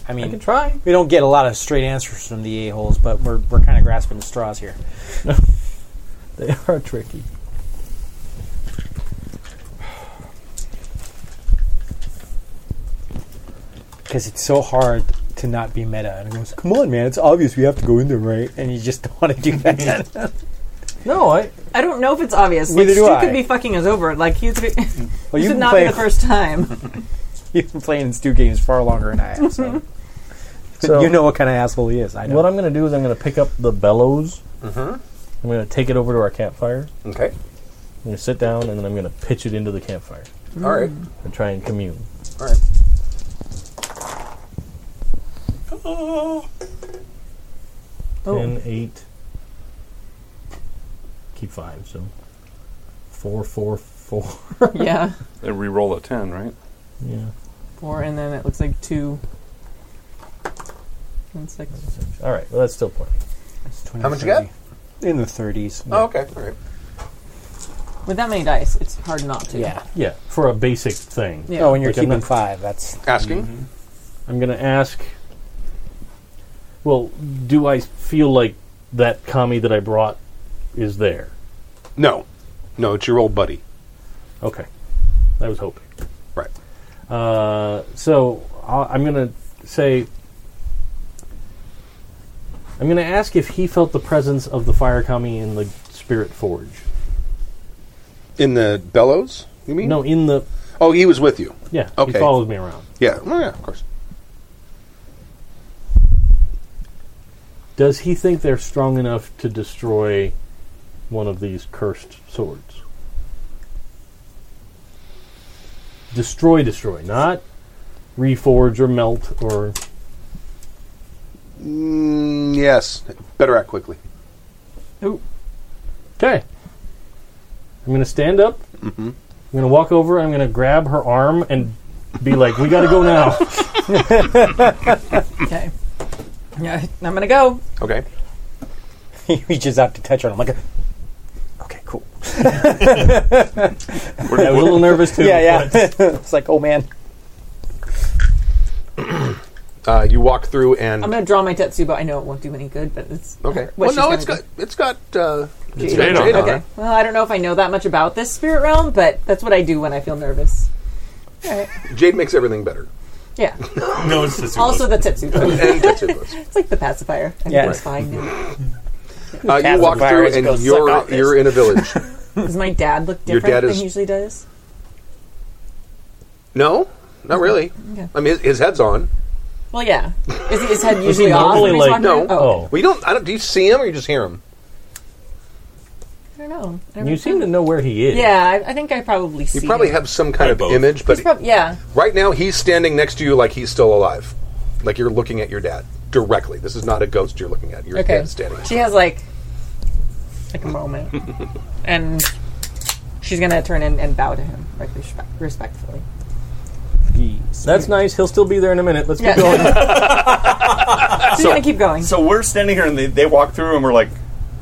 I mean, can try. We don't get a lot of straight answers from the a holes, but we're we're kind of grasping at straws here. They are tricky. because it's so hard to not be meta. And it goes, come on, man, it's obvious we have to go in there, right? And you just don't want to do that. No, I. I don't know if it's obvious. Neither like, do Stu I. could be fucking us over. Like he's. this Well, you've would been not playing- be the first time. You've been playing Stu games far longer than I have, so. So- you know what kind of asshole he is. I know. What I'm going to do is I'm going to pick up the bellows. I'm going to take it over to our campfire. okay, I'm going to sit down and then I'm going to pitch it into the campfire all right, and try and commune. all right. Oh. Ten, eight. Keep five, so four, four, four. yeah. They re-roll a ten, right? Yeah. Four, and then it looks like two. And six. All right. Well, that's still plenty. How much you got? In the 30s. Oh, okay, all right. With that many dice, it's hard not to. Yeah. Yeah, for a basic thing. Yeah. Oh, and you're Which I'm keeping not- five. That's Asking. I'm going to ask. Well, do I feel like that commie that I brought is there? No, no, it's your old buddy. Okay, I was hoping. Right. Uh, so i I'm going to say. I'm going to ask if he felt the presence of the fire commie in the spirit forge. In the bellows, you mean? No, in the Oh, he was with you. yeah. Okay. He follows me around. Yeah. Oh, yeah. Of course. Does he think they're strong enough to destroy one of these cursed swords? Destroy, destroy, not reforge or melt or. Mm, yes. Better act quickly. Okay. I'm going to stand up. Mm-hmm. I'm going to walk over. I'm going to grab her arm and be like, we got to go now. okay. Yeah, I'm gonna go. Okay. he reaches out to touch her, and I'm like, okay, cool. I was a little nervous too. Yeah, yeah. but- it's like, oh, man. Uh, you walk through and I'm gonna draw my tetsu, but I know it won't do any good. But it's okay. What Well, she's no, gonna it's do. got it's got uh, it's Jade. got Jade on it. on Okay. it. Well, I don't know if I know that much about this spirit realm, but that's what I do when I feel nervous. Jade makes everything better. Yeah. No, it's just also the tetsu. And that's it. Liz. it's like the pacifier. I Yeah. think it's fine now. Uh, you walk through and you're you're in a village. Does my dad look Your different dad than is- he usually does? no, not really. Okay. I mean, his, his head's on. Well, yeah. Is his head Was he usually off? normally when he's like- walking? No. Oh, okay. Well, you don't. I don't. Do you see him or you just hear him? I don't know. I don't You seem to know where he is. Yeah, I, I think I probably see. You probably him. have some kind of image, He's but prob- yeah, right now he's standing next to you like he's still alive, like you're looking at your dad directly. This is not a ghost you're looking at. Your okay. dad's standing. She has like like a moment, and she's gonna turn and, and bow to him, like respect, respectfully. That's nice. He'll still be there in a minute. Let's Yeah. keep going. She's gonna keep going. So we're standing here and they, they walk through and we're like,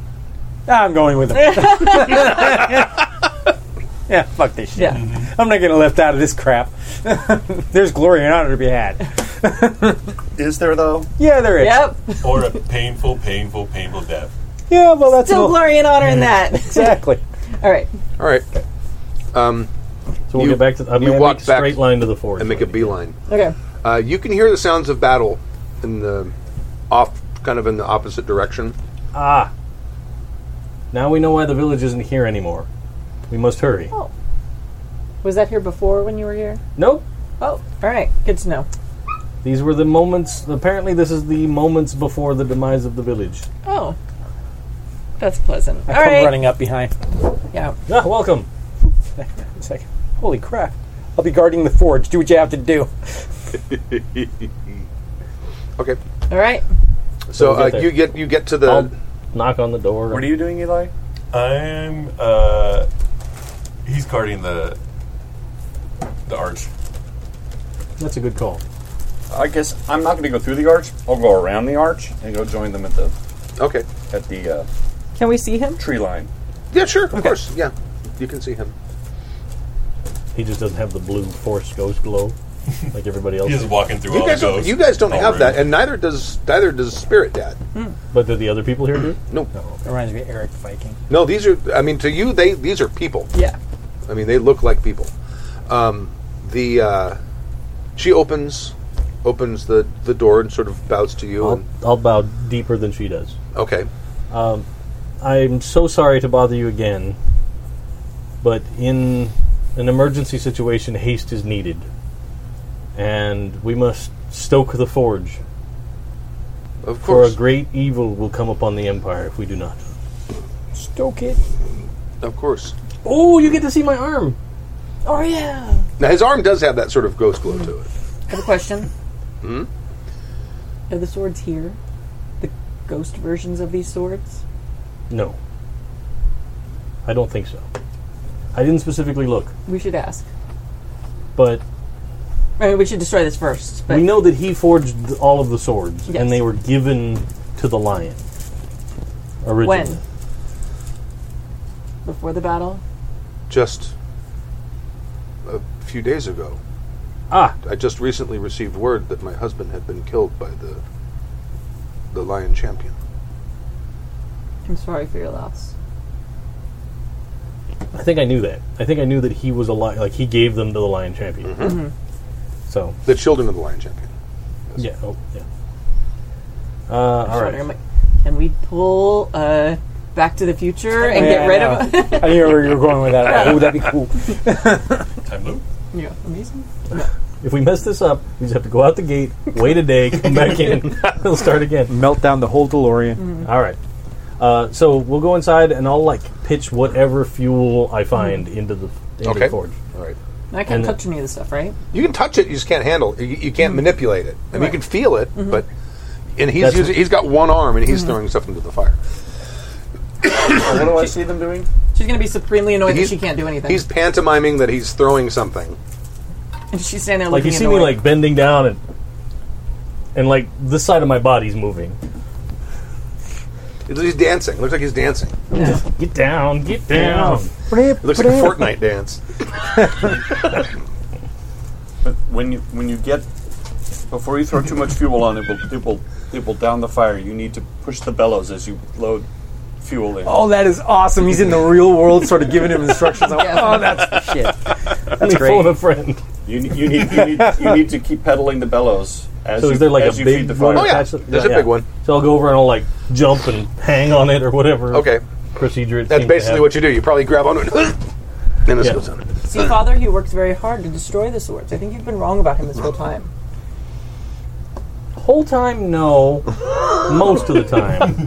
I'm going with him. yeah, fuck this shit. Yeah. I'm not getting left out of this crap. There's glory and honor to be had. is there though? Yeah, there is. Yep. or a painful, painful, painful death. Yeah, well, that's a Still little- glory and honor in that. exactly. All right. All right. Um, So we'll You- get back to. I'm you gonna walk make a back straight line to the forge. and make a beeline. Okay. Uh, you can hear the sounds of battle in the off, kind of in the opposite direction. ah. Now we know why the village isn't here anymore. We must hurry. Oh, was that here before when you were here? Nope. Oh, all right. Good to know. These were the moments. Apparently, this is the moments before the demise of the village. Oh, that's pleasant. I all come right. running up behind. Yeah. Ah, welcome. It's like, holy crap. I'll be guarding the forge. Do what you have to do. Okay. All right. So we'll get uh, there. you get you get to the. Um, I'll knock on the door. What are you doing, Eli? I'm. Uh, he's guarding the the arch. That's a good call. I guess I'm not going to go through the arch. I'll go around the arch and go join them at the Okay. at the uh, Can we see him? tree line. Yeah, sure. Of course. Yeah, you can see him. He just doesn't have the blue force ghost glow like everybody else. He's just walking through You all guys, the don't, ghosts. you guys don't All have that, rooms. and neither does neither does Spirit Dad. Hmm. But do the other people here do? No, Reminds me of Eric Viking. no. These are. I mean, to you, they these are people. Yeah. I mean, they look like people. Um, the uh, she opens opens the the door and sort of bows to you. I'll, And, I'll bow deeper than she does. okay. I'm so sorry to bother you again, but in an emergency situation, haste is needed. And we must stoke the forge, Of for a course. great evil will come upon the Empire if we do not. Stoke it. of course. Oh, you get to see my arm! Oh yeah. Now his arm does have that sort of ghost glow to it. I have a question. Hmm? Are the swords here? The ghost versions of these swords? No. I don't think so. I didn't specifically look, We should ask. but I mean, we should destroy this first. But we know that he forged th- all of the swords, Yes. and they were given to the lion. Originally. when? Before the battle? Just a few days ago, Ah, I just recently received word that my husband had been killed by the the lion champion. I'm sorry for your loss. I think I knew that. I think I knew that he was a lion. Like he gave them to the lion champion. Mm-hmm. So The children of the lion champion. yeah, oh yeah. Uh, all I'm right. like, can we pull uh, Back to the Future and Yeah, get I rid know. of him? I knew where you were going with that. Oh, that'd be cool. Time loop. yeah, amazing. If we mess this up, we just have to go out the gate, wait a day, come back in, we'll start again. Melt down the whole DeLorean. All right. Uh, so we'll go inside, and I'll like pitch whatever fuel I find into the into Okay. the forge. All right. And I And can't the- touch any of this stuff, right? You can touch it, you just can't handle. It. You, you Mm. can't manipulate it. I mean, you can feel it, Mm-hmm. but and he's That's- using, he's got one arm and he's Mm-hmm. throwing stuff into the fire. Oh, what do I see them doing? She's going to be supremely annoyed that He's- she can't do anything. He's pantomiming that he's throwing something. and she's standing there Like you looking see me annoyed. like bending down and and like this side of my body's moving. It- He's dancing. Looks like he's dancing. Get down, get down. It looks like a Fortnite dance. But when you when you get before you throw too much fuel on it, will it will it will down the fire. You need to push the bellows as you load fuel in. Oh, that is awesome. He's in the real world, sort of giving him instructions. I'm like, Oh, that's shit. That's Let me phone great. a friend. You, ne- you need you need you need to keep pedaling the bellows as So you, is there like as a you big feed the one fire. Oh, yeah. attached to- There's a big one. So I'll go over and I'll like jump and hang on it or whatever. Okay. Procedure. It That's basically what you do. You probably grab onto it, and this Yeah. goes on. it. See, Father, he worked very hard to destroy the swords. I think you've been wrong about him this whole time. whole time, no. Most of the time.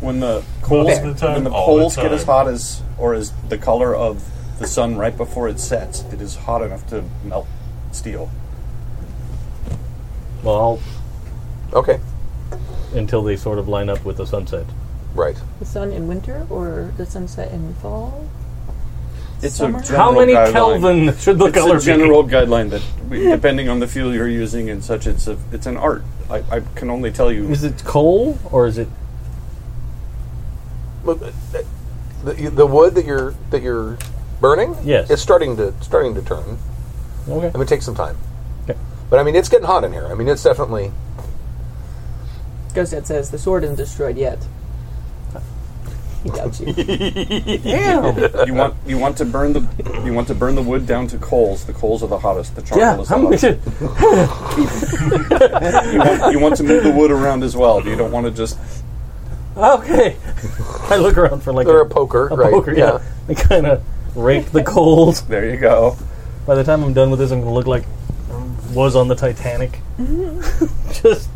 When the coals, Most of the time, when the all the coals get time. as hot as, or as the color of the sun right before it sets, it is hot enough to melt steel. Well, okay. Until they sort of line up with the sunset. Right. The sun in winter or the sunset in fall? It's Summer? a general How many guideline. Kelvin should the it's color a be? general guideline that, we, depending on the fuel you're using and such, it's a, it's an art. I, I can only tell you. Is it coal or is it Look, the, the- the wood that you're that you're burning, Yes. is starting to starting to turn. Okay. I mean, it takes some time. Okay. But I mean, it's getting hot in here. I mean, it's definitely Ghosthead says the sword isn't destroyed yet. He doubts you. Damn. You want you want to burn the you want to burn the wood down to coals. The coals are the hottest. The charcoal is the I'm hottest. gonna- you, want, you want to move the wood around as well. You don't want to just Okay. I look around for like Or a poker, a right, poker, yeah. yeah. I kind of rake the coals. There you go. By the time I'm done with this, I'm gonna look like I was on the Titanic. just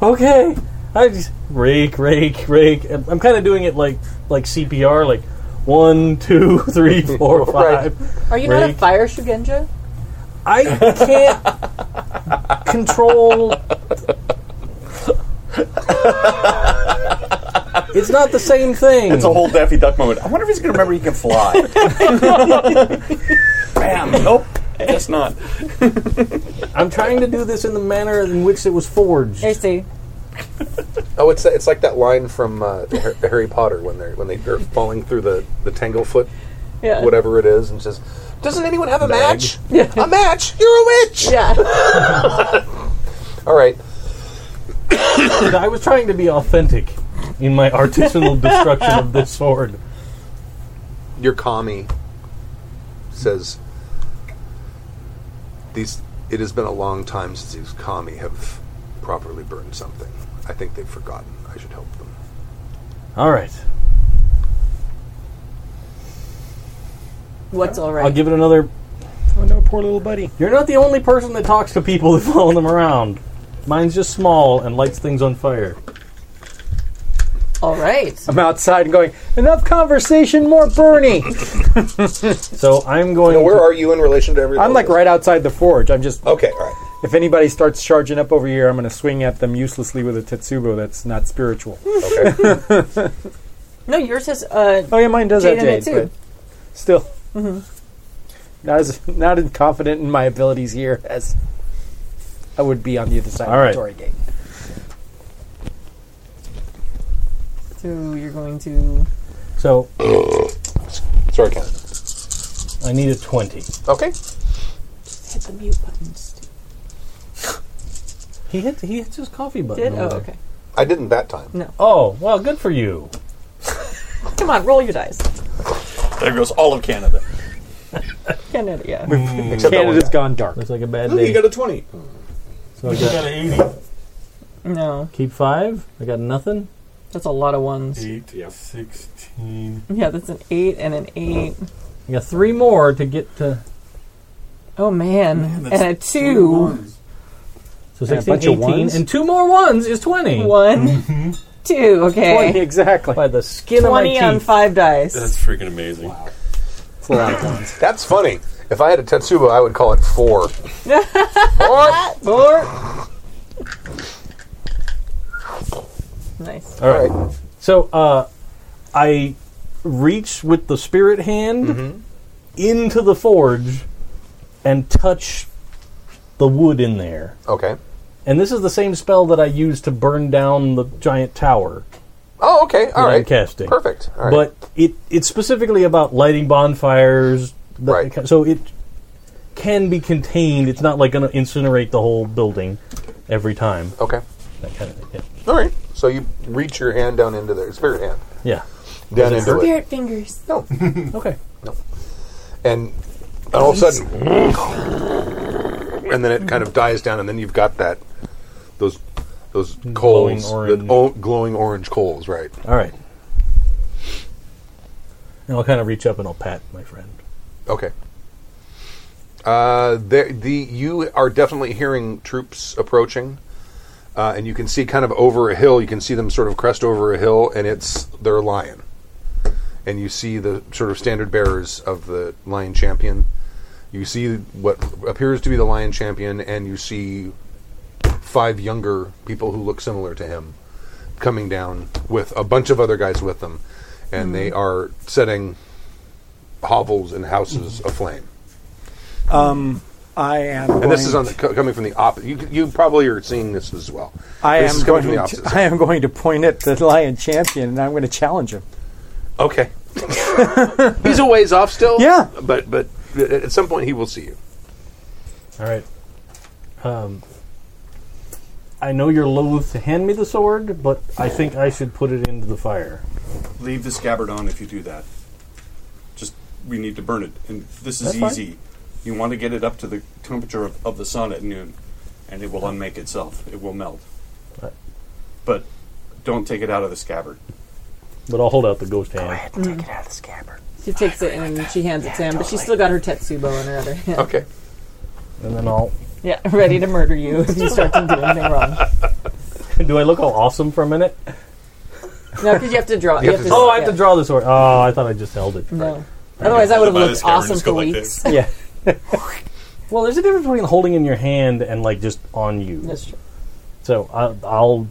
Mm-hmm. okay. I just rake, rake, rake. And I'm kind of doing it like like CPR, like one, two, three, four, Right. five. Are you not a rake. fire shugenja? I can't control. it's not the same thing. It's a whole Daffy Duck moment. I wonder if he's going to remember he can fly. Bam. Nope. Guess not. I'm trying to do this in the manner in which it was forged. I see. Oh, it's it's like that line from uh, Har- Harry Potter when they're when they are falling through the the tanglefoot, Yeah. whatever it is, and says, "Doesn't anyone have a match? Yeah. A match? You're a witch." Yeah. All right. And I was trying to be authentic in my artisanal destruction of this sword. your commie says these it has been a long time since these commie have properly burned something i think they've forgotten i should help them All right, What's all I'll right? give it another. Oh no, poor little buddy. You're not the only person that talks to people that follow them around. Mine's just small and lights things on fire. all right. I'm outside and going, enough conversation, more Bernie. So I'm going. where are you in relation to everything I'm like right outside the forge. I'm just, okay all right if anybody starts charging up over here, I'm going to swing at them uselessly with a tetsubo that's not spiritual. okay No, yours is uh, Oh yeah, mine does Jade have in it jade, too. Mm-hmm. but still, not as not as confident in my abilities here as I would be on the other side All right. of the Tory Gate. So you're going to. So sorry Ken. I need a twenty. okay Hit the mute buttons. He hits. He hits his coffee button. Did? over Oh, there. okay. i didn't that time Oh well, good for you. Come on, roll your dice. There goes all of Canada. Canada, yeah. Except that one Canada's guy. gone dark. Looks like a bad Ooh, day. you got a 20. so I got, No, keep five. I got nothing. that's a lot of ones. 8, Yep. 16. Yeah, that's an eight and an eight. I got three more to get to. Oh man, and a two, So And a 16, bunch of 18, ones? and two more ones is twenty. one, Mm-hmm. two. Twenty, Okay, exactly. By the skin twenty of my on teeth. five dice. That's freaking amazing. That's a lot of ones. that's funny if i had a tetsubo i would call it four four Four. Nice. All right. So uh, I reach with the spirit hand into the forge and touch the wood in there. okay And this is the same spell that I used to burn down the giant tower oh okay all that I'm right casting. perfect all right But it it's specifically about lighting bonfires. that- Right. So it can be contained. It's not like going to incinerate the whole building every time. okay That kind of thing. all right so you reach your hand down into there spirit hand Yeah. down into it Spirit fingers. no yeah. Okay. and all of a sudden, and then it kind of dies down, and then you've got that those those Glowing coals, orange. the o- glowing orange coals, right? All right. And I'll kind of reach up and I'll pat my friend. Okay. Uh, there, the you are definitely hearing troops approaching, uh, and you can see kind of over a hill. You can see them sort of crest over a hill, and it's their lion. And you see the sort of standard bearers of the lion champion. You see what appears to be the lion champion, and you see five younger people who look similar to him coming down with a bunch of other guys with them, and they are setting hovels and houses Mm-hmm. aflame. Um, I am. And this going is on the, co- coming from the opposite. You, you probably are seeing this as well. I this am is coming from the going. To, opposite. I am going to point at the lion champion, and I'm going to challenge him. Okay. He's a ways off still. Yeah. But but at- at some point he will see you. All right. Um, I know you're loath to hand me the sword, but I think I should put it into the fire. Leave the scabbard on if you do that. Just we need to burn it, and this is That's fine. easy. You want to get it up to the temperature of, of the sun at noon, and it will unmake itself. It will melt. Right. But don't take it out of the scabbard. But I'll hold out the ghost hand. Take it out of the scabbard. She takes it and she hands it to him, but she's still got her tetsu bow in her other hand. Okay. And then I'll. Yeah, ready to murder you if you start to do anything wrong. Do I look all awesome for a minute? No, because you have to draw. You have to draw. oh, I have to draw the sword. Oh, I thought I just held it. No. Otherwise, I would have By the looked scabbard, awesome just go for like weeks. this. Yeah. Well, there's a difference between holding in your hand and like just on you. That's true. So I'll, I'll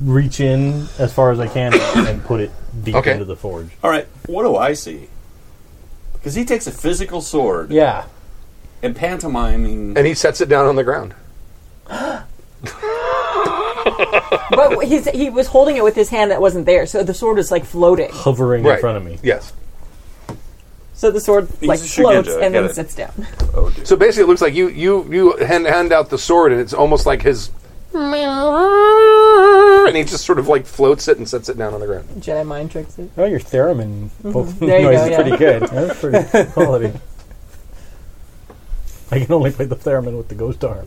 reach in as far as I can and put it deep Okay. into the forge. All right. What do I see? Because he takes a physical sword. Yeah. And pantomiming. And he sets it down on the ground. But he's, he was holding it with his hand that wasn't there, so the sword is like floating. Hovering Right. in front of me. Yes. So the sword He's like a floats Shugenja, I and then get it. sits down. So basically, it looks like you you you hand hand out the sword, and it's almost like his. And he just sort of like floats it and sets it down on the ground. Jedi mind tricks it. Oh, your theremin Mhm. Mm-hmm. vo- There you noise go, is yeah. pretty good. That's Oh, pretty good quality. I can only play the theremin with the ghost arm.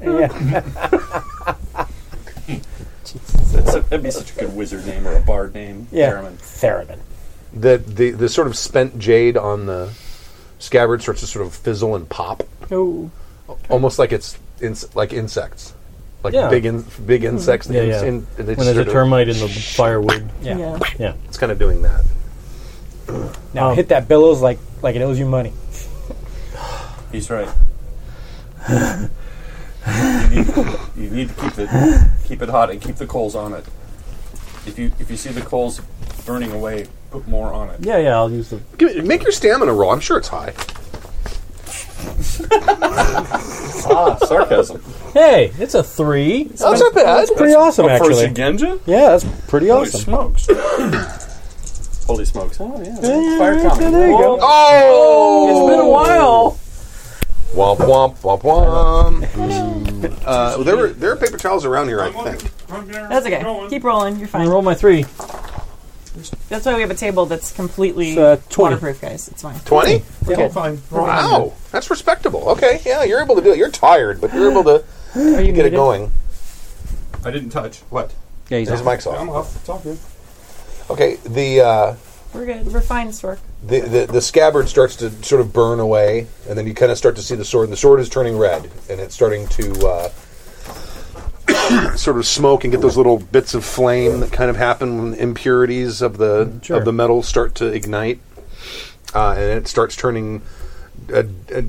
That's a- that'd be such a good wizard name or a bard name. Yeah. Theremin. Theremin. The the the sort of spent jade on the scabbard starts to sort of fizzle and pop, Oh. almost like it's ins- like insects, like Yeah. Mm-hmm. big in- big insects. Yeah, yeah. in- they when there's a sort of- termite in the firewood. Yeah. Yeah. Yeah. It's kind of doing that. Now hit that billows like like it owes you money. He's right. you, need, you need to keep it keep it hot and keep the coals on it. If you if you see the coals burning away, put more on it. Yeah, yeah, I'll use the. Give it, make your stamina roll. I'm sure it's high. ah, sarcasm. Hey, it's a three. That's not bad. That's pretty awesome, Up for actually. Shigenja? Yeah, that's pretty Holy awesome. smokes! Holy smokes! Oh yeah, yeah, fire yeah, comedy. there you go. Oh, It's been a while. Womp womp womp womp. uh, there were there are paper towels around here, I think. That's okay. Keep rolling. You're I fine. roll my three. That's why we have a table that's completely It's, uh, 20. waterproof, guys. It's fine. Twenty. Yeah. fine. Wow, that's respectable. Okay, yeah, you're able to do it. You're tired, but you're able to Are you get it muted? going. I didn't touch. What? Yeah, he's His mic's off. off. It's all good. Okay, the uh, We're good. We're fine, Stork. the, the the scabbard starts to sort of burn away, and then you kind of start to see the sword. And the sword is turning red, and it's starting to uh, sort of smoke and get those little bits of flame that kind of happen when impurities of the Sure. of the metal start to ignite, uh, and it starts turning a, a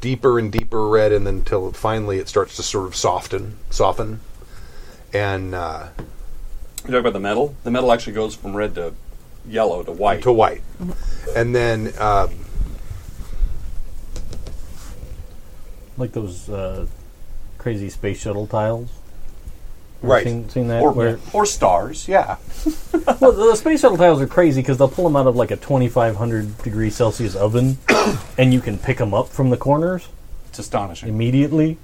deeper and deeper red, and then until finally it starts to sort of soften, soften, and uh, You talk about the metal. The metal actually goes from red to yellow to white. to white, and then. Um, Like those uh, crazy space shuttle tiles. Ever Right. Seen, seen that? Or where, or stars? Yeah. well, the space shuttle tiles are crazy because they'll pull them out of like a 2,500 degree Celsius oven and you can pick them up from the corners It's astonishing. immediately.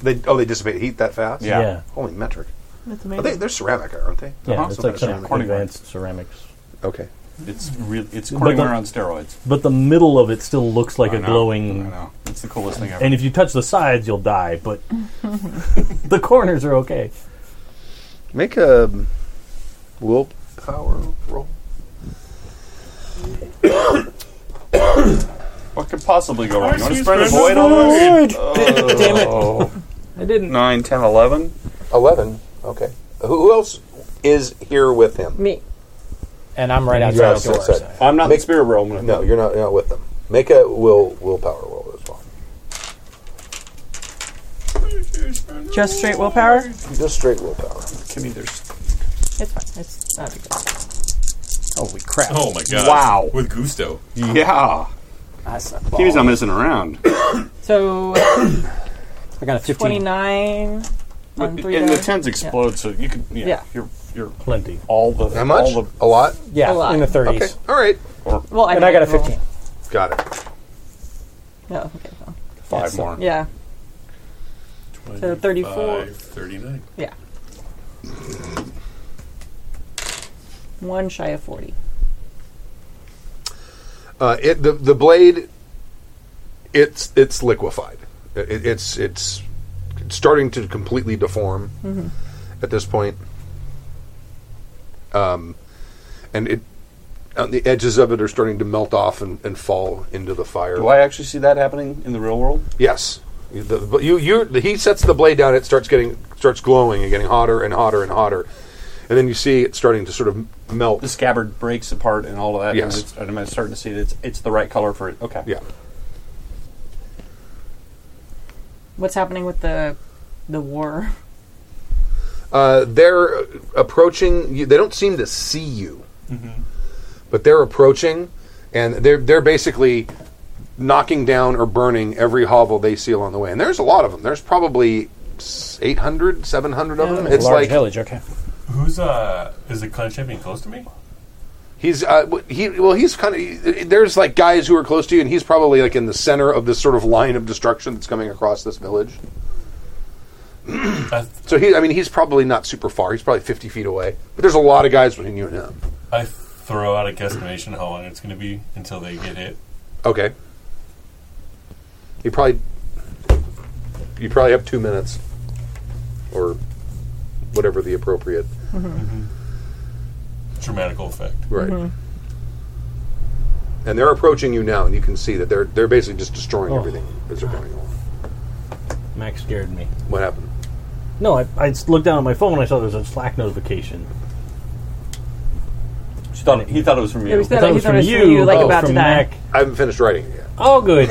They oh they dissipate heat that fast. Yeah. Yeah. Holy metric. That's Are they, amazing. they're ceramic, aren't they? Yeah, Uh-huh. it's like some Corningware. advanced ceramics. Okay. It's real. It's But the- corningware on steroids. But the middle of it still looks like I a know, glowing. I know. It's the coolest thing ever. And if you touch the sides, you'll die, but the corners are okay. Make um, a willpower roll. What could possibly go wrong? You want to Arceus spread a versus void on Oh. void. this? D- damn it. I didn't. 9, 10, 11? 11. Okay. Who who else is here with him? Me. And I'm right You're outside the door. outside. so- I'm not in Make- the spirit realm. I'm No, you're not, you're not with them. Make a will willpower roll as well. Just straight willpower? Just straight willpower. Give me there's. It's fine. It's not a big deal. Holy crap. Oh my god. Wow. With gusto. Yeah. That's a Kimmy's ball. not messing around. So I got a 15. 29 on But- three and the die. tens Yeah. explode, so you could. Yeah, Yeah. You're, you're Plenty. all the. How much? All the, A lot? A Yeah, lot. in the 30s. Okay. All right. Well, I And I got a roll. 15. Got it. Yeah, okay. so- five more. Yeah. So 34. 25, 39. Yeah. One shy of 40. Uh, it the, the blade it's it's liquefied. It, it's it's starting to completely deform at this point. Um, and it on the edges of it are starting to melt off and, and fall into the fire. Do I actually see that happening in the real world? Yes. You- The, but you, you, he sets the blade down. It starts getting, starts glowing and getting hotter and hotter and hotter, and then you see it starting to sort of melt. The scabbard breaks apart and all of that. Yes. And, it's, and I'm starting to see that it's, it's the right color for it. Okay. Yeah. What's happening with the the war? Uh, they're uh, approaching. You, they don't seem to see you, but they're approaching, and they're they're basically knocking down or burning every hovel they see along the way. And there's a lot of them. There's probably s- 800, 700 of them. It's It's a large like village, okay. Who's, uh, is the clan champion close to me? He's uh, w- he well he's kind of there's like guys who are close to you and he's probably like in the center of this sort of line of destruction that's coming across this village. I, So he I mean he's probably not super far. He's probably 50 feet away. But there's a lot of guys between you and him. I throw out a guesstimation how long it's going to be until they get hit. Okay. You probably you probably have 2 minutes or whatever the appropriate. Dramatical effect. Right. And they're approaching you now and you can see that they're they're basically just destroying Oh. everything as they're going along. Max scared me. What happened? No, I, I just looked down at my phone and I saw there was a Slack notification. She thought, he thought it was from you. Yeah, we said- I No, thought it he was thought from it was you, from you, like, oh, about to from die. Mac. I haven't finished writing it yet. Oh, good.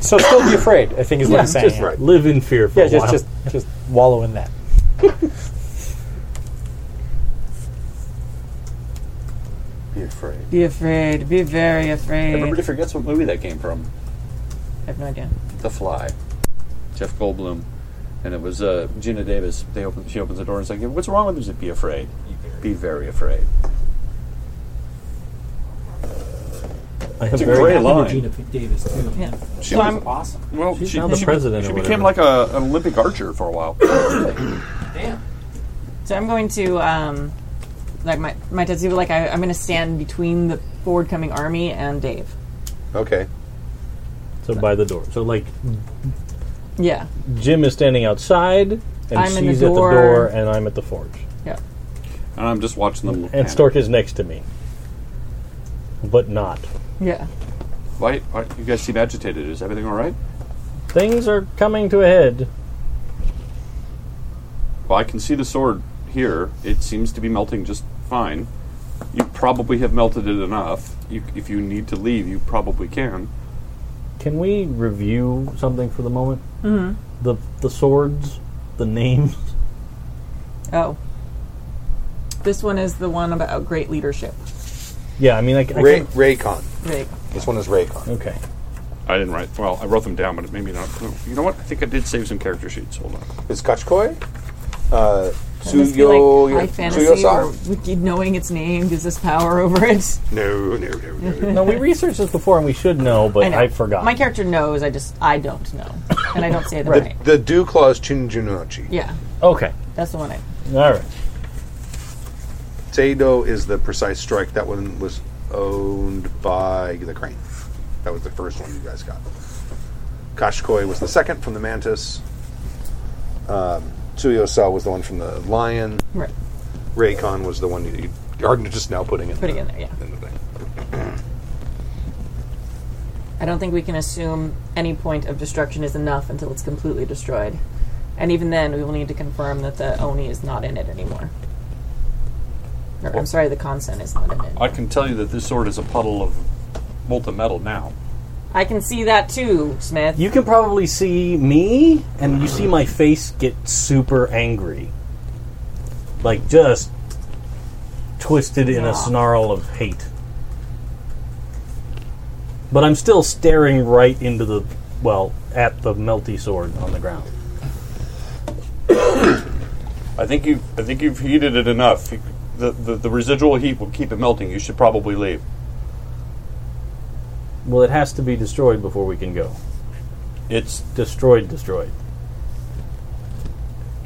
So still be afraid, I think is what I'm saying. just right. live in fear for Yeah, a just, while. just, just wallow in that. Be afraid. Be afraid. Be very afraid. Everybody forgets what movie that came from. I have no idea. The Fly. Jeff Goldblum. And it was uh, Gina Davis. They open, she opens the door and is like, What's wrong with him? She said, Be afraid. Be very afraid. I am It's a very- great Happened to line. Gina P- Davis too. Yeah. She So was I'm- Awesome. Well, She's she, now the she- president she or became whatever. like a, an Olympic archer for a while. So I'm going to um, like my my tetsu like I, I'm going to stand between the forward coming army and Dave. Okay. so by the door. So like Yeah. Jim is standing outside and I'm in the she's at the door. door and I'm at the forge. Yeah. And I'm just watching them. And Stork is next to me. But not. Yeah. Why, why you guys seem agitated? Is everything all right? Things are coming to a head. Well, I can see the sword here. It seems to be melting just fine. You probably have melted it enough. You, if you need to leave, you probably can. Can we review something for the moment? Mm-hmm. The the swords, the names. Oh. This one is the one about great leadership. Yeah, I mean, I, c- I Ray, can- Raycon. Right. This one is Raycon. Okay. I didn't write. Well, I wrote them down, but it made me not. You know what? I think I did save some character sheets. Hold on. Is Kachkoi? Uh, It must be Tsuyo, like high fantasy where wiki- knowing its name gives us power over it. No, no, no, no. No, we researched this before and we should know, but I, know. forgot. My character knows. I just I don't know, and I don't say the right. The Dew Claw is Chinjunochi. Yeah, Okay. that's the one. I All right. Seido is the precise strike. That one was owned by the crane. That was the first one you guys got. Kashkoi was the second from the mantis. Um, Tsuyosa was the one from the lion. right Raycon was the one you, you are just now putting it. putting in there. Yeah. in the thing. I don't think we can assume any point of destruction is enough until it's completely destroyed. And even then, we will need to confirm that the Oni is not in it anymore. Or, I'm sorry, the Consent is not in it. I can tell you that this sword is a puddle of molten metal now. I can see that too, Smith. You can probably see me, and you see my face get super angry. Like, just twisted in Aw. a snarl of hate. But I'm still staring right into the, well, at the melty sword on the ground. I think you. I think you've heated it enough. You- The, the, the residual heat will keep it melting. You should probably leave. Well, it has to be destroyed before we can go. It's destroyed, destroyed.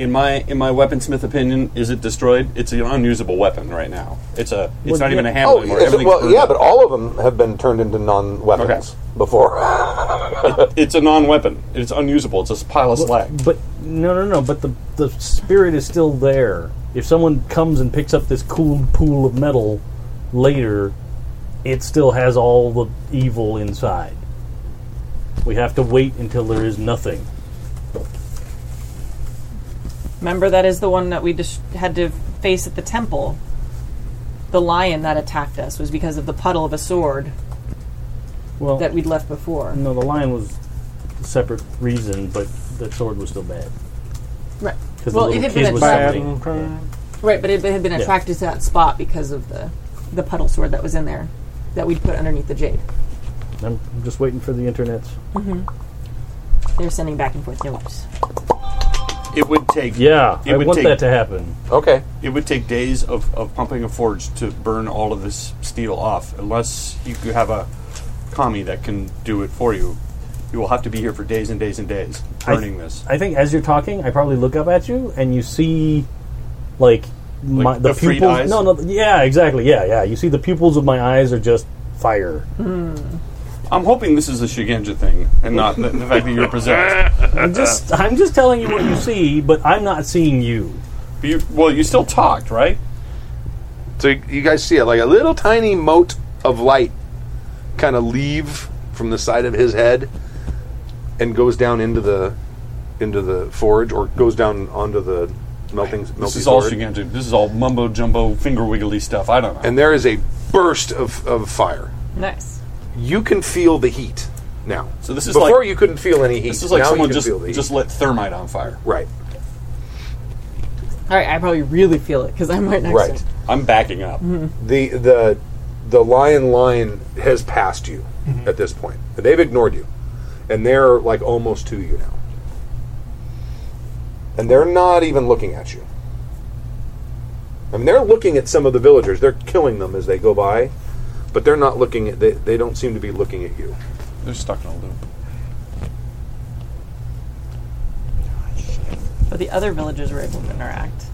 In my in my weaponsmith opinion, is it destroyed? It's an unusable weapon right now. It's a. It's not even a hammer Oh, anymore. it's- Everything's well, burned yeah, up. but all of them have been turned into non-weapons before. it's a non-weapon. It's unusable. It's a pile of slag. But no, no, no. But the the spirit is still there. If someone comes and picks up this cooled pool of metal later, it still has all the evil inside. We have to wait until there is nothing. Remember, that is the one that we dis- had to face at the temple. The lion that attacked us was because of the puddle of a sword Well, that we'd left before. no, the lion was a separate reason, but the sword was still bad. Right. 'Cause the Well, it little had kid been was attracted. something. Right, but it had been Yeah. attracted to that spot because of the the puddle sword that was in there that we'd put underneath the jade. I'm just waiting for the internets. Mm-hmm. They're sending back and forth notes. It would take. Yeah, it I would want take- that to happen. Okay. It would take days of, of pumping a forge to burn all of this steel off, unless you could have a commie that can do it for you. You will have to be here for days and days and days I- burning this. I think as you're talking, I probably look up at you and you see, like, my, Like the, the freed pupils. eyes? No, no, yeah, exactly, yeah, yeah. You see the pupils of my eyes are just fire. Hmm. I'm hoping this is a Shigenja thing and not the, the fact that you're possessed. I'm just, Uh-uh. I'm just telling you what you see, but I'm not seeing you. But you, well, you still talked, right? So you, you guys see it like a little tiny mote of light kind of leave from the side of his head and goes down into the into the forge or goes down onto the melting melting This is all sword. Shigenja. This is all mumbo jumbo, finger wiggly stuff. I don't know. and there is a burst of, of fire. Nice. You can feel the heat now. So this is before like- you couldn't feel any heat. This is like Now you someone can just feel the just heat. lit thermite on fire. right. All right, I probably really feel it because I'm right next to Right. it. I'm backing up. The the the lion line has passed you at this point. They've ignored you, and they're like almost to you now, and they're not even looking at you. I mean, they're looking at some of the villagers. They're killing them as they go by, but they're not looking at. They, they don't seem to be looking at you. They're stuck in a loop. But the other villagers were able to interact.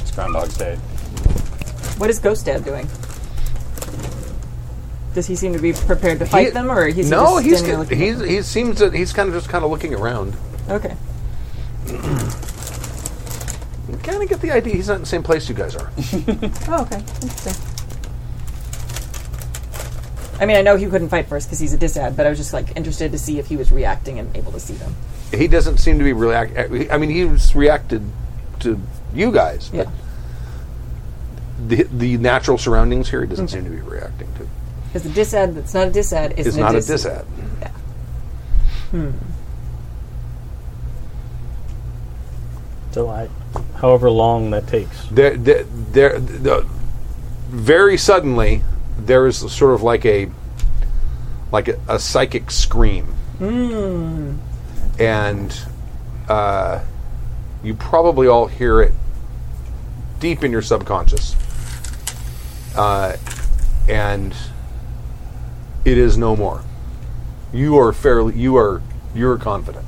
It's Groundhog's Day. What is Ghost Dad doing? Does he seem to be prepared to fight He- them, or he's no, Just he's standing there looking he's he seems that he's kind of just kind of looking around. at- okay. You kind of get the idea he's not in the same place you guys are. Oh, okay. Interesting. I mean, I know he couldn't fight first because he's a disad, but I was just like interested to see if he was reacting and able to see them. he doesn't seem to be react. I mean, he's reacted to you guys, but Yeah. the the natural surroundings here, he doesn't seem to be reacting to. Because the disad that's not a disad It's isn't not a a disad. disad. So I, however long that takes. There, there, there, the- very suddenly, there is sort of like a like a, a psychic scream, and uh, you probably all hear it deep in your subconscious, uh, and it is no more. You are fairly, you are, you're confident.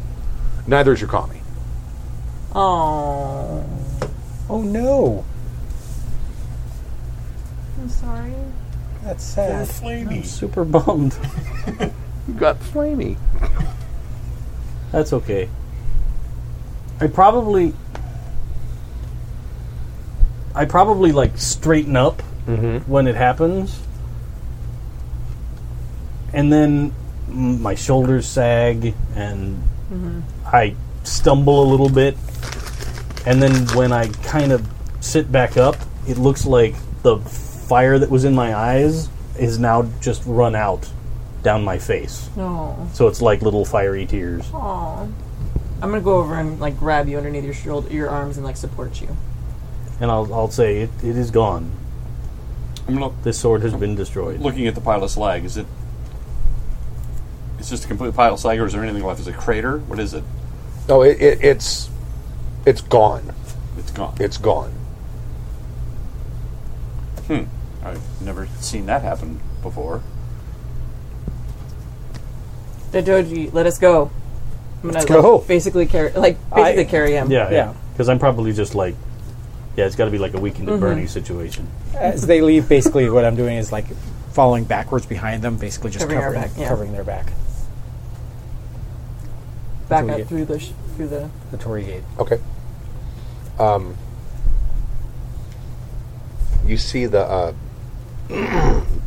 Neither is your commie. Oh, Oh no, I'm sorry. that's sad. I'm super bummed. You got flamey. That's okay. I probably, I Mm-hmm. probably like straighten up when it happens, and then mm, my shoulders sag and Mm-hmm. Mhm. I stumble a little bit. And then when I kind of sit back up, it looks like the fire that was in my eyes is now just run out down my face. No. So it's like little fiery tears. Aw. I'm gonna go over and like grab you underneath your shoulder, your arms, and like support you. And I'll, I'll say it, it is gone. this sword has been destroyed. Looking at the pile of slag, is it? It's just a complete pile of slag, or is there anything left? Is it a crater? What is it? No, it, it, it's it's gone. It's gone. It's gone. Hmm. I've never seen that happen before. Dodoji, let us go. I'm gonna Let's go. like, basically carry, like basically carry him. Yeah, yeah. Because I'm probably just like, yeah, it's got to be like a weekend at Mhm. Bernie situation. As they leave, basically, what I'm doing is like following backwards behind them, basically just Covering covering, our back, yeah. covering their back. Back Until we up get through the sh- through the. the Tory gate. Okay. Um, you see the uh,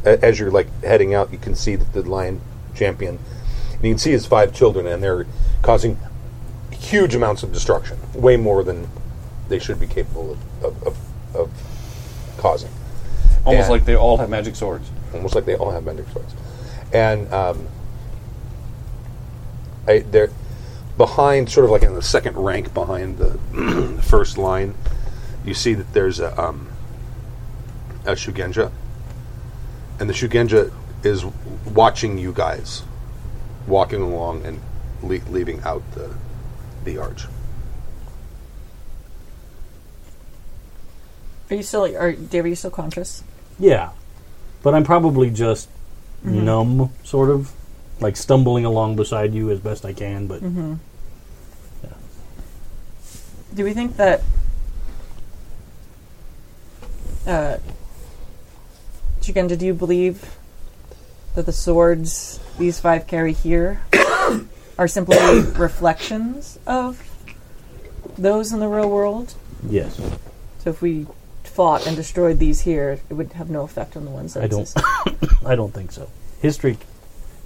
a- as you're like heading out, you can see that the lion champion. And you can see his five children, and they're causing huge amounts of destruction, way more than they should be capable of of, of, of causing. Almost And- like they all have magic swords. almost like they all have magic swords. And um, I, they're behind, sort of like in the second rank behind the first line. You see that there's a, um, a shugenja, and the shugenja is watching you guys walking along and le- leaving out the the arch. Are you still? Are Dave? Are you still conscious? Yeah, but I'm probably just numb, sort of, like stumbling along beside you as best I can. But Mm-hmm. Do we think that uh Chicken, did you believe that the swords these five carry here are simply reflections of those in the real world? yes, So if we fought and destroyed these here, it would have no effect on the ones that I don't. exist. I don't think so. History,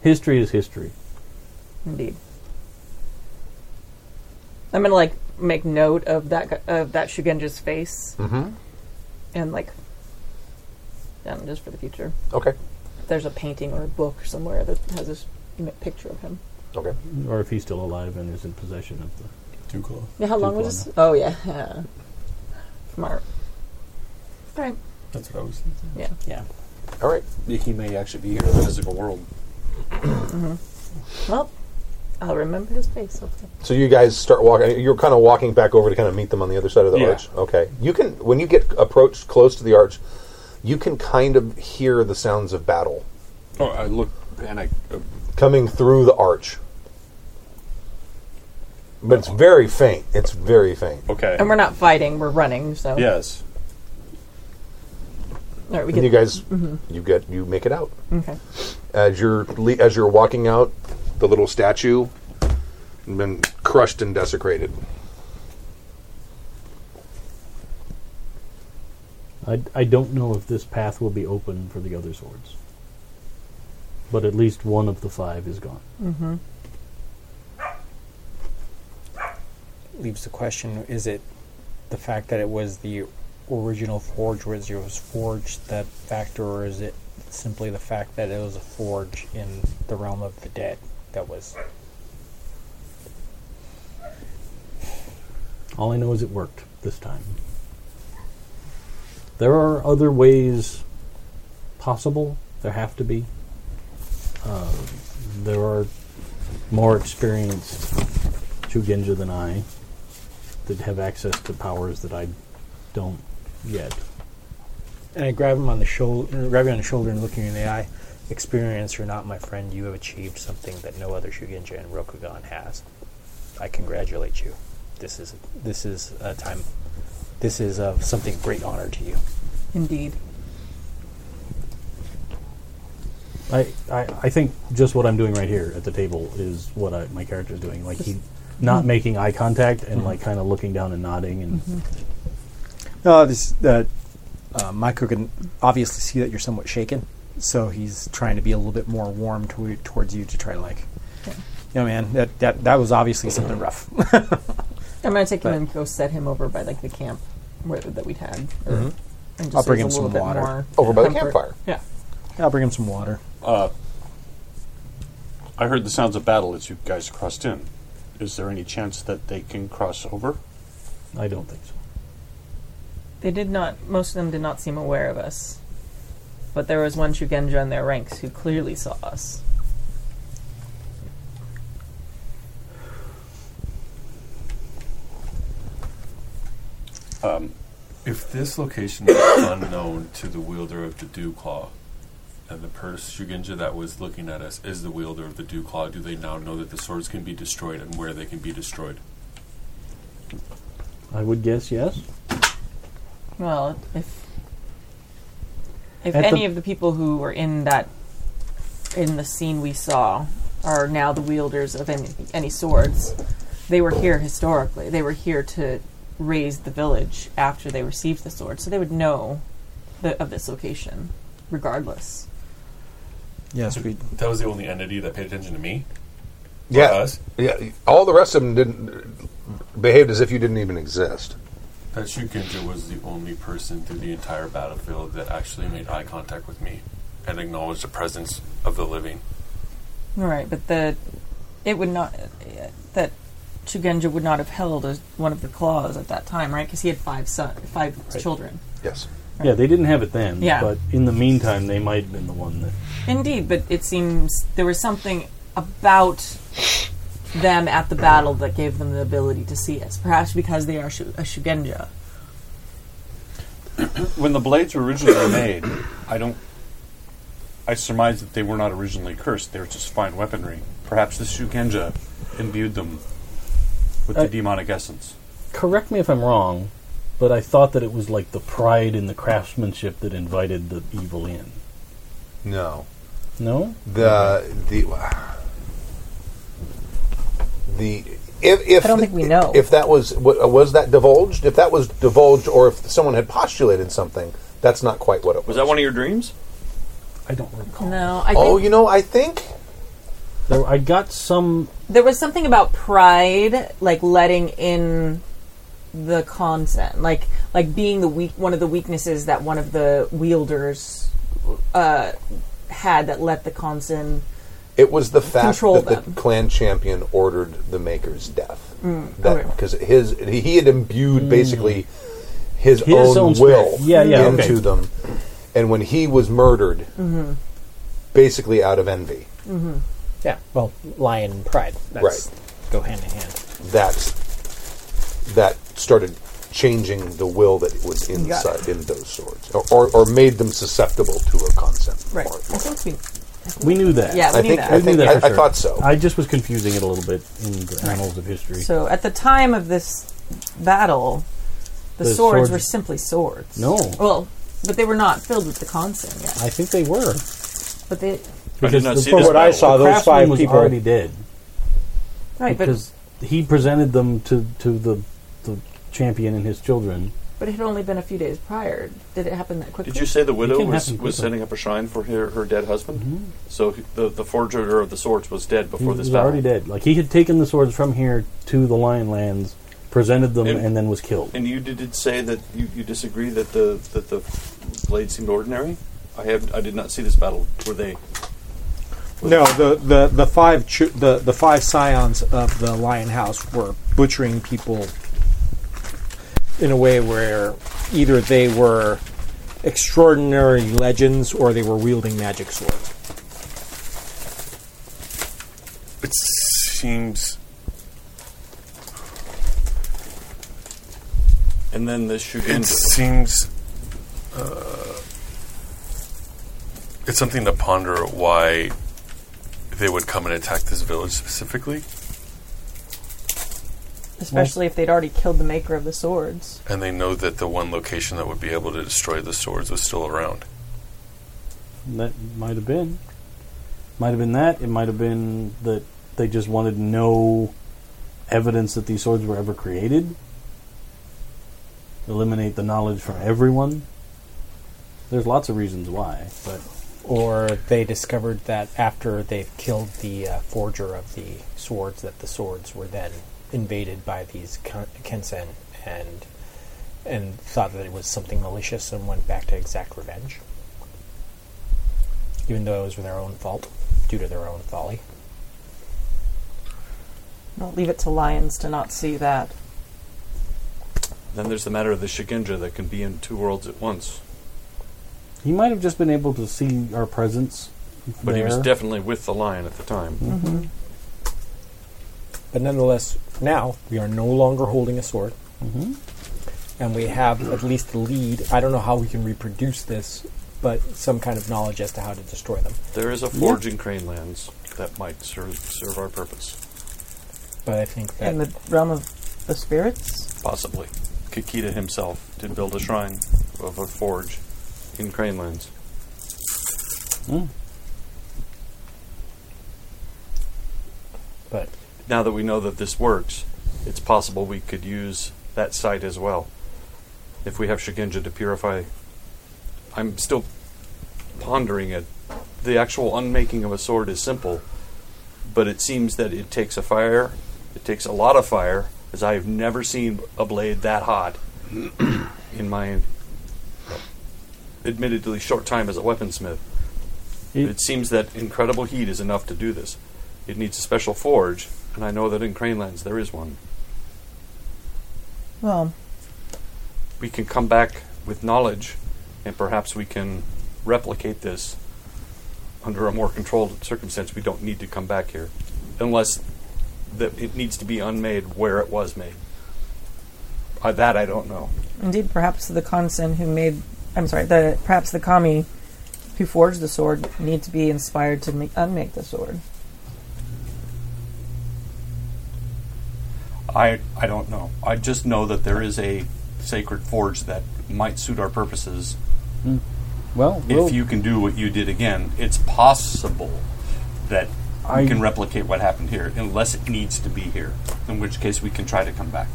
history is history. Indeed. I'm gonna like make note of that gu- of that Shugenja's face, Mhm. and like, um, just for the future. Okay. If there's a painting or a book somewhere that has this m- picture of him. Okay. Or if he's still alive and is in possession of the. Too cool. Yeah, how long People was this? Oh yeah, yeah. From our right. That's what I was. Yeah. Yeah. All right. He may actually be here in the physical world. Mm-hmm. Well, I'll remember his face. Hopefully. So you guys start walking. You're kind of walking back over to kind of meet them on the other side of the Yeah. arch. Okay. You can when you get approached close to the arch, you can kind of hear the sounds of battle Oh, I look and I. Uh, coming through the arch, but it's very faint. It's very faint. okay. And we're not fighting; we're running. So Yes. All right, we And you get guys, Mhm. you get you make it out Okay. as you're le- as you're walking out. The little statue had been crushed and desecrated. I, I don't know if this path will be open for the other swords, but at least one of the five is gone. Mm-hmm. Leaves the question: Is it the fact that it was the original forge? Was it was forged that factor, or is it simply the fact that it was a forge in the realm of the dead that was All I know is it worked this time. There are other ways possible. There have to be. Uh, there are more experienced Chugenja than I that have access to powers that I don't yet. And I grab him on the shoulder, grab you on the shoulder, and look you in the eye. Experience or not, my friend, you have achieved something that no other Shugenja in Rokugan has. I congratulate you. This is this is a time. This is uh, something of great honor to you. Indeed. I, I, I think just what I'm doing right here at the table is what I, my character is doing. Like he, not making eye contact and like kind of looking down and nodding and No, this uh, uh, Maiko can obviously see that you're somewhat shaken, So he's trying to be a little bit more warm to, towards you to try to like, yeah, man, that, that that was obviously something rough. I'm gonna take him and go set him over by like the camp where, that we'd had. or- Mhm. and just I'll so bring he's him a some little bit water. more Over by the comfort. campfire. Yeah. I'll bring him some water. Uh, I heard the sounds of battle as you guys crossed in. Is there any chance that they can cross over? I don't think so. They did not. Most of them did not seem aware of us, but there was one Shugenja in their ranks who clearly saw us. Um, If this location was unknown to the wielder of the Dew Claw, and the Pershuginja that was looking at us is the wielder of the Dew Claw, do they now know that the swords can be destroyed and where they can be destroyed? I would guess yes. Well, if if At the- any of the people who were in that in the scene we saw are now the wielders of any any swords, they were here historically. They were here to raise the village after they received the sword, so they would know the, of this location, regardless. Yes, we. That was the only entity that paid attention to me. Yeah, us? yeah. All the rest of them didn't behaved as if you didn't even exist. Pershuginja was the only person through the entire battlefield that actually made eye contact with me and acknowledged the presence of the living. Right, but the it would not that Chugenja would not have held as one of the claws at that time, right? Because he had five son, five children. Yes. Yeah, they didn't have it then. Yeah. But in the meantime, they might have been the one that. Indeed, but it seems there was something about them at the battle that gave them the ability to see us. Perhaps because they are shu- a Shugenja. when the blades were originally made, I don't. I surmise that they were not originally cursed. They were just fine weaponry. Perhaps the Shukenja imbued them with Uh, the demonic essence. Correct me if I'm wrong, but I thought that it was like the pride in the craftsmanship that invited the evil in. No. No? The the the if, if I don't think we know. if that was wa- was that divulged. If that was divulged, or if someone had postulated something, that's not quite what it was. Was that one of your dreams? I don't recall. No, I think oh, you know, I think There, I got some. there was something about pride, like letting in the consent, like like being the weak one of the weaknesses that one of the wielders uh, had that let the consent. It was the fact Control that them. the clan champion ordered the maker's death. Mm, That okay. because his he had imbued basically his, Mm. His own, own spirit. will Yeah, yeah, into okay. them, and when he was murdered, Mhm. basically out of envy. Mm-hmm. Yeah, well, lion and pride. That's Go hand in hand. That's that started changing the will that was inside in those swords, or, or, or made them susceptible to a concept. Right. Or- I think we. We knew that. Yeah, we I knew think that. I think that I, for I sure. thought so. I just was confusing it a little bit in the annals of history. So at the time of this battle, the, The swords, swords- were simply swords. No. Ah. Well, but they were not filled with the consent yet. I think they were. But they I did not the- see this what I battle. saw, the those craftsman five was people- already dead. right, but because he presented them to, to the, the champion and his children. but it had only been a few days prior. Did it happen that quickly? Did you say the widow can was, happen was quickly. Mm-hmm. setting up a shrine for her, her dead husband? So he- the, the forger of the swords was dead He before was this battle. already dead. Like he had taken the swords from here to the Lion Lands, presented them, And- and then was killed. And you did, did say that you, you disagree that the that the blade seemed ordinary. I have I did not see this battle. Were they? No, the the the five chu- the the five scions of the Lion House were butchering people in a way where either they were extraordinary legends or they were wielding magic swords. It seems And then the It Shugenja. seems. Uh, it's something to ponder why they would come and attack this village specifically, Especially if they'd already killed the maker of the swords. and they know that the one location that would be able to destroy the swords was still around. That might have been, might have been that. It might have been that they just wanted no evidence that these swords were ever created. Eliminate the knowledge from everyone. There's lots of reasons why, but or they discovered that after they've killed the uh, forger of the swords, that the swords were then invaded by these kin- Kinsen and and thought that it was something malicious and went back to exact revenge, even though it was their own fault due to their own folly. I'll leave it to lions to not see that. Then there's the matter of the Shigenja that can be in two worlds at once. He might have just been able to see our presence. But he was there. definitely with the lion at the time. Mhm. But nonetheless, now we are no longer holding a sword. Mhm. And we have at least the lead. I don't know how we can reproduce this, but some kind of knowledge as to how to destroy them. There is a forge in Crane Lands that might serve, serve our purpose. But I think that In the realm of the spirits? Possibly. Kikita himself did build a shrine of a forge in Crane Lands. But Now that we know that this works, it's possible we could use that site as well. If we have Shigenja to purify. I'm still pondering it. The actual unmaking of a sword is simple, but it seems that it takes a fire, it takes a lot of fire, as I have never seen a blade that hot in my admittedly short time as a weaponsmith. It, seems that incredible heat is enough to do this. It needs a special forge, and I know that in Cranelands there is one. Well, We can come back with knowledge, and perhaps we can replicate this under a more controlled circumstance. We don't need to come back here, unless that it needs to be unmade where it was made. Uh, that I don't know. indeed, perhaps the Kansen who made. I'm sorry, the perhaps the Kami who forged the sword need to be inspired to make, unmake the sword. I I don't know. I just know that there is a sacred forge that might suit our purposes. Well, we'll- if you can do what you did again, it's possible that I- we can replicate what happened here, unless it needs to be here. In which case, we can try to come back.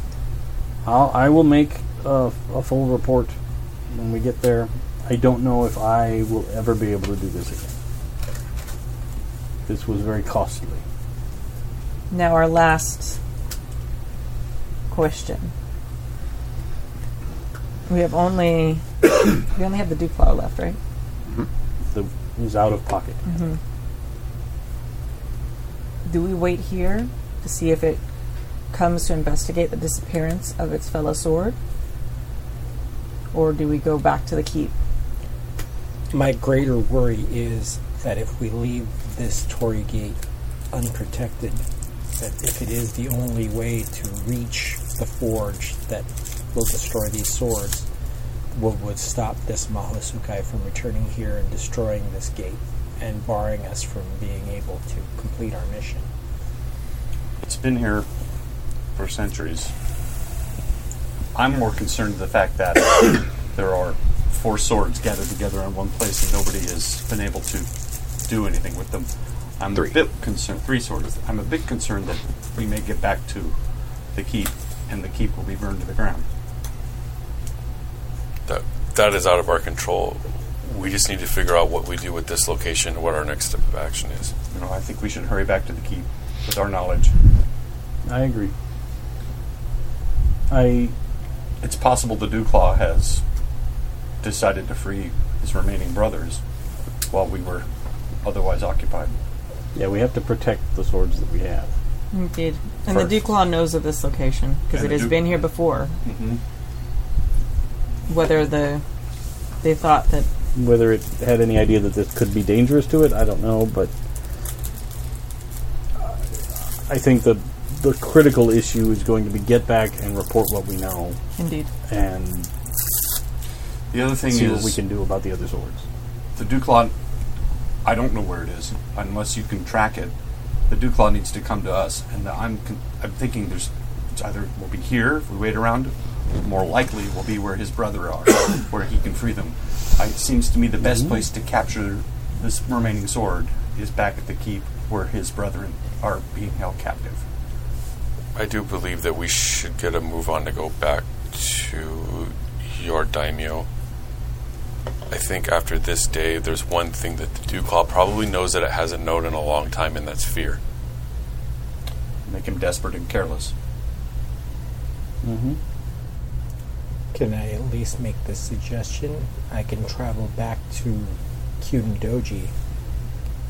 I'll, I will make a, a full report when we get there. I don't know if I will ever be able to do this again. This was very costly. Now, our last question. We have only. we only have the Duplo left, right? The, it was out of pocket. hmm Do we wait here to see if it comes to investigate the disappearance of its fellow sword? Or do we go back to the keep? my greater worry is that if we leave this Tory gate unprotected, that if it is the only way to reach the forge that will destroy these swords, what would stop this Mahasukai from returning here and destroying this gate and barring us from being able to complete our mission? It's been here for centuries. I'm more concerned with the fact that there are four swords gathered together in one place and nobody has been able to do anything with them. I'm a bit concerned. Three swords. I'm a bit concerned that we may get back to the keep and the keep will be burned to the ground. That, that is out of our control. We just need to figure out what we do with this location and what our next step of action is. You know, I think we should hurry back to the keep with our knowledge. I agree. I It's possible the Dewclaw has decided to free his remaining brothers while we were otherwise occupied. yeah, we have to protect the swords that we have. Indeed. And the First. Duclaw knows of this location because And it the has Duke- been here before. Mm-hmm. Whether the they thought that Whether it had any idea that this could be dangerous to it, I don't know, but I think the the critical issue is going to be get back and report what we know indeed. and The other thing see is what we can do about the other swords. the Duclaw. I don't know where it is unless you can track it. The Duclaw needs to come to us, and the, I'm con- I'm thinking there's it's either we'll be here if we wait around. More likely, we'll be where his brother are, where he can free them. I, it seems to me the best place to capture this remaining sword is back at the keep where his brethren are being held captive. I do believe that we should get a move on to go back to your daimyo I think after this day, there's one thing that the Dewclaw probably knows that it hasn't known in a long time, and that's fear. Make him desperate and careless. Mm-hmm. Can I at least make this suggestion? I can travel back to Kyuden Doji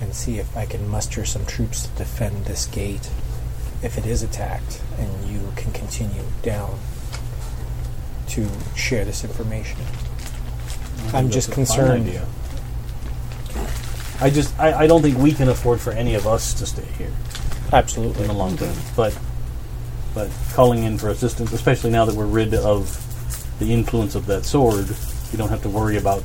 and see if I can muster some troops to defend this gate if it is attacked, and you can continue down to share this information. I'm just concerned. I just I, I don't think we can afford for any of us to stay here. Absolutely. In the long term. But but calling in for assistance, especially now that we're rid of the influence of that sword, we don't have to worry about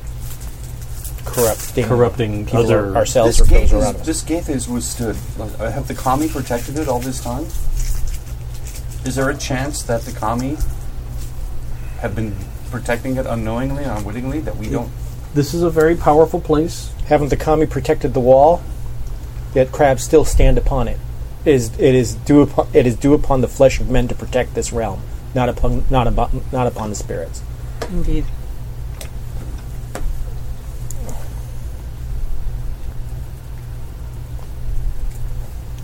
corrupting corrupting people other ourselves this or gate those is, around us. This gate is withstood. Like, uh, Have the kami protected it all this time? Is there a chance that the kami have been protecting it unknowingly, unwittingly, that we don't? This is a very powerful place. Haven't the kami protected the wall? Yet crabs still stand upon it. It is it is due upon it is due upon the flesh of men to protect this realm, not upon not upon not upon the spirits. Indeed.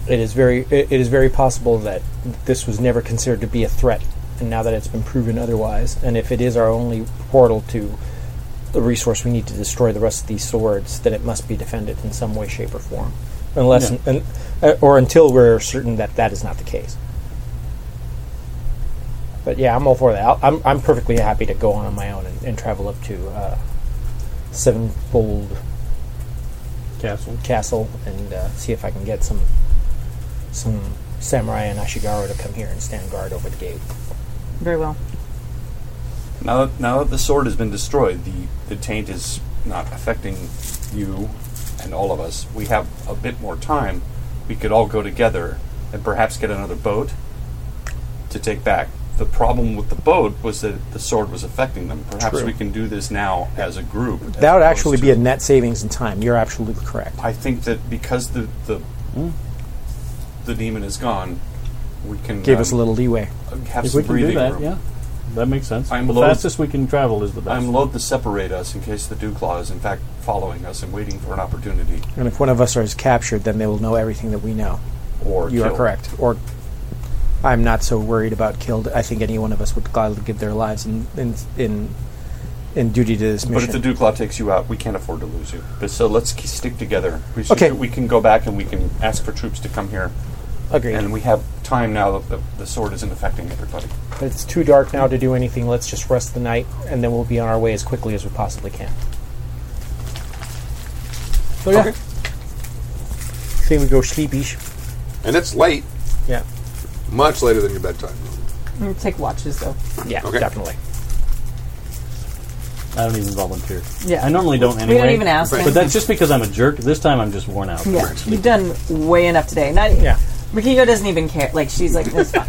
It is very it, it is very possible that this was never considered to be a threat, and now that it's been proven otherwise, and if it is our only portal to the resource we need to destroy the rest of these swords, then it must be defended in some way, shape, or form, unless Yeah. un, uh, or until we're certain that that is not the case. But yeah, I'm all for that. I'll- I'm, I'm perfectly happy to go on on my own and, and travel up to uh, Sevenfold castle Castle and uh, see if I can get some some samurai and Ashigaru to come here and stand guard over the gate. Very well. Now that, now that the sword has been destroyed, the, the taint is not affecting you and all of us. We have a bit more time. We could all go together and perhaps get another boat to take back. The problem with the boat was that the sword was affecting them. Perhaps True. we can do this now as a group. as That would opposed actually to- be a net savings in time. You're absolutely correct. I think that because the the, Hmm. the demon is gone, we can Gave um, us a little leeway. Have If some we can do breathing that, room. yeah. That makes sense. I'm the loath- fastest we can travel is the best. I'm loath to separate us in case the Dewclaw is in fact following us and waiting for an opportunity. And if one of us is captured, then they will know everything that we know. Or you are killed. correct. Or I'm not so worried about killed. I think any one of us would gladly give their lives in in in, in duty to this But if mission. the Dewclaw takes you out, we can't afford to lose you. But so let's k- stick together. We should- Okay. We can go back and we can ask for troops to come here. Agreed. And we have time now that the, the sword isn't affecting everybody. But it's too dark now to do anything. Let's just rest the night, and then we'll be on our way as quickly as we possibly can. So yeah, I think we go sleepish. And it's late. Yeah. Much later than your bedtime. Mm, Take watches though. Yeah, Okay. definitely. I don't even volunteer. Yeah. I normally don't We anyway. don't even ask But him. that's just because I'm a jerk. This time I'm just worn out. Yeah, you've done way enough today. Not yeah. Rikiko doesn't even care. Like she's like, it's fine.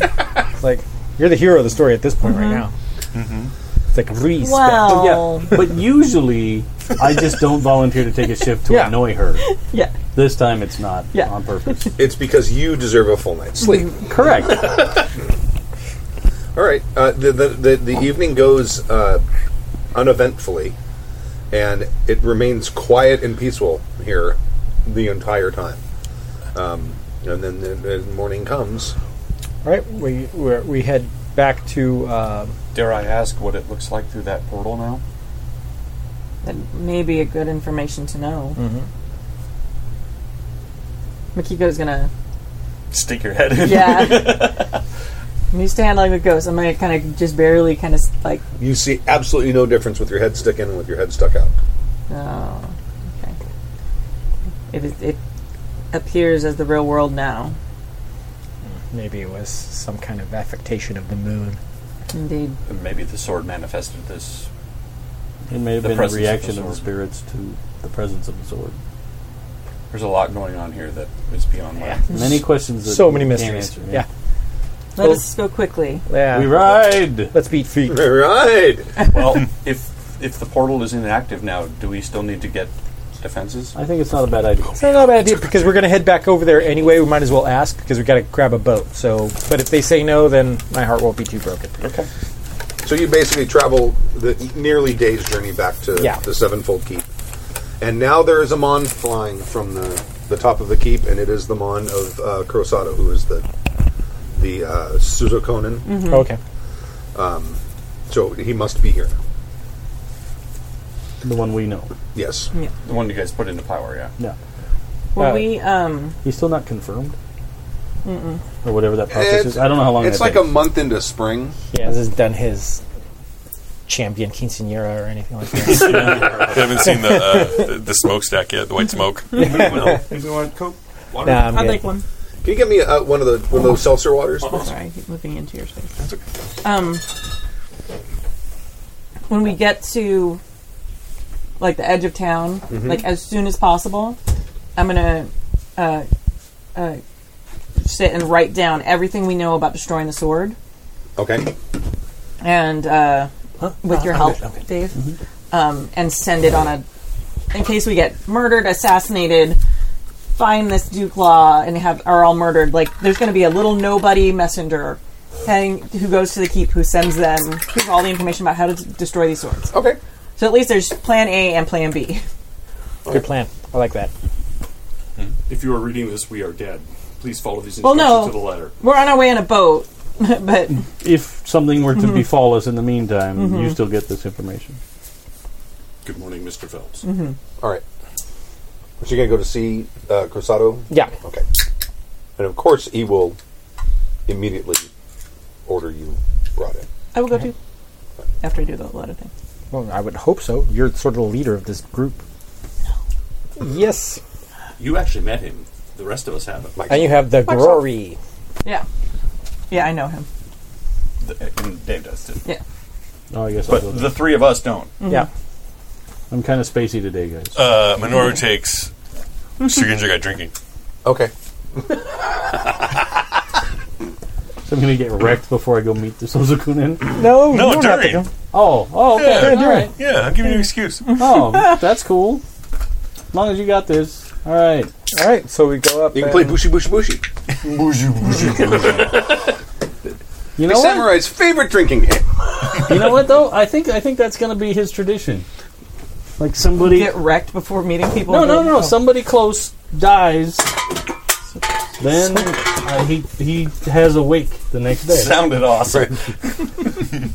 Like you're the hero of the story at this point right now. Mm-hmm. It's like respect. Well, Yeah, but usually I just don't volunteer to take a shift to Yeah. annoy her. yeah, This time it's not Yeah. on purpose. It's because you deserve a full night's sleep. Correct. Mm-hmm. All right. Uh, the, the, the, the evening goes uh, uneventfully, and it remains quiet and peaceful here the entire time. Um, and then the, the morning comes. All right, we we're, we head back to uh, Dare I ask what it looks like through that portal now? that may be a good information to know. Makiko's gonna Stick your head in. yeah. I'm used to handling with ghosts. I'm gonna kind of just barely kind of like You see absolutely no difference with your head sticking and with your head stuck out. Oh, okay. It is, it appears as the real world now. maybe it was some kind of affectation of the moon. Indeed. And maybe the sword manifested this. It may have The been a presence of the reaction of the sword. spirits to the presence of the sword. There's a lot going on here that is beyond my. Many questions. That So many we can't mysteries. answer, yeah. Let Oh. us go quickly. yeah, We ride. Let's beat feet. All right. Well, if if the portal is inactive now, do we still need to get defenses? I think it's not a bad idea. It's not a bad idea because we're going to head back over there anyway. We might as well ask because we got to grab a boat. So, but if they say no, then my heart won't be too broken. Okay. So you basically travel the nearly day's journey back to Yeah. the Sevenfold Keep. And now there is a mon flying from the, the top of the keep, and it is the mon of uh, Kurosato, who is the the uh, Suzukonin. Mm. Mhm. Okay. Um, so he must be here now. The one we know. Yes. Yeah. The one you guys put into power, yeah. Yeah. Were Uh, we? Um, He's still not confirmed, mm-mm. or whatever that process is. I don't know how long. It's that like takes. a month into spring. Yeah, this has done his champion quinceanera or anything like I that. haven't seen the, uh, the the smokestack yet, the white smoke. Anybody want Coke? Water? Nah, I'm I'd good. like one. Can you give me uh, one of the one of those seltzer waters? please? Sorry, I keep looking into your space. Um, when we get to like the edge of town, Mhm. like as soon as possible, I'm gonna uh, uh, sit and write down everything we know about destroying the sword, Okay. and uh, with your I'm help, good, I'm good. Dave, Mm-hmm. um, and send it on a in case we get murdered, assassinated. Find this Duke Law and have are all murdered. Like there's going to be a little nobody messenger, heading, who goes to the keep, who sends them who's all the information about how to d- destroy these swords. Okay. So at least there's Plan A and Plan B. Good plan. I like that. If you are reading this, we are dead. Please follow these Well, instructions no. to the letter. We're on our way in a boat, but Mm. if something were to Mm-hmm. befall us in the meantime, you still get this information. Good morning, Mr. Phelps. Mm-hmm. All right. So you're gonna go to see uh, Kurosato? Yeah. Okay. And of course, he will immediately order you brought in. I will go too after I do the letter thing. Well, I would hope so. You're sort of the leader of this group. Yes. You actually met him. The rest of us haven't. Like, And you have the glory. Yeah, yeah, I know him. The- uh, and Dave does too. Yeah, Oh, I guess I'll go But the three of us don't. Yeah. I'm kind of spacey today, guys. Uh, Minoru takes Suginja guy drinking. okay. So I'm going to get wrecked before I go meet the Sozokunin. No, you No, don't have to during. go. Oh, oh, okay. Yeah, all right. Yeah, I'm giving you an excuse. Oh, that's cool. As long as you got this. All right. All right, so we go up. You can play and- Bushi Bushi Bushi. You The know what? samurai's favorite drinking game. You know what though? I think I think that's going to be his tradition. Like somebody get wrecked before meeting people. No, who- no, no. oh. Somebody close dies. Then uh, he he has a wake the next day. Sounded awesome.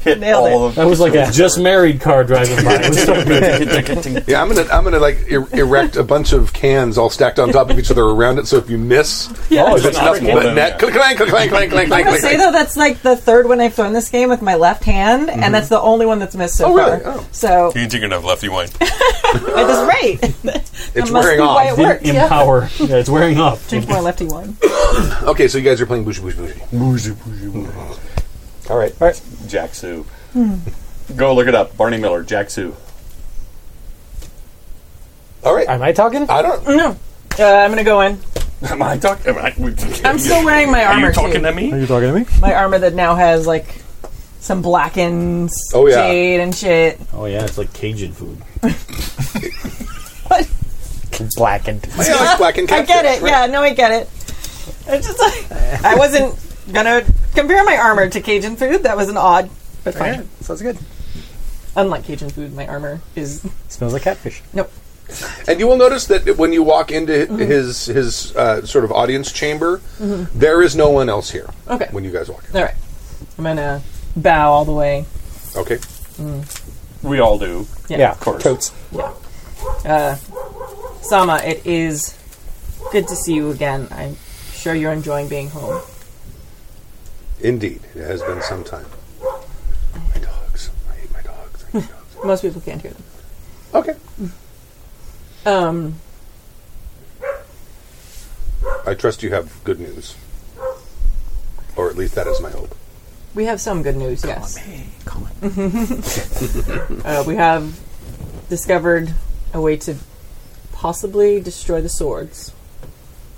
Hit Nailed all That was like a just married car driving by. It was so good. of them. Yeah, I'm gonna I'm gonna like er- erect a bunch of cans all stacked on top of each other around it. So if you miss, Oh, if it's not nothing cool. but net, clank clank clank clank clank I'm clank. gonna say though that's like the third one I've thrown this game with my left hand, and that's the only one that's missed so Oh, really? far. Oh. So You can drink enough lefty wine. at this rate, It's must wearing be why off. it worked. Yeah. Empower. Yeah, it's wearing off. drink more lefty wine. Okay, so you guys are playing Bushi Bushi Bushi. All right. Jack Sue. Hmm. Go look it up. Barney Miller, Jack Sue. All right. Am I talking? I don't. No, uh, I'm gonna go in. Am I talking? Am I, I'm still wearing my Are armor. you talking too. to me? you talking to me? My armor that now has like some blackened Oh, yeah. jade and shit. Oh yeah, it's like Cajun food. Blackened. Yeah, like black and I cat get fish, it. right? Yeah, no, I get it. It's just like I wasn't gonna compare my armor to Cajun food. That was an odd, but fine. Sounds good. Unlike Cajun food, my armor is Smells like catfish. nope. And you will notice that when you walk into his his uh, sort of audience chamber, there is no one else here. Okay. When you guys walk in. All right, I'm gonna bow all the way. Okay. We all do. Yeah. Uh, Yeah, course. Totes. Sama, it is good to see you again. I'm sure you're enjoying being home. Indeed, it has been some time. My dogs. I hate my dogs. I hate dogs. Most people can't hear them. Okay. Um, I trust you have good news, or at least that is my hope. we have some good news. yes, uh, we have discovered a way to possibly destroy the swords.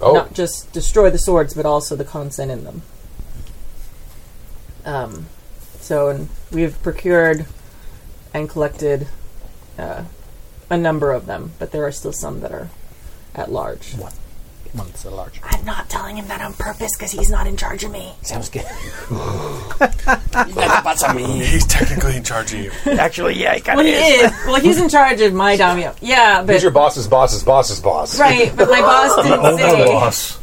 Oh, Not just destroy the swords, but also the content in them. Um, so and we have procured and collected uh, a number of them, but there are still some that are at large. months at large. I'm not telling him that on purpose because he's not in charge of me. Sounds good. Ah. He's technically in charge of you. Actually, yeah, he Well, he is. Well, he's in charge of my Damio. Yeah, but He's your Oh, boss's boss's boss's boss. right. But my boss did say. boss.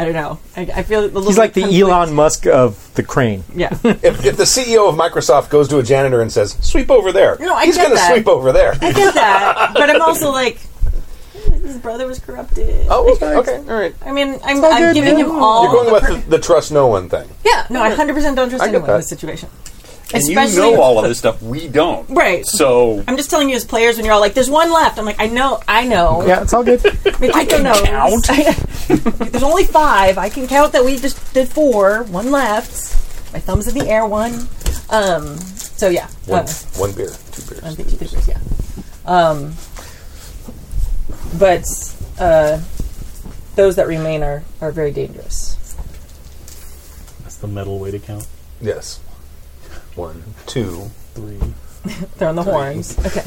I don't know. I, I feel a little. He's like the conflict. Elon Musk of the crane. Yeah. If, if the CEO of Microsoft goes to a janitor and says, "Sweep over there," No, I he's get gonna that. sweep over there. I get that, but I'm also like, his brother was corrupted. Oh, okay, okay, all right. I mean, I'm, I'm giving him all. You're going the per- with the, the trust no one thing. yeah, no, I 100 percent don't trust I get anyone that. in this situation. And you Especially- know all of this stuff. We don't. Right. So I'm just telling you, as players, when you're all like, "There's one left," I'm like, "I know, I know." Yeah, it's all good. I don't know. There's only five. I can count that we just did four. One left. My thumb's in the air. One. Um. So yeah. One, Uh, one beer, two beers. I think she did this, yeah. Um, but uh, those that remain are, are very dangerous. That's the metal way to count. Yes. One, two. Three. They're on the horns. Okay.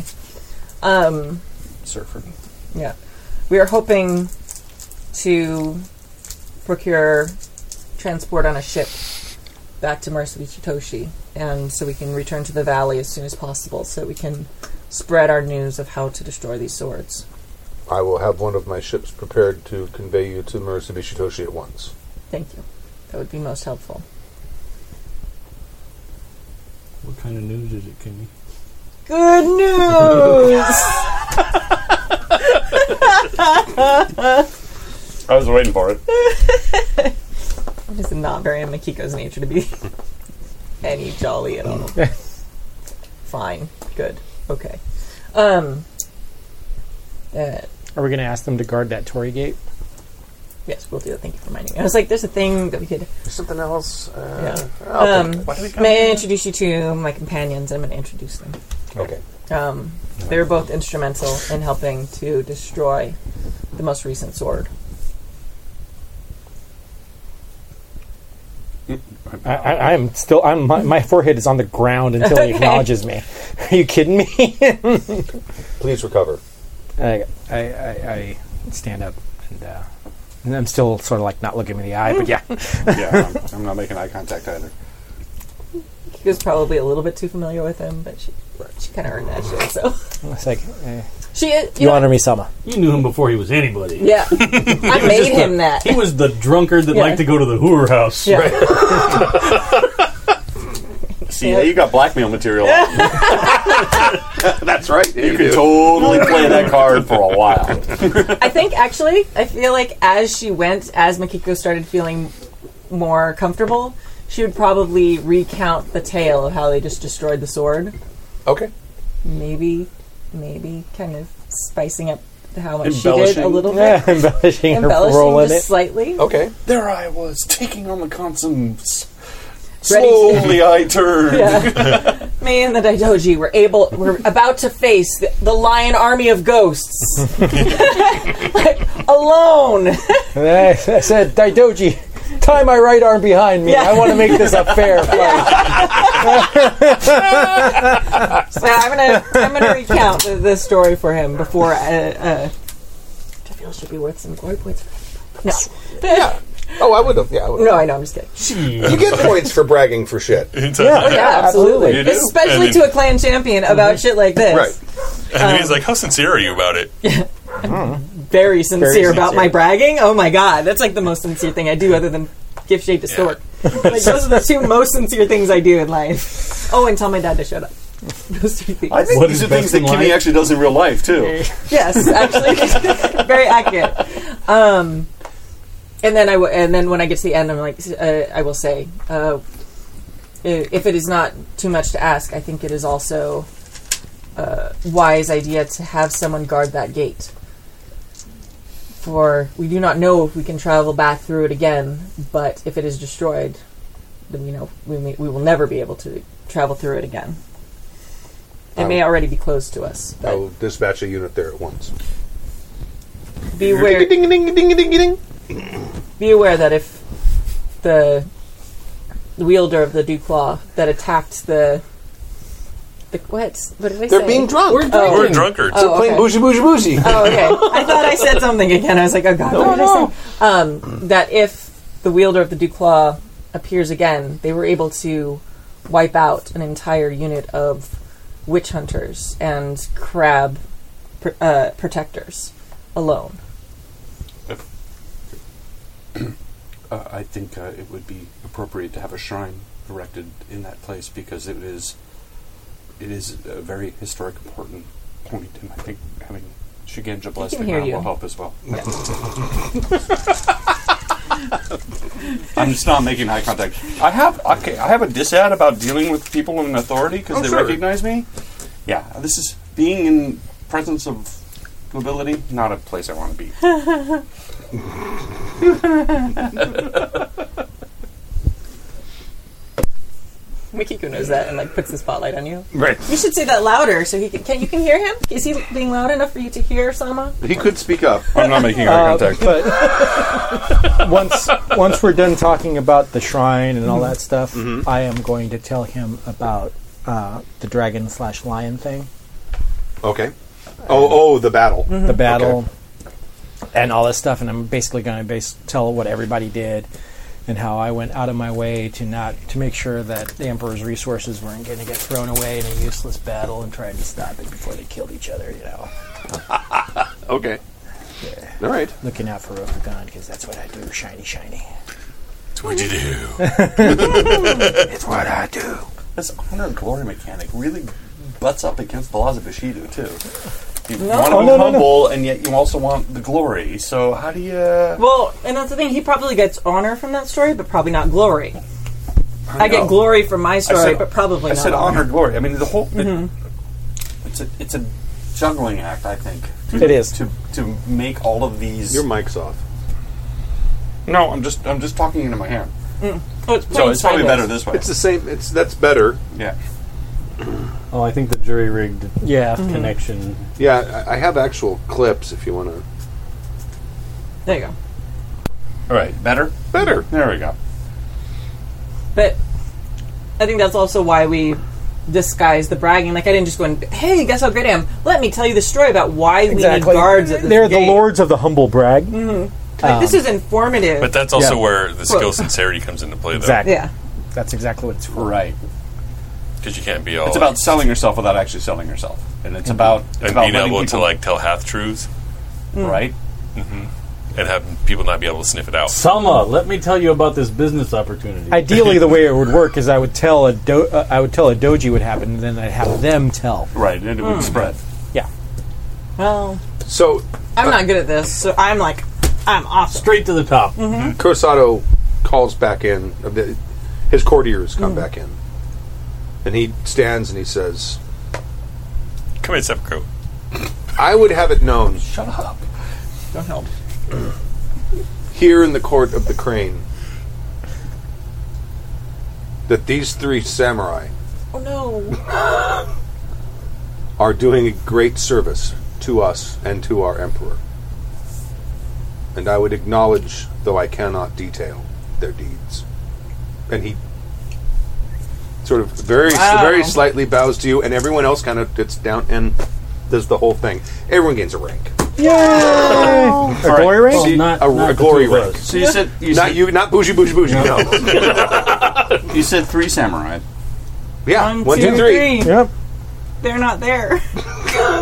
Um, surfer. yeah. We are hoping to procure transport on a ship back to Marsubishi Toshi, and so we can return to the valley as soon as possible so we can spread our news of how to destroy these swords. I will have one of my ships prepared to convey you to Murasubishitoshi at once. Thank you. That would be most helpful. What kind of news is it, Kimmy? Good news! I was waiting for it. It is not very in Makiko's nature to be any jolly at all. Fine. Good. Okay. Um. Uh, Are we going to ask them to guard that Tory gate? yes, we'll do that. Thank you for reminding me. I was like, there's a thing that we could. Something else? Uh, Yeah. I'll think Um, about it. May I introduce you to my companions? I'm going to introduce them. Okay. Um, they were both instrumental in helping to destroy the most recent sword. I, I, I'm still. I'm my, my forehead is on the ground until he acknowledges me. Are you kidding me? Please recover. I, I, I, I stand up and, uh, and I'm still sort of like not looking him in the eye, but yeah. yeah, I'm, I'm not making eye contact either. Kiko's probably a little bit too familiar with him, but she she kind of earned that shit. So It's like, eh, she you, you honor me, Selma. You knew him before he was anybody. Yeah, I made him that. He was the drunkard that Yeah. liked to go to the hooer house. Yeah. See, now you got blackmail material. on you. That's right. You can totally play that card for a while. I think actually, I feel like as she went, as Makiko started feeling more comfortable, she would probably recount the tale of how they just destroyed the sword. Okay. Maybe, maybe kind of spicing up how much she did Embellishing. a little bit, Yeah, embellishing, her role embellishing in just it. slightly. Okay. There I was, taking on the consoms. Ready to- Slowly I turned. Me and the Daidoji were able, were about to face the, the lion army of ghosts Like, alone. And I, I said, Daidoji, tie my right arm behind me. I want to make this a fair fight. So I'm gonna I'm gonna recount the, the story for him before. Uh, uh, which I feel should be worth some glory points. For him. No, Oh, I would have. Yeah, I would no, I know. I'm just kidding. You get points for bragging for shit. uh, Yeah, Yeah, absolutely. You do. Especially And Mm-hmm. to a clan champion about shit like this. Right. And then he's like, "How sincere are you about it?" Very sincere, about sincere. my bragging. Oh my god, that's like the most sincere thing I do, other than give shade to Stork. like those are the two most sincere things I do in life. Oh, and tell my dad to shut up. Those two things. I think What these is are things best that in Kimmy life? actually does in real life, too. yes, actually, very accurate. Um, and then I w- and then when I get to the end, I'm like, s- uh, I will say, uh, i- if it is not too much to ask, I think it is also a wise idea to have someone guard that gate. For we do not know if we can travel back through it again, but if it is destroyed, then we know we may, we will never be able to travel through it again. It may already be closed to us. I But will dispatch a unit there at once. beware. Ding, ding, ding, ding, ding, ding. be aware that if the wielder of the Duclaw that attacked the The, what? What did I They're say? being drunk. We're, drunk. Uh, We're drunkards. Oh, okay. bougie, bougie, bougie. Oh, okay. I thought I said something again. I was like, oh god, what did I say? Um, that if the wielder of the Duclaw appears again, they were able to wipe out an entire unit of witch hunters and crab pr- uh, protectors alone. Uh, I think uh, it would be appropriate to have a shrine erected in that place because it is it is a very historic important point, and I think having Shigenja bless the hear ground will you. help as well. I'm just not making eye contact. I have okay. I have a disad about dealing with people in authority because Oh, they sure. recognize me. Yeah, this is being in presence of nobility. Not a place I want to be. Mikiko knows that and like puts the spotlight on you. Right. You should say that louder so he can. Can you can hear him? Is he being loud enough for you to hear Sama? He could speak up. I'm not making eye contact. But once once we're done talking about the shrine and all that stuff, I am going to tell him about uh, the dragon slash lion thing, Okay. Oh, oh, the battle. the battle, and all that stuff. And I'm basically going to base- tell what everybody did and how I went out of my way to not to make sure that the emperor's resources weren't going to get thrown away in a useless battle and tried to stop it before they killed each other. You know, Okay. All right. looking out for Rokugan because that's what I do. Shiny, shiny. That's what you do. It's what I do. This honor and glory mechanic really butts up against the laws of Bushido too. You want to Oh, be no, no, no. humble, and yet you also want the glory. So how do you? uh, Well, and that's the thing. He probably gets honor from that story, but probably not glory. I, know. get glory from my I story, but probably I not. said honor. honor, glory. I mean, the whole. it- it's a it's a juggling act, I think. To, It is. to to make all of these. Your mic's off. no, I'm just I'm just talking into my hand. Oh, it's So it's probably sideways. better this way. It's the same. It's that's better. yeah. Oh, I think the jury rigged Yeah. Mm-hmm. connection. Yeah, I, I have actual clips if you want to. There you go. All right. Better. Better. There we go. But I think that's also why we disguise the bragging. Like I didn't just go and hey, guess how great I am. Let me tell you the story about why we need guards at this They're gate. the lords of the humble brag. Mm-hmm. Like, this is informative. But that's also Yeah. where the skill Well- sincerity comes into play, though. Exactly. yeah. That's exactly what it's for. Right. Because you can't be all. It's about selling yourself without actually selling yourself, and it's about it's Mm-hmm. and about being letting able people to like tell half truths right. and having people not be able to sniff it out. Sama, let me tell you about this business opportunity. Ideally, the way it would work is I would tell a do- uh, I would tell a doji what happened, and then I'd have them tell. Right, and it would spread. Yeah, Well, So I'm not good at this, so I'm like, I'm off. Straight to the top. Mm-hmm. Kurosato calls back in. uh, the- His courtiers come back in, and he stands and he says, Come in, Sepco. "I would have it known." Shut up! Don't help. Here in the court of the crane, that these three samurai Oh no. are doing a great service to us and to our emperor. And I would acknowledge, though I cannot detail, their deeds. And he sort of very, very slightly bows to you, and everyone else kind of gets down and does the whole thing. Everyone gains a rank, a glory ring. Well, not, a, not a the glory two of rank. us. So you said you Not said, you, not bougie, bougie, bougie. No, you said three samurai. yeah, One, one, two, three. Yep. They're not there.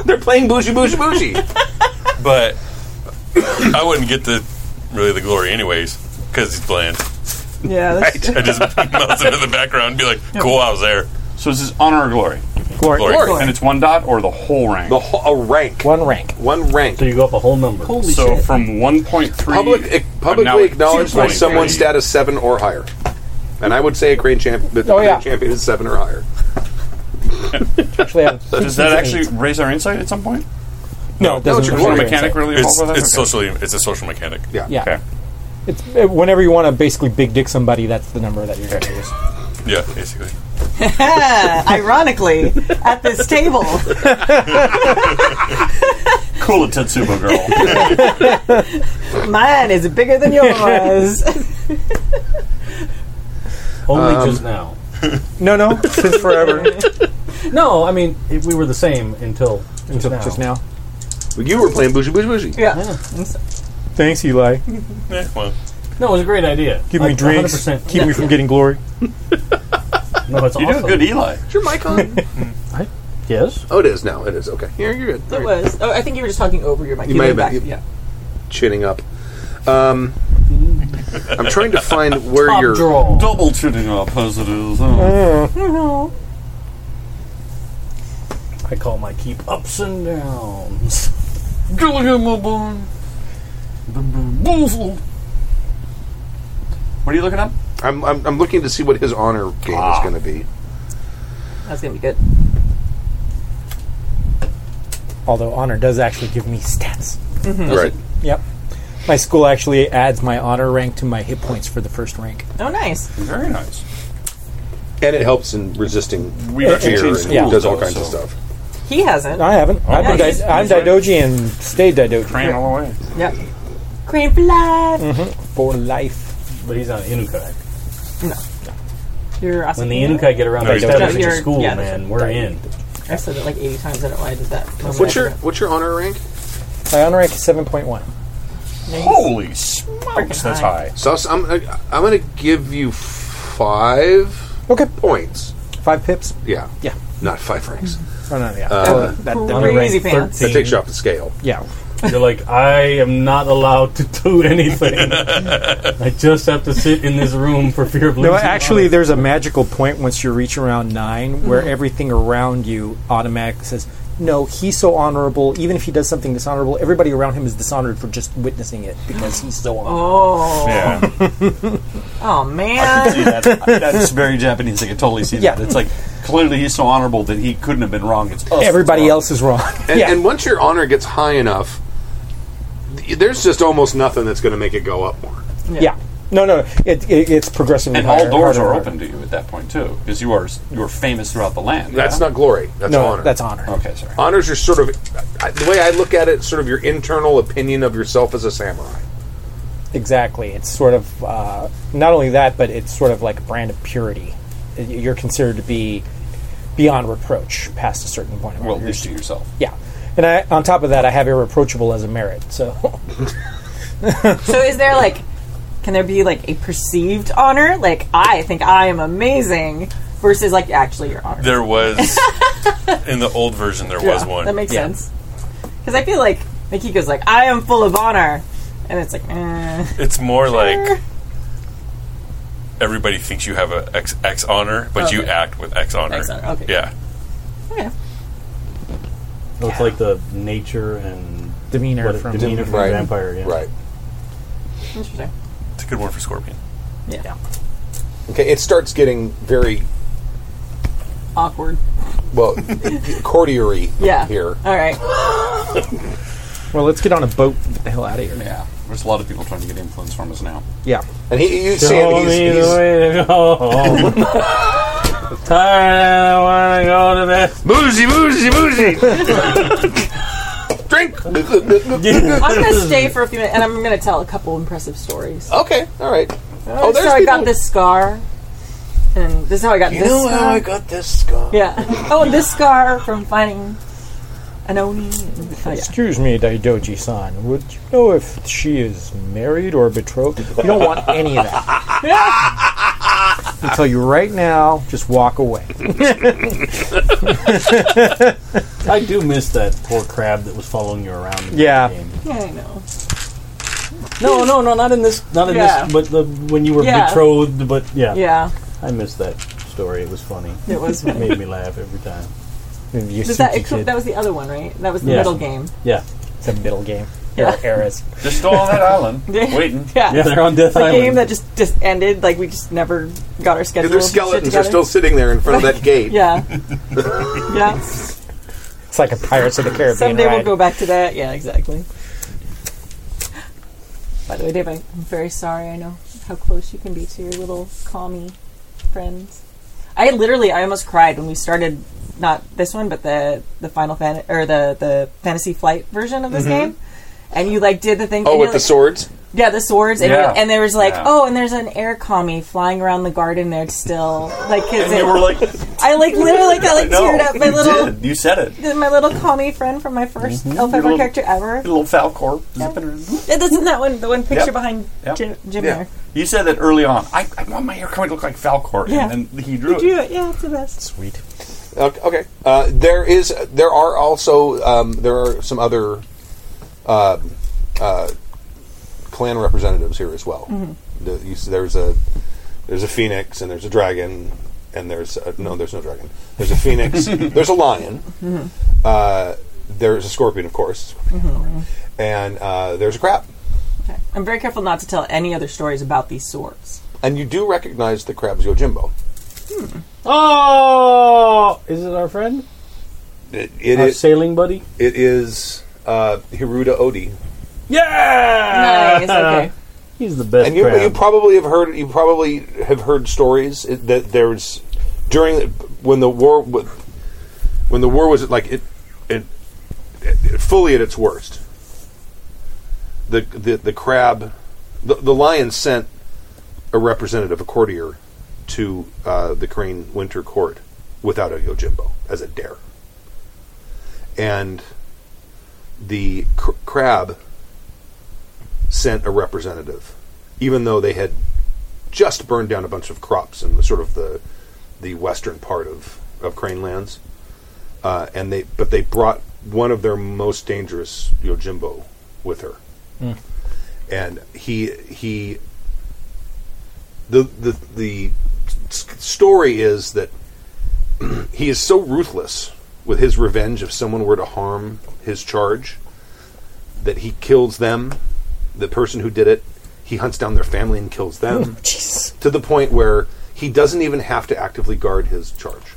They're playing bougie, bougie, bougie. But I wouldn't get the really the glory anyways because he's bland. Yeah. That's, I just melt into the background and be like, "Cool, I was there." So this is honor or glory, Glory. Glory. Glory. and it's one dot or the whole rank. the whole, a rank, One rank. one rank. So you go up a whole number. so from one point three. Public, ac- publicly acknowledged by someone status. status seven or higher. And I would say a crane champ, but Oh, crane yeah. champion is seven or higher. Actually, I have Does that actually raise our insight at some point? no? It doesn't it's your raise Does Glory the your mechanic insight. really It's, involved with it's that? Okay. socially it's a social mechanic. Yeah. Yeah. Okay. It's uh, whenever you want to basically big dick somebody, that's the number that you're going to use. Yeah, basically. Uh, ironically, at this table. Cool, it, Tetsubo girl. Mine is bigger than yours. Only just now. Um, No, no, since forever. No, I mean it, we were the same until Until just now. Well, you were playing Bushy Bushy Bushy. Yeah. Thanks, Eli. Eh, well, No, it was a great idea. Give Like, me drinks. 100%. Keep me from getting glory. No, it's you do a awesome. good Eli. Is your mic on? e- Yes. oh, it is now. It is okay. Here, you're good. It was. Oh, I think you were just talking over your mic. You You may leaned have been- back. Yeah. Chinning up. Um, I'm trying to find where Top your draw. Double tuning up as it is. I call my keep ups and downs. What are you looking up? I'm, I'm I'm looking to see what his honor game is going to be. That's gonna be good. Although honor does actually give me stats. Right. Yep. My school actually adds my honor rank to my hit points for the first rank. Oh, nice. Very nice. And it helps in resisting We actually fear changed and schools, does all though, kinds so of stuff. He hasn't. I haven't. I've been nice. di- I'm Didoji and stayed Ran Didoji all the way. Yep. Cream for life. for life. But he's not an Inukai. You're When the Asakura. Inukai get around their No, you status don't. in your You're- school, yeah, that's man, we're in. I said it like 80 times. I don't know why I did that. What's your what's your honor rank? My honor rank is seven point one. Holy smokes, that's high. So so I'm I'm going to give you five Okay. points. Five pips. Yeah. Yeah. Not five ranks. Oh no, yeah. Uh, that, Honor rank Crazy pants. 13. That takes you off the scale. yeah. You're like, I am not allowed to do anything. I just have to sit in this room for fear of losing. No, actually, honor. there's a magical point once you reach around nine where everything around you automatically says, "No, he's so honorable. Even if he does something dishonorable, everybody around him is dishonored for just witnessing it because he's so honorable." Oh. Yeah. Oh, man. See, that, that's very Japanese. I can totally see Yeah. that. It's like clearly he's so honorable that he couldn't have been wrong. It's us that's Everybody wrong. else is wrong. And, yeah. and once your honor gets high enough, th- there's just almost nothing that's going to make it go up more. yeah, No, no, it, it, it's progressing. And higher, all doors harder, are harder. open to you at that point too, because you are you are famous throughout the land. That's not glory. That's No, honor. that's honor. okay. Sorry. honors are sort of I- the way I look at it. Sort of your internal opinion of yourself as a samurai. Exactly. It's sort of uh, not only that, but it's sort of like a brand of purity. Y- You're considered to be beyond reproach past a certain point. of Well, honor. at You're- least to yourself. yeah. And I, on top of that, I have irreproachable as a merit. So So is there like, can there be like a perceived honor? Like I think I am amazing versus like actually your honor. There was in the old version. There was one. That makes sense. Because I feel like Makiko's like I am full of honor, and it's like eh. It's more like everybody thinks you have a X, X honor, but you Okay. act with X honor. X honor, okay. Yeah. it's like the nature and demeanor what from demeanor from Right. vampire. Yeah. Right. interesting. It's a good one for Scorpion. Yeah. Okay. It starts getting very Awkward. well courtiery Yeah. here. All right. well, let's get on a boat. and Get the hell out of here. Yeah. There's a lot of people trying to get influence from us now. Yeah. And he, you see Show him, he's, me he's, the way to go. Tired. I want to go to bed. boozy, boozy, boozy. Drink. I'm gonna stay for a few minutes, and I'm gonna tell a couple impressive stories. okay. All right. Oh, so I got this scar, and this is how I got You this. know scar. how I got this scar? Yeah. Oh, and this scar from finding an oni. and- Oh, yeah. Excuse me, Daidoji-san. Would you know if she is married or betrothed? You don't want any of that. I tell you right now, just walk away. I do miss that poor crab that was following you around. In Yeah. The game. Yeah, I know. No, no, no, not in this. Not in Yeah. this. But the, when you were Yeah. betrothed. But yeah, Yeah, I miss that story. It was funny. it was. It made me laugh every time. You Was that, Suki it, could- kid. that was the other one, right? That was the Yeah. middle game. Yeah. It's a middle game. Yeah. Or eras. They're still on that island, Yeah. waiting. Yeah, Yeah, they're on Death the Island. game that just just ended. Like we just never got our schedule. And their shit skeletons are together. still sitting there in front of that gate. Yeah, yeah. It's like a Pirates of the Caribbean Someday we'll ride. go back to that. Yeah, exactly. By the way, Dave, I'm very sorry. I know how close you can be to your little commie friends. I literally, I almost cried when we started not this one, but the the final fan or the the fantasy flight version of this Mm-hmm. game. And you like did the thing. Oh, and with you're the like- swords? Yeah, the swords, and, Yeah. and there was like, Yeah. oh, and there's an air commie flying around the garden there still, like, cause And it, you were like, I like literally like, I like know. teared up my You little did. You said it. my little commie friend from my 1st Mhm. Elf Your Ever little- character ever. Little Falcor zipping her. It isn't that one the one picture Yep. behind Yep. Jim, Jim Yeah. there. You said that early on. I, I want my hair coming to look like Falcor, Yeah. and then he drew You it. drew it. Yeah, it's the best. Sweet. Okay. okay. Uh, there is. There are also. Um, there are some other uh, uh, clan representatives here as well. Mhm. The- you s- there's a there's a phoenix and there's a dragon and there's a, no there's no dragon. There's a phoenix. there's a lion. Mhm. Uh, there's a scorpion, of course, Mhm. and uh, there's a crab. I'm very careful not to tell any other stories about these swords. And you do recognize the crab's Yojimbo. Oh, is it our friend? It, it Our is- sailing buddy. It is uh, Hiruda Odi. Yeah. Nice, okay. He's the best. and you, crab. you probably have heard you probably have heard stories i- that there's during the- when the war wa- when the war was like it it, it fully at its worst the the, the crab the, the lion sent a representative a courtier to uh, the crane winter court without a yojimbo as a dare and the cr- crab sent a representative, even though they had just burned down a bunch of crops in the sort of the the western part of of Crane Lands, uh, and they but they brought one of their most dangerous Yojimbo with her, Mm. and he he the the the s- story is that he is so ruthless with his revenge if someone were to harm his charge that he kills them the person who did it he hunts down their family and kills them to the point where he doesn't even have to actively guard his charge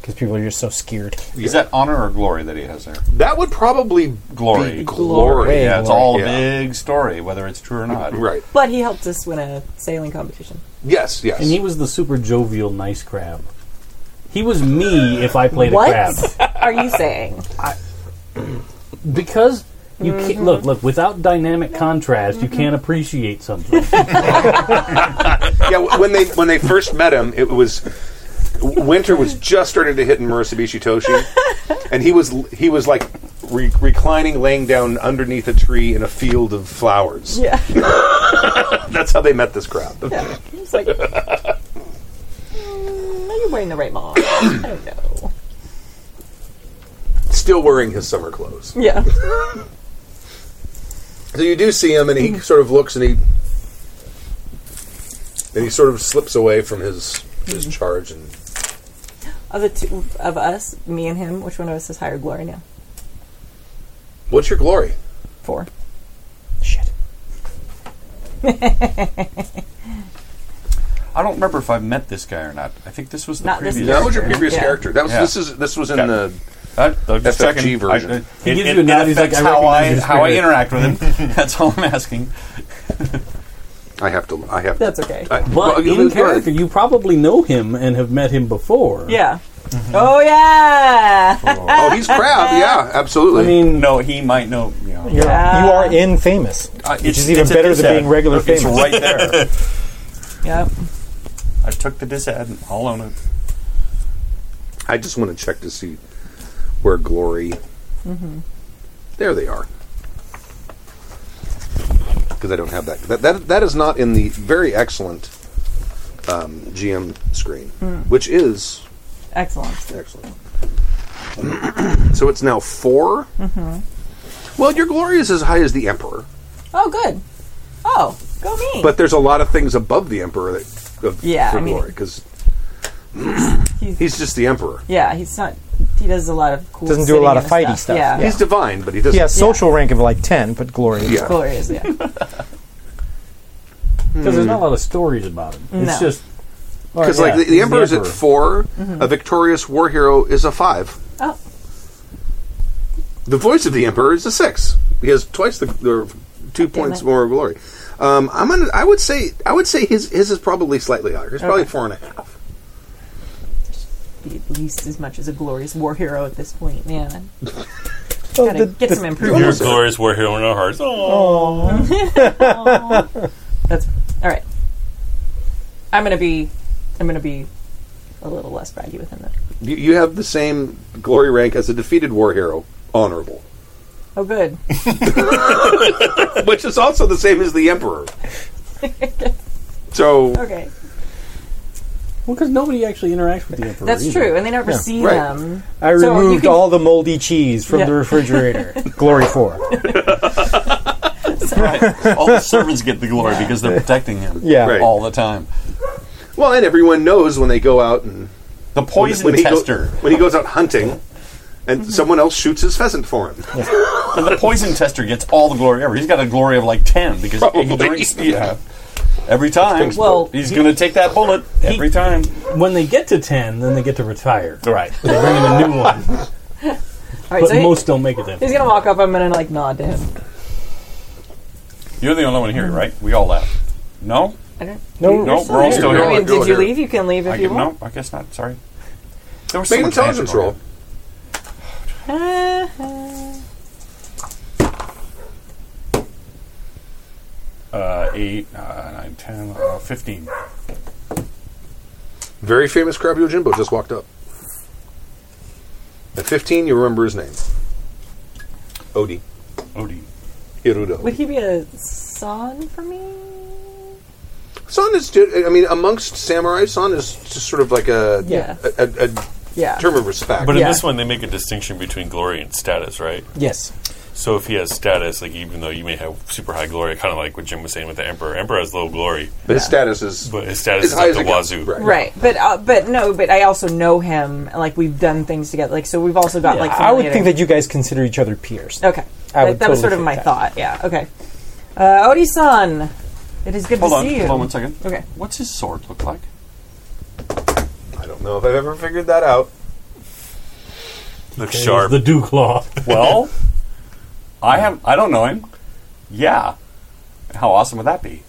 Because people are just so scared. Is that honor or glory that he has there? that would probably Glory. be glory Yeah, it's all Yeah. big story, whether it's true or not. Right. But he helped us win a sailing competition. Yes, yes. And he was the super jovial, nice crab. He was me if I played a crab. What are you saying? Because you Mhm. can't look, look, without dynamic contrast, Mm-hmm. you can't appreciate something. yeah w- when they when they first met him it was w- winter was just starting to hit in Murasabisi Toshi and he was l- he was like re- reclining laying down underneath a tree in a field of flowers Yeah. that's how they met this crowd Yeah. It's like, mm, are you wearing the right mom? I don't know. still wearing his summer clothes Yeah. So you do see him, and he sort of looks, and he and he sort of slips away from his his charge, and Of the two of us, me and him, which one of us is higher glory now? what's your glory? Four. I don't remember if I've met this guy or not. I think this was the Not this previous. That was your previous character. That was Yeah. this is this was in Okay. the I- I'm just FFG checking. version. I- I- He it- gives it- you a nod, it he's like, affects "I how recognize I your how I spirit." interact with him. That's all I'm asking. I have to. I have. That's okay. I, But well, you- in character, you probably know him and have met him before. Yeah. Mm-hmm. Oh yeah. Oh, he's crab. Yeah, absolutely. I mean, no, he might know. You know. You're- You are in famous, Uh, which it's- is even it's a better than disad. being regular Look, famous. It's right there. yep. I took the disad. and I'll own it. I just want to check to see where glory. Mm-hmm. There they are. Because I don't have that. That that that is not in the very excellent um, GM screen, Mm. which is Excellent. excellent. so it's now four. Mm-hmm. Well, your glory is as high as the emperor, Oh good. Oh, go me. but there's a lot of things above the emperor that of Yeah, for I mean- glory because he's just the emperor. yeah, he's not. He does a lot of cool. Doesn't do a lot of sitting fighty and stuff. Yeah. He's divine, but he doesn't. He has social rank of like ten, but glory. Yeah. Glorious. Yeah. Because Mm-hmm. there's not a lot of stories about him. No. It's just. all right, Because yeah, like the, he's the emperor is at emperor. 4 Mhm. a victorious war hero is a five. Oh. The voice of the emperor is a six. He has twice the or two points it. more glory. Um, I'm gonna. I would say. I would say his his is probably slightly higher. He's probably Okay. four and a half. Be at least as much as a glorious war hero at this point, man. Well, Gotta the- get the- some Your improvement. glorious war hero in our hearts. Oh, Aw. That's all right. I'm gonna be. I'm gonna be a little less braggy within them. You, you have the same glory rank as a defeated war hero, honorable, Oh, good. which is also the same as the emperor. So okay, Well, because nobody actually interacts with the emperor. that's either. true, and they never Yeah. see Right. them. I So you removed can- all the moldy cheese from Yeah. the refrigerator. Glory four. All the servants get the glory because they're protecting him Yeah. Right. all the time. well, and everyone knows when they go out and The poison when he go- tester. when he goes out hunting, Mm-hmm. and someone else shoots his pheasant for him. And the poison tester gets all the glory ever. He's got a glory of like ten because he Probably. drinks yeah. every time. Well, he's going to take that bullet every time. When they get to ten, then they get to retire. Right. They bring in a new one, All right, but so he- most don't make it. Then he's gonna walk up. I'm gonna like nod to him. You're the only one here, right? We all left. No, I don't. no, no, we're all still I here. mean, go did you here. leave? You can leave if I you get, want. no, I guess not. Sorry. There was Make an so much intelligence magic roll. around. Uh, 8, uh, 9, 10, uh, 15. Very famous Crabby Jimbo just walked up. At 15, you remember his name. Odie. Odie. Hirudo. Would he be a son for me? Son is, ju- I mean, amongst samurai, son is just sort of like a, Yeah. a, a, a Yeah. term of respect. But in Yeah. this one, they make a distinction between glory and status, right? Yes. So if he has status, like even though you may have super high glory, kind of like what Jim was saying with the emperor, emperor has low glory, But his status is. but his status It's is high up as the it goes, wazoo. right. Right, but uh, but no, but I also know him. and, Like we've done things together. Like so, we've also got like. I would think familiarity. that you guys consider each other peers. Okay, I That- would that was sort totally of think my that. thought. Yeah. Okay. Uh, Odi-san, it is good Hold to on, see you. hold on one second. Okay. What's his sword look like? I don't know if I've ever figured that out. Looks sharp. The Duke Law. Well, I have. I don't know him. Yeah. How awesome would that be?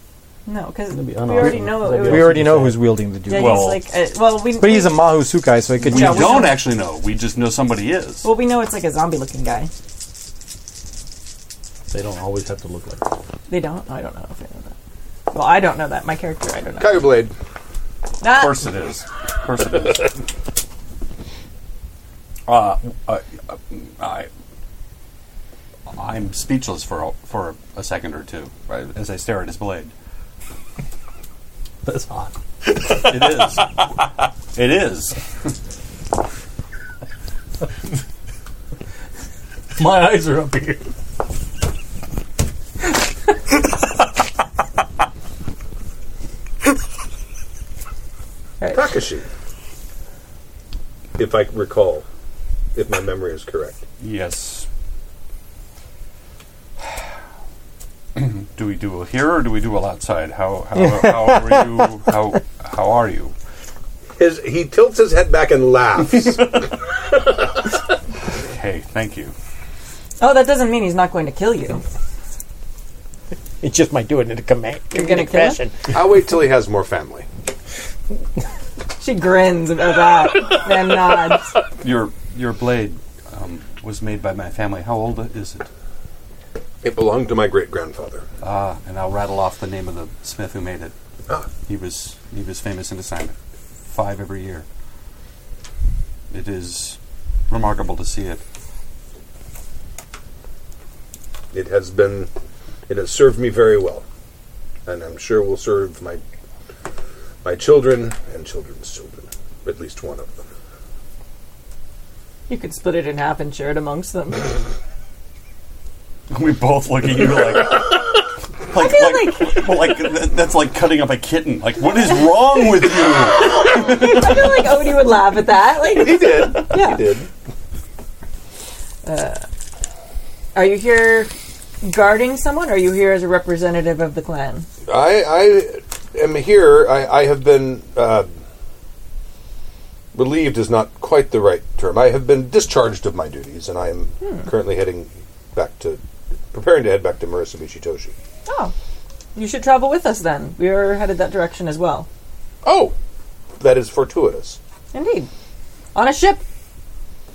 No, because be we unawesome. already know. It was, We already know who's wielding the Yeah, dude. he's well- like a, well, we. But he's a Mahusukai, so it could We Yeah, we don't don't- actually know. We just know somebody is. Well, we know it's like a zombie-looking guy. They don't always have to look like that. They don't. I don't know if they know that. Well, I don't know that. My character, I don't know. Kaiser Blade. Ah, Of course it is. Of course it is. uh, uh, I, I'm speechless for a, for a second or two right, as I stare at his blade. That's hot. It is. it is. My eyes are up here. Takashi. If I recall, if my memory is correct. Yes. do we do a here or do we do a outside? How how, how are you? How how are you? His, he tilts his head back and laughs. Hey, thank you. oh, that doesn't mean he's not going to kill you. It just might do it in a command. You're gonna kill him? I'll wait till he has more family. She grins about that and nods. Your your blade um, was made by my family. How old is it? It belonged to my great grandfather. Ah, and I'll rattle off the name of the smith who made it. Ah. He was he was famous in assignment. Five every year. It is remarkable to see it. It has been, it has served me very well, and I'm sure will serve my my children and children's children, at least one of them. You could split it in half and share it amongst them. We both look at you like. Like, I like, well, like th- that's like cutting up a kitten. Like, what is wrong with you? I feel like Odie would laugh at that. Like, did. yeah. did. Are you here guarding someone, or are you here as a representative of the clan? I, I am here. I, I have been uh, relieved is not quite the right term. I have been discharged of my duties, and I am Hmm. currently heading back to preparing to head back to Marissa Michitoshi. Oh, you should travel with us then. We are headed that direction as well. Oh, that is fortuitous. Indeed. On a ship.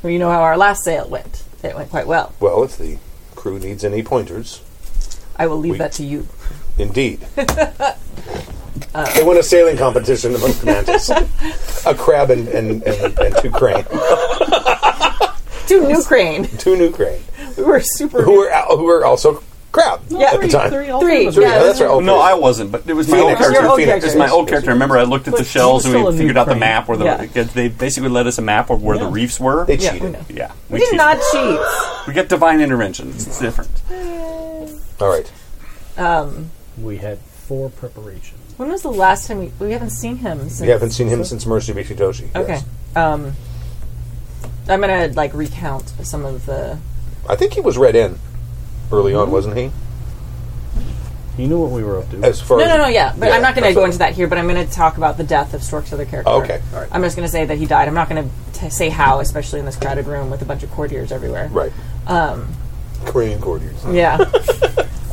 Well, you know how our last sail went. It went quite well. Well, if the crew needs any pointers, I will leave We- that to you. Indeed. Uh. They win a sailing competition amongst the mantis. a crab and, and, and, and two crane. Two new crane. Two new crane. We were super. Who were, al- who were also crab Yeah, at the three- time. Oh, three, all three of us Three, were yeah, crab. that's right. all No, three. I wasn't, but it was my Phoenix, old that's character. your old character. It's my old character. Remember, I looked at the shells and still a we new figured out the crane. map where the Yeah. because they basically let us a map of where the reefs were. They Yeah, cheated. yeah, We we did cheated. not cheat. We get divine intervention. It's different. All right. Um, We had four preparations. when was the last time we, we haven't seen him? Since, We haven't seen him since Mercy Bishitoshi. Okay. Um, I'm gonna like recount some of the. I think he was red in early on, wasn't he? He knew what we were up to. As far No, as no, no, yeah, but I'm not going to go absolutely. into that here. But I'm going to talk about the death of Stork's other character. Oh, okay. All right. I'm just going to say that he died. I'm not going to say how, especially in this crowded room with a bunch of courtiers everywhere. Right. Um, Korean courtiers. yeah.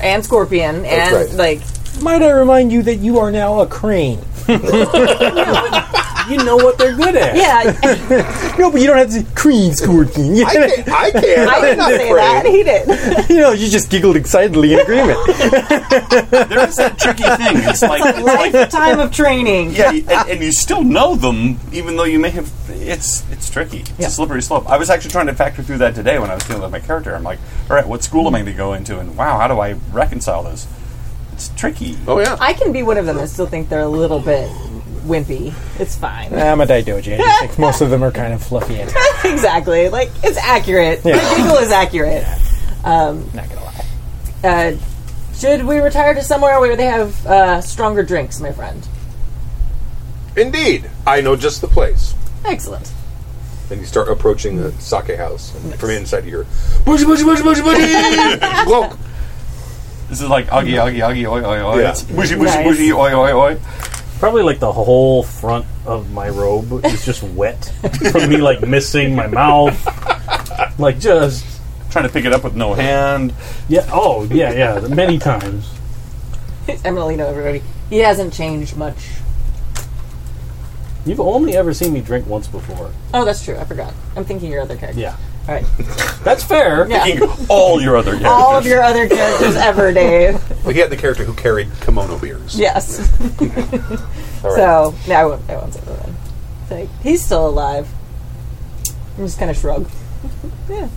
and Scorpion and right. like Might I remind you that you are now a crane? You know what they're good at. yeah. No, but you don't have to say crane scorpion. You, I can't. I can't. I I'm didn't not say afraid. that. He did. you know, you just giggled excitedly in agreement. There is that tricky thing. It's like, it's like Lifetime of training. yeah, you- and, and you still know them, even though you may have. It's it's tricky. It's Yeah. a slippery slope. I was actually trying to factor through that today when I was dealing with my character. I'm like, all right, what school am I going to go into, and wow, how do I reconcile this? It's tricky. Oh yeah. I can be one of them and still think they're a little bit wimpy. It's fine. Ah, I'm a Daidoji. I think most of them are kind of fluffy and exactly. Like it's accurate. The giggle is accurate. Um, not gonna lie. Uh, should we retire to somewhere where they have uh, stronger drinks, my friend? Indeed, I know just the place. Excellent. And you start approaching the sake house and from inside. You hear boogie boogie boogie boogie boogie. Glonk. This is like Augie, Augie, Augie, oi, oi, oi. Yeah. It's bushy, bushy, Nice. bushy, oi, oi, oi. Probably like the whole front of my robe is just wet from me like missing my mouth. Like just Trying to pick it up with no hand. yeah. Oh yeah, yeah. Many times. I'm gonna lean over everybody. He hasn't changed much. You've only ever seen me drink once before. Oh, that's true. I forgot. I'm thinking your other character. Yeah, All right. that's fair. Yeah. All your other characters. All of your other characters ever, Dave. Well, he had the character who carried kimono beers. Yes. So no, I won't. I won't say that. Then. Like, he's still alive. I'm just kind of shrug. yeah.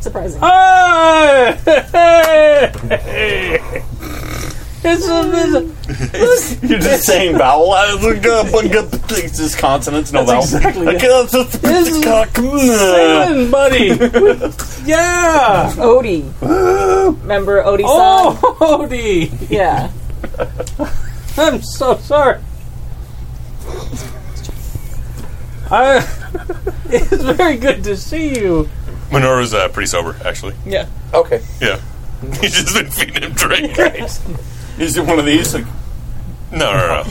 Surprising. You're just saying vowel. I looked up, looked up, It's just consonants, no vowel. Exactly. Sailing, buddy. yeah. Odie. Remember Odie's son? Oh, Odie. Yeah. I'm so sorry. I, it's very good to see you. Minoru's uh, pretty sober, actually. Yeah. Okay. Yeah. He's just been feeding him drink. no, Is it one of these? Like, no, no.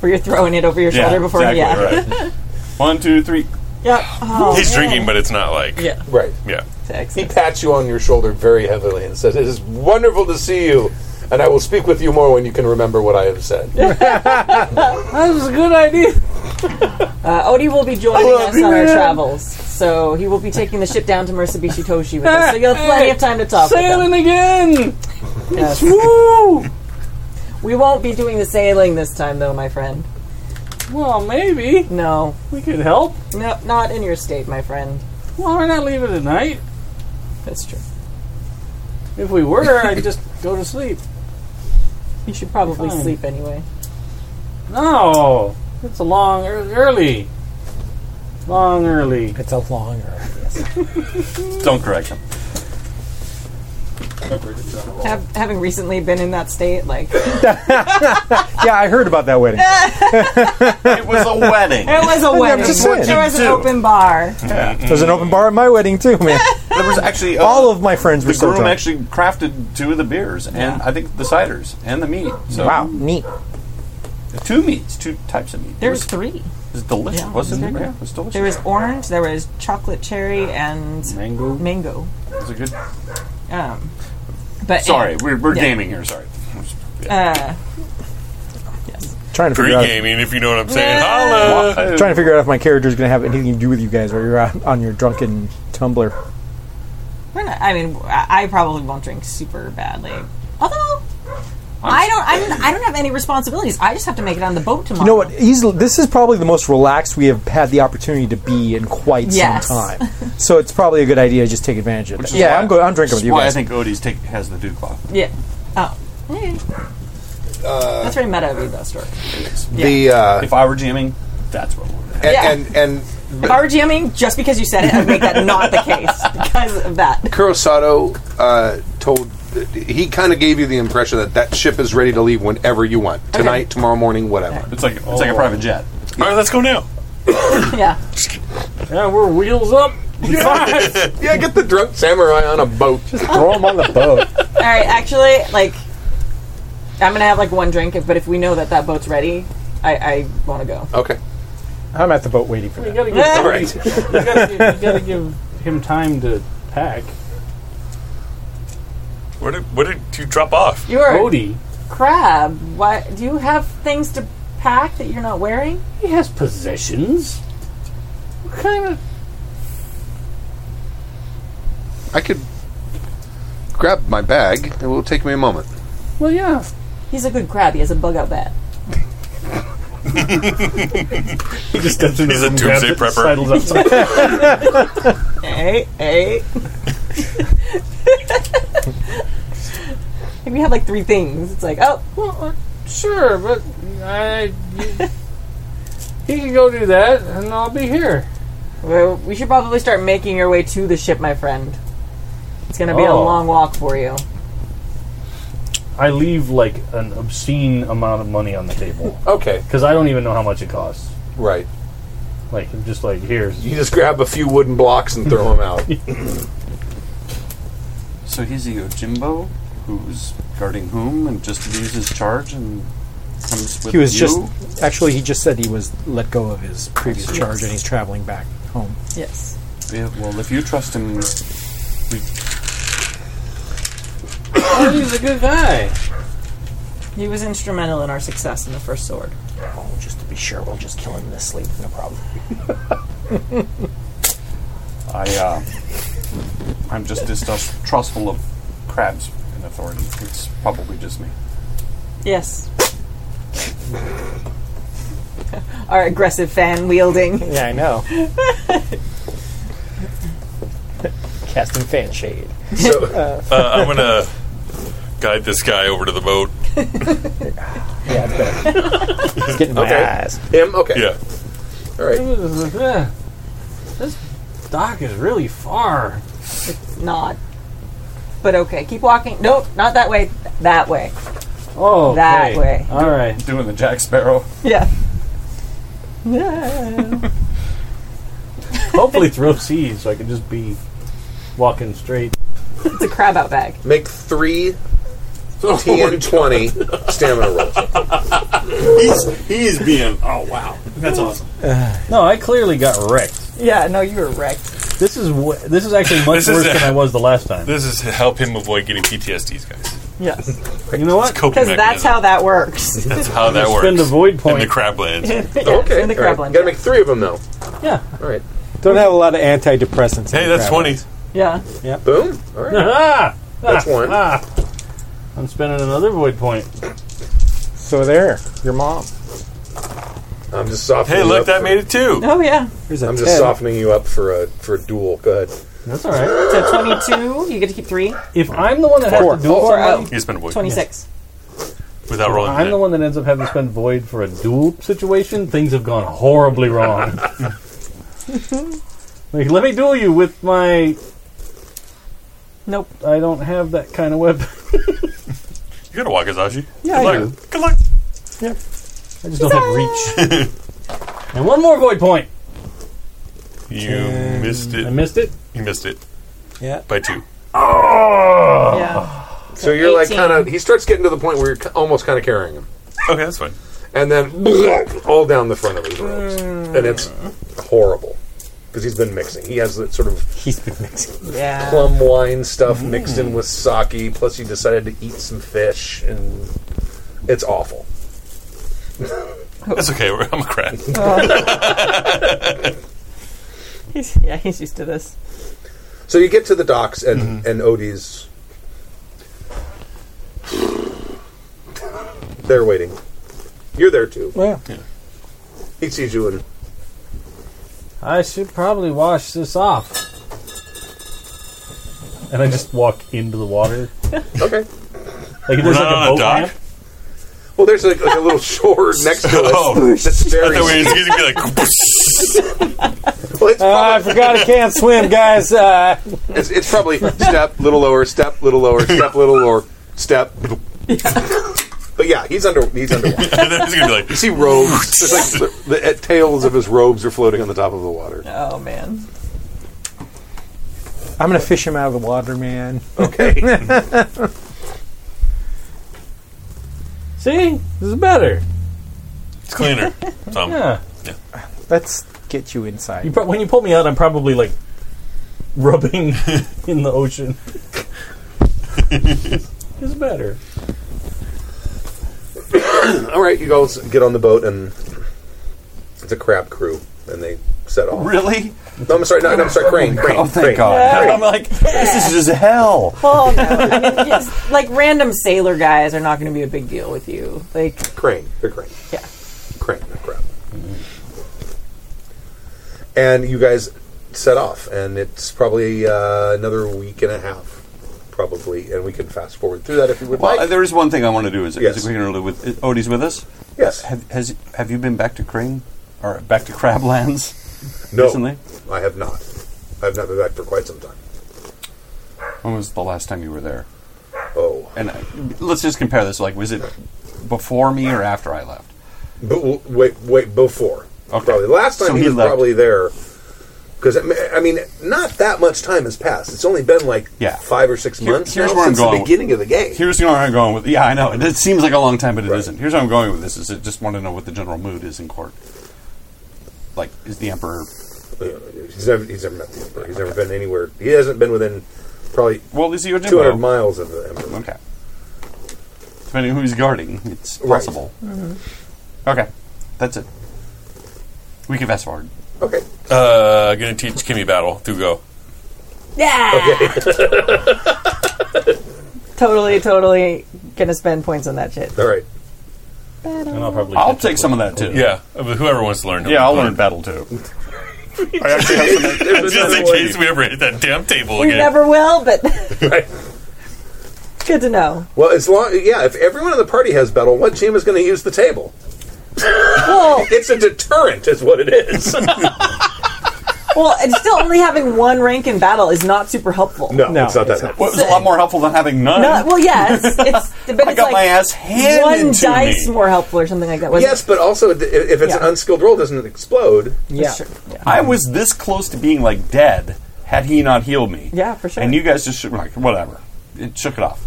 Where you're throwing it over your shoulder before. exactly, yeah. right. One, two, three. Yeah. Oh, He's man. drinking, but it's not like. Yeah. Right. Yeah. He pats you on your shoulder very heavily and says, "It is wonderful to see you." And I will speak with you more when you can remember what I have said. That was a good idea. Uh, Odie will be joining Oh, us on our travels, so he will be taking the ship down to Mitsubishi Toshi with us. So you'll have plenty of time to talk. Sailing with again. him. Yes. Woo. We won't be doing the sailing this time, though, my friend. Well, maybe No, we could help. no, not in your state, my friend. Well, we're not leaving tonight. That's true. If we were, I'd just go to sleep. You should probably Fine. sleep anyway. No, it's a long ear- early, long early. It's a longer. Don't correct him. Have, having recently been in that state, like it Yeah, I heard about that wedding. It was a wedding. there was a wedding. just saying. There was an open bar. There's an open bar at my wedding too, man. was actually uh, All of my friends were the so groom drunk. actually crafted two of the beers, and I think the ciders and the meat. So wow, neat. two meats, two types of meat. There it was was, three. it was delicious, Yeah, wasn't very it? good. Yeah, it was delicious. There was orange. There was chocolate cherry and mango. It mango. was a good. Um, but Sorry, we're, we're Yeah. gaming here. Sorry. Uh, Trying to Pre figure out. gaming, if you know what I'm saying. Holla! Uh, Trying to figure out if my character is going to have anything to do with you guys, or you're uh, on on your drunken Tumblr. We're not, I mean, I I probably won't drink super badly. Although I don't, I'm, I don't have any responsibilities. I just have to make it on the boat tomorrow. You know what? Easily, this is probably the most relaxed we have had the opportunity to be in quite Yes. some time. So it's probably a good idea to just take advantage of Which it. is Yeah, why- I'm, go- I'm drinking with which is you Why I guys. think Odie's take has the dew claw. Yeah. Oh. Eh. That's very meta of you, though, Stork. The uh, if I were GMing, that's what. and, Yeah. and and If I were GMing, just because you said it, I'd make that not the case because of that. Kurosato uh, told he kind of gave you the impression that that ship is ready to leave whenever you want tonight, tomorrow morning, whatever. It's like it's like Oh. a private jet. All right, let's go now. Yeah. Yeah, we're wheels up. yeah, get the drunk samurai on a boat. Just throw him on the boat. All right. Actually, like, I'm gonna have like one drink, if, but if we know that that boat's ready, I, I want to go. Okay. I'm at the boat waiting for You that. gotta give, All right. you gotta give, you gotta give him time to pack. Where did where did you drop off? You are Odie, crab. Why do you have things to pack that you're not wearing? he has possessions. What kind of I could grab my bag. It will take me a moment. well, yeah. He's a good crab. He has a bug out bat. He just steps into He's a doomsday prepper. Hey, hey. like we have like three things. It's like, oh, Well, uh, sure, but I. You, he can go do that, and I'll be here. well, we should probably start making your way to the ship, my friend. It's gonna be a Oh. long walk for you. I leave like an obscene amount of money on the table Okay, because I don't even know how much it costs. right. Like I'm just like here's You just grab a few wooden blocks and throw them out. So he's the Ojimbo, who's guarding whom, and just abuses charge and comes with He was you. just actually he just said he was let go of his previous charge and he's traveling back home. Yes. Yeah, well, if you trust him, Oh, he's a good guy. He was instrumental in our success in the first sword. Oh, just to be sure, we'll just kill him in his sleep, no problem. I uh, I'm just distrustful of crabs in authority. It's probably just me. Yes. our aggressive fan wielding. Yeah, I know. Casting fan shade. Uh, I'm gonna guide this guy over to the boat. Yeah, it's better. He's getting my Okay. eyes. Him? Okay. Yeah, All right. Eh, This dock is really far. Not. But okay, keep walking. Nope, not that way. That way. Oh, okay. That way. All right. Doing the Jack Sparrow. Yeah. Hopefully, throw seas so I can just be walking straight. It's a crab out bag. Make three Oh, TN20 stamina rolls. he's he's being oh wow, that's awesome. No, I clearly got wrecked. Yeah, no, you were wrecked. This is wh- this is actually much This is worse a- than I was the last time. This is to help him avoid getting PTSDs, guys. Yes. you know what? Coping Because that's mechanism. how that works. that's how that works. Spend a void in the point. crablands. okay. in all right. the crab line, Gotta yeah. make three of them, though. Yeah. All right. Don't have a lot of antidepressants. in hey, the that's crowd. twenty. yeah. Boom. All right. Ah, That's one. I'm spending another void point. So there, your mom. I'm just softening. Hey, you look, up that for- made it two. Oh, yeah. Here's a I'm 10. just softening you up for a for a duel. Go ahead. That's all right. So 22, you get to keep three. If I'm the one that has to do Four it, out. You spent a void 26. without rolling. I'm the one that ends up having to spend void for a duel situation. Things have gone horribly wrong. like, let me duel you with my. Nope. I don't have that kind of weapon. You got a Wakazashi. Yeah, Good I luck. Good luck. I just don't have reach. and one more void point. You missed I it. missed it. You missed it Yeah. by two. Yeah. So you're like 18. kind of. He starts getting to the point where you're ki- almost kind of carrying him, Okay, that's fine. and then all down the front of his robes, and it's horrible because he's been mixing. He has that sort of He's been mixing. Yeah. plum wine stuff Mm-hmm. mixed in with sake. Plus, he decided to eat some fish, and it's awful. That's okay. we're- I'm a crab. Oh. He's, yeah, he's used to this. So you get to the docks, Mm-hmm. and and Odie's. there waiting. You're there too. Oh, Yeah. He sees you and I should probably wash this off. And I just walk into the water. okay. Like We're there's not like a on a boat dock. ramp. Well, there's like, like a little shore next to us. Oh. that's very. I thought we were just gonna be like, well, it's, Uh, I forgot I can't swim, guys. Uh, Ah. it's, it's probably step, little lower, step, little lower, step, little lower, step. but yeah, he's under. He's underwater. and then it's gonna be like, You see robes. There's like the, the tails of his robes are floating on the top of the water. Oh man. I'm gonna fish him out of the water, man. Okay. See? This is better. it's cleaner. Tom. Yeah. Let's get you You inside. pro- when you pull me out, I'm probably like rubbing in the ocean. it's better. All right, you guys get on the boat, and it's a crab crew, and they set off. Really? No, I'm sorry. No, no, I'm sorry. Crane. Crane. Oh, thank crane. God. I'm like, this is just hell. Well, no. I mean, yes, like random sailor guys are not going to be a big deal with you. Like, Crane. They're crane. Yeah. Crane. Not crab. And you guys set off, and it's probably uh, another week and a half, probably, and we can fast forward through that if you would Well, like. there is one thing I want to do. Is, Yes. is we can really with is Odie's with us. yes. Have, has have you been back to Crane or back to Crablands No. recently? I have not. I have not been back for quite some time. When was the last time you were there? Oh. And uh, let's just compare this. Like, was it before me or after I left? But w- wait, wait, before. Okay. Probably. The last time So he, he was left. probably there. Because, I mean, not that much time has passed. It's only been like Yeah. five or six Here- months here's now where I'm since going the with- beginning of the game. Here's where I'm going with. Yeah, I know. It seems like a long time, but it Right. not Here's where I'm going with this: is I just want to know what the general mood is in court. Like, is the emperor? Uh, He's never, he's never met the Emperor. He's never been anywhere. He hasn't been within probably Well, is he a two hundred Jimbo? miles of the Emperor. Okay. Depending on who he's guarding, it's Right. possible. Mm-hmm. Okay, that's it. We can fast forward. Okay. uh, gonna teach Kimmy battle. Do go. yeah, totally, totally going to spend points on that shit. All right. And I'll probably I'll catch take up some of with- that too. Yeah, whoever wants to learn. yeah, I'll learn battle too. I actually have some. Just in case we ever hit that damn table We again. never will, but good to know. Well, as long yeah, if everyone in the party has battle, what team is going to use the table? Well, It's a deterrent, is what it is. well, and still only having one rank in battle is not super helpful. no, No, it's not that. it's helpful. Well, it was a lot more helpful than having none. No, well, yes, it's but I it's got like my ass handed one to dice me. more helpful or something like that. Wasn't Yes, but also i- if it's an Yeah. unskilled roll, it doesn't explode. it? Yeah. Sure. yeah, I was this close to being like dead had he not healed me. Yeah, for sure. And you guys just shook, like whatever, it shook it off.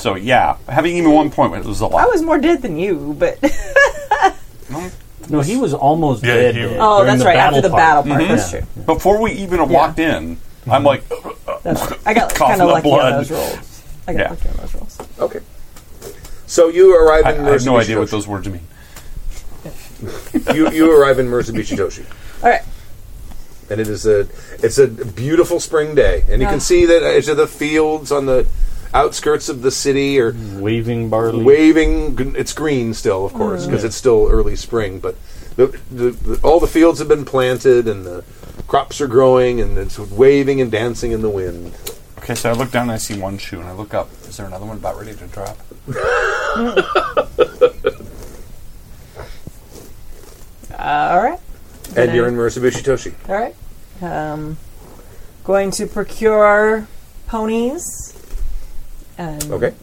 So yeah, having even one point was a lot. I was more dead than you, but No, he was almost Yeah, dead. he- during oh, that's the right after the part. battle part. Mm-hmm. Mm-hmm. That's true. Before we even walked in, I'm like, I got Coughing kind of up lucky blood. on those rolls. I got Yeah. lucky on those rolls. Okay. So you arrive I, I in have no Murasaki idea what Shitoshi. those words mean. you, you arrive in Murasaki Toshi. All right. and it is a it's a beautiful spring day, and you can see that edge of the fields on the outskirts of the city are Waving Mm. barley. waving. gr- It's green still, of course, because it's still early spring. But the, the, the, all the fields have been planted, and the crops are growing, and it's waving and dancing in the wind. Okay, so I look down and I see one shoe, and I look up. Is there another one about ready to drop? Uh, all right. and you're in Murasubishi Toshi. All right. Um, going to procure ponies. And Okay.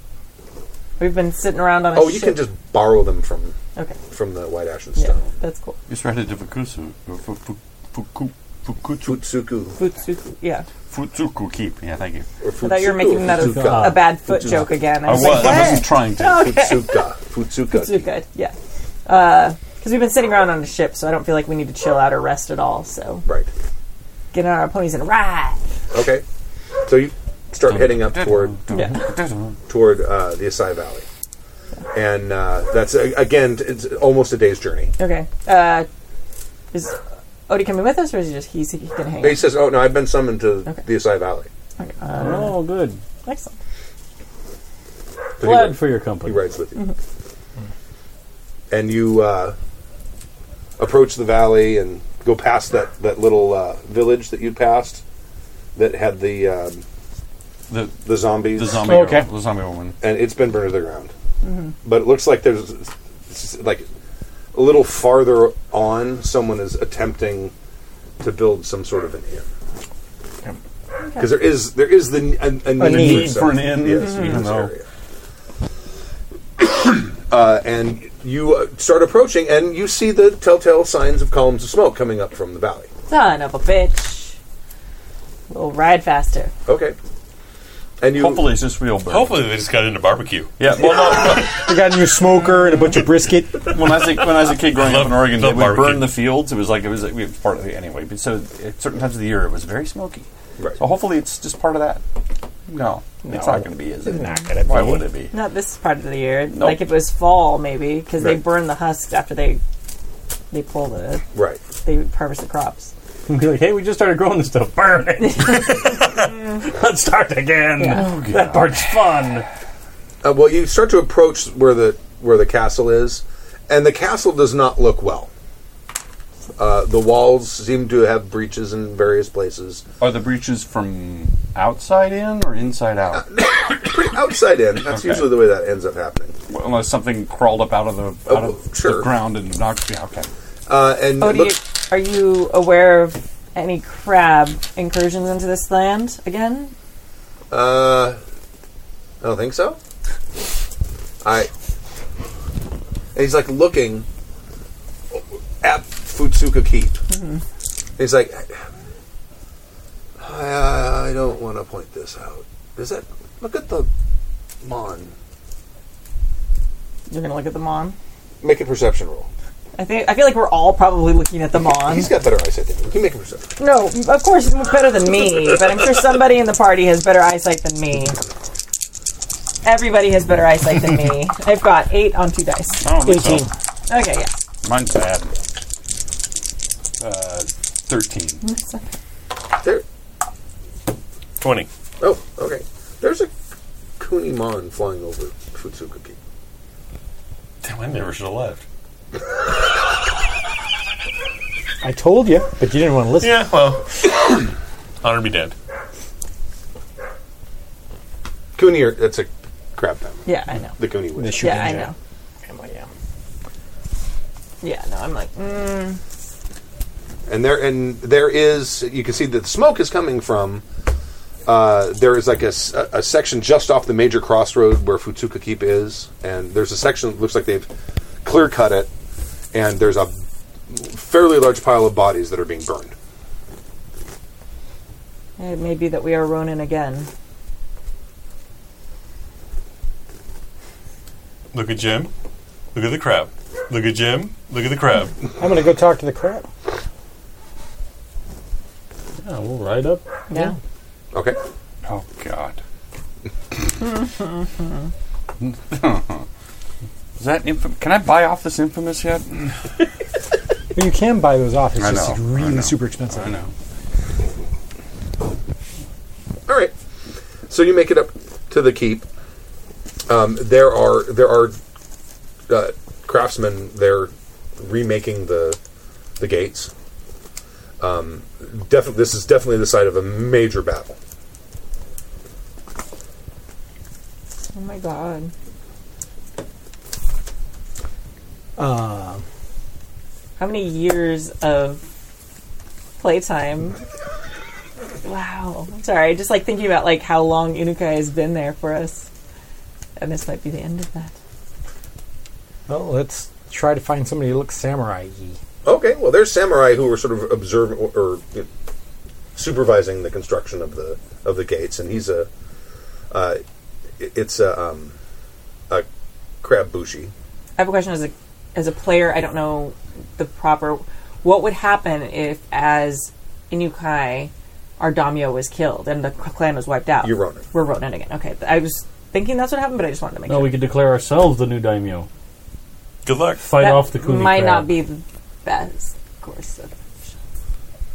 We've been sitting around on a Oh, you ship. can just borrow them from Okay. from the White Ashen Yeah, Stone. that's cool. It's ready to Fukusu. uh, fu- fu- fuku- Fukutsu. Futsuku. Futsuku. Yeah. Futsuku keep. Yeah, thank you. Or I thought you were making another Futsuka. a bad foot joke again. I was. like, "What?" I wasn't trying to. Futsuka. Futsuka. Futsuka. Yeah. Because we've been sitting around on a ship, so I don't feel like we need to chill out or rest at all. So Right. get on our ponies and ride. Okay. So you start heading up toward Yeah. toward uh, the Asai Valley, and uh, that's uh, again it's almost a day's journey. Okay. Uh, is Odie coming with us, or is he just he's, he can hang? He says, "Oh no, I've been summoned to Okay. the Asai Valley." out? Okay. Uh, Oh, good. excellent. So he, Glad ri- for your he company. rides with you. Mm-hmm. and you uh, approach the valley and go past that that little uh, village that you passed that had the um, the the zombies, The zombie Okay. girl- the zombie woman, and it's been burned to the ground. Mhm. But it looks like there's it's like a little farther on, someone is attempting to build some sort of an inn. Because there is there is the a, a need, need for an something. inn, yes, Mhm. in even this though- area. uh, and you uh, start approaching, and you see the telltale signs of columns of smoke coming up from the valley. Son of a bitch. We'll ride faster. Okay. And you hopefully it's just real. Burn. Hopefully they just got into barbecue. Yeah, well, no, They got a new smoker and a bunch of brisket. when I was a, when I was a kid growing Love- up in Oregon, love we would barbecue. burn the fields. It was like it was, it was part of the anyway. But so at certain times of the year, it was very smoky. Right. So hopefully, it's just part of that. No, it's not going to be. Is it? Not gonna Why would it be? Not this part of the year. Nope. Like if it was fall, maybe because they Right. burn the husks after they they pull the Right. They harvest the crops. Be like, hey, we just started growing this stuff. Burn it. Let's start again. Oh, that part's fun. Uh, well, you start to approach where the where the castle is, and the castle does not look well. Uh, the walls seem to have breaches in various places. Are the breaches from outside in or inside out? Pretty outside in. That's Okay. usually the way that ends up happening. Well, Unless something crawled up out of the out Oh, of sure. the ground and knocked me. Okay. Uh, and Oh, it do you, looks- are you aware of any crab incursions into this land again? Uh, I don't think so. I. And he's like looking at Futsuka Keep. Mm-hmm. He's like, I, I don't want to point this out. Is that look at the mon? You're gonna look at the mon. Make a perception roll. I think I feel like we're all probably looking at the mon. He's got better eyesight than you. You can make a perception. No, of course he's better than me, but I'm sure somebody in the party has better eyesight than me. Everybody has better eyesight than me. I've got eight on two dice. I don't think so. Okay, yeah. Mine's bad. Uh, thirteen. There. Twenty. Oh, okay. There's a Kuni mon flying over Futsuka Keep. Damn, I never should have left. I told you, but you didn't want to listen. Yeah, well, honor be dead. Kuni, are, that's a crab family. Yeah, I know. The Kuni witch. yeah, I know. yeah. Yeah, no, I'm like, mm, and there and there is you can see that the smoke is coming from uh, there is like a, s- a- a section just off the major crossroad where Futsuka Keep is, and there's a section that looks like they've clear cut it, and there's a fairly large pile of bodies that are being burned. it may be that we are Ronin again. Look at Jim. Look at the crab. Look at Jim. Look at the crab. I'm going to go talk to the crab. Yeah, we'll ride up. Yeah. Okay, Oh God. Is that inf- can I buy off this infamous yet? But you can buy those off. It's I just know, I really know, super expensive. I know. all right. So you make it up to the keep. Um, there are there are uh, craftsmen there remaking the the gates. Um, definitely, this is definitely the site of a major battle. Oh my god. Uh, How many years of playtime? wow. I'm sorry. Just like thinking about like how long Inukai has been there for us. And this might be the end of that. well, let's try to find somebody who looks samurai y. Okay, well, there's samurai who were sort of observing or, or you know, supervising the construction of the of the gates, and he's a uh, i- it's a um, a crab bushi. I have a question as a as a player. I don't know the proper. What would happen if, as Inukai, our daimyo was killed and the c- clan was wiped out? You're Ronin. We're Ronin again. Okay, th- I was thinking that's what happened, but I just wanted to make No, sure. we could declare ourselves the new daimyo. Good luck. Fight that off the kuni might crab. not be the best course of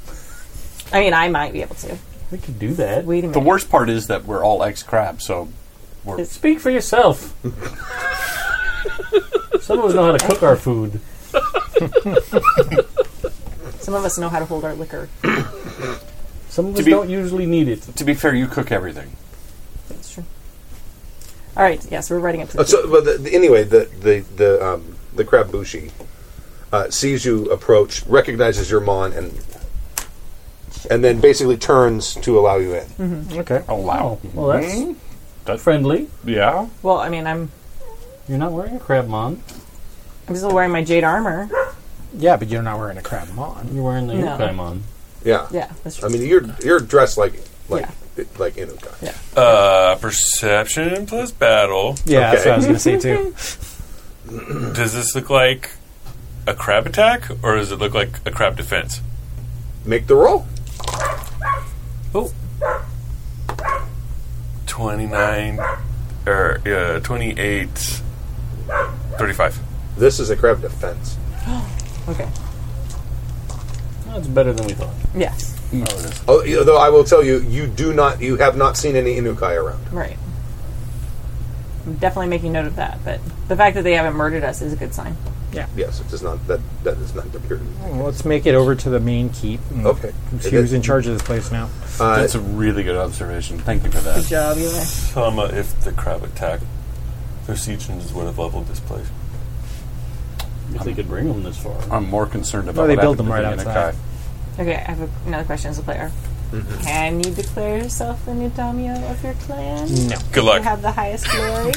action. I mean, I might be able to. We could do that. Wait a minute. The worst part is that we're all ex crab, so we're Speak for yourself. Some of us know how to cook our food. Some of us know how to hold our liquor. Some of To us be- don't usually need it. To be fair, you cook everything. That's true. All right. Yes, we're writing it to Uh, the so, but the, the- anyway, the the the um, the crab bushi uh, sees you approach, recognizes your mon, and and then basically turns to allow you in. Okay. Oh wow. Well, that's Mhm. Mm-hmm. Uh, That- friendly. Yeah. Well, I mean, I'm You're not wearing a crab mon. I'm still wearing my jade armor. Yeah, but you're not wearing a crab mon. You're wearing the No. yokai mon. Yeah, Yeah, that's true. I mean, you're you're dressed like like like Inuka. Yeah. Uh, perception plus battle. Yeah, that's what I was Okay. going to say too. Does this look like a crab attack, or does it look like a crab defense? Make the roll. Twenty nine, or uh, twenty eight, thirty five. This is a crab defense. Okay. That's better than we thought. Yes. Oh, you- Though I will tell you, you do not, you have not seen any Inukai around. Right. I'm definitely making note of that, but the fact that they haven't murdered us is a good sign. Yes, it does not. That that is not the period. Well, let's make it over to the main keep. and Okay. See who's in charge of this place now. Uh, That's a really good observation. Thank you for that. job, Oh, Eli. Comma, uh, if the crab attacked, their siege engines would have leveled this place. If they could bring them this far. I'm more concerned about Well, they what build happened them to right the outside. Inukai. Okay, I have a, another question as a player. Mm-hmm. Can you declare yourself the Nidamio of your clan? No, Good You luck. have the highest glory.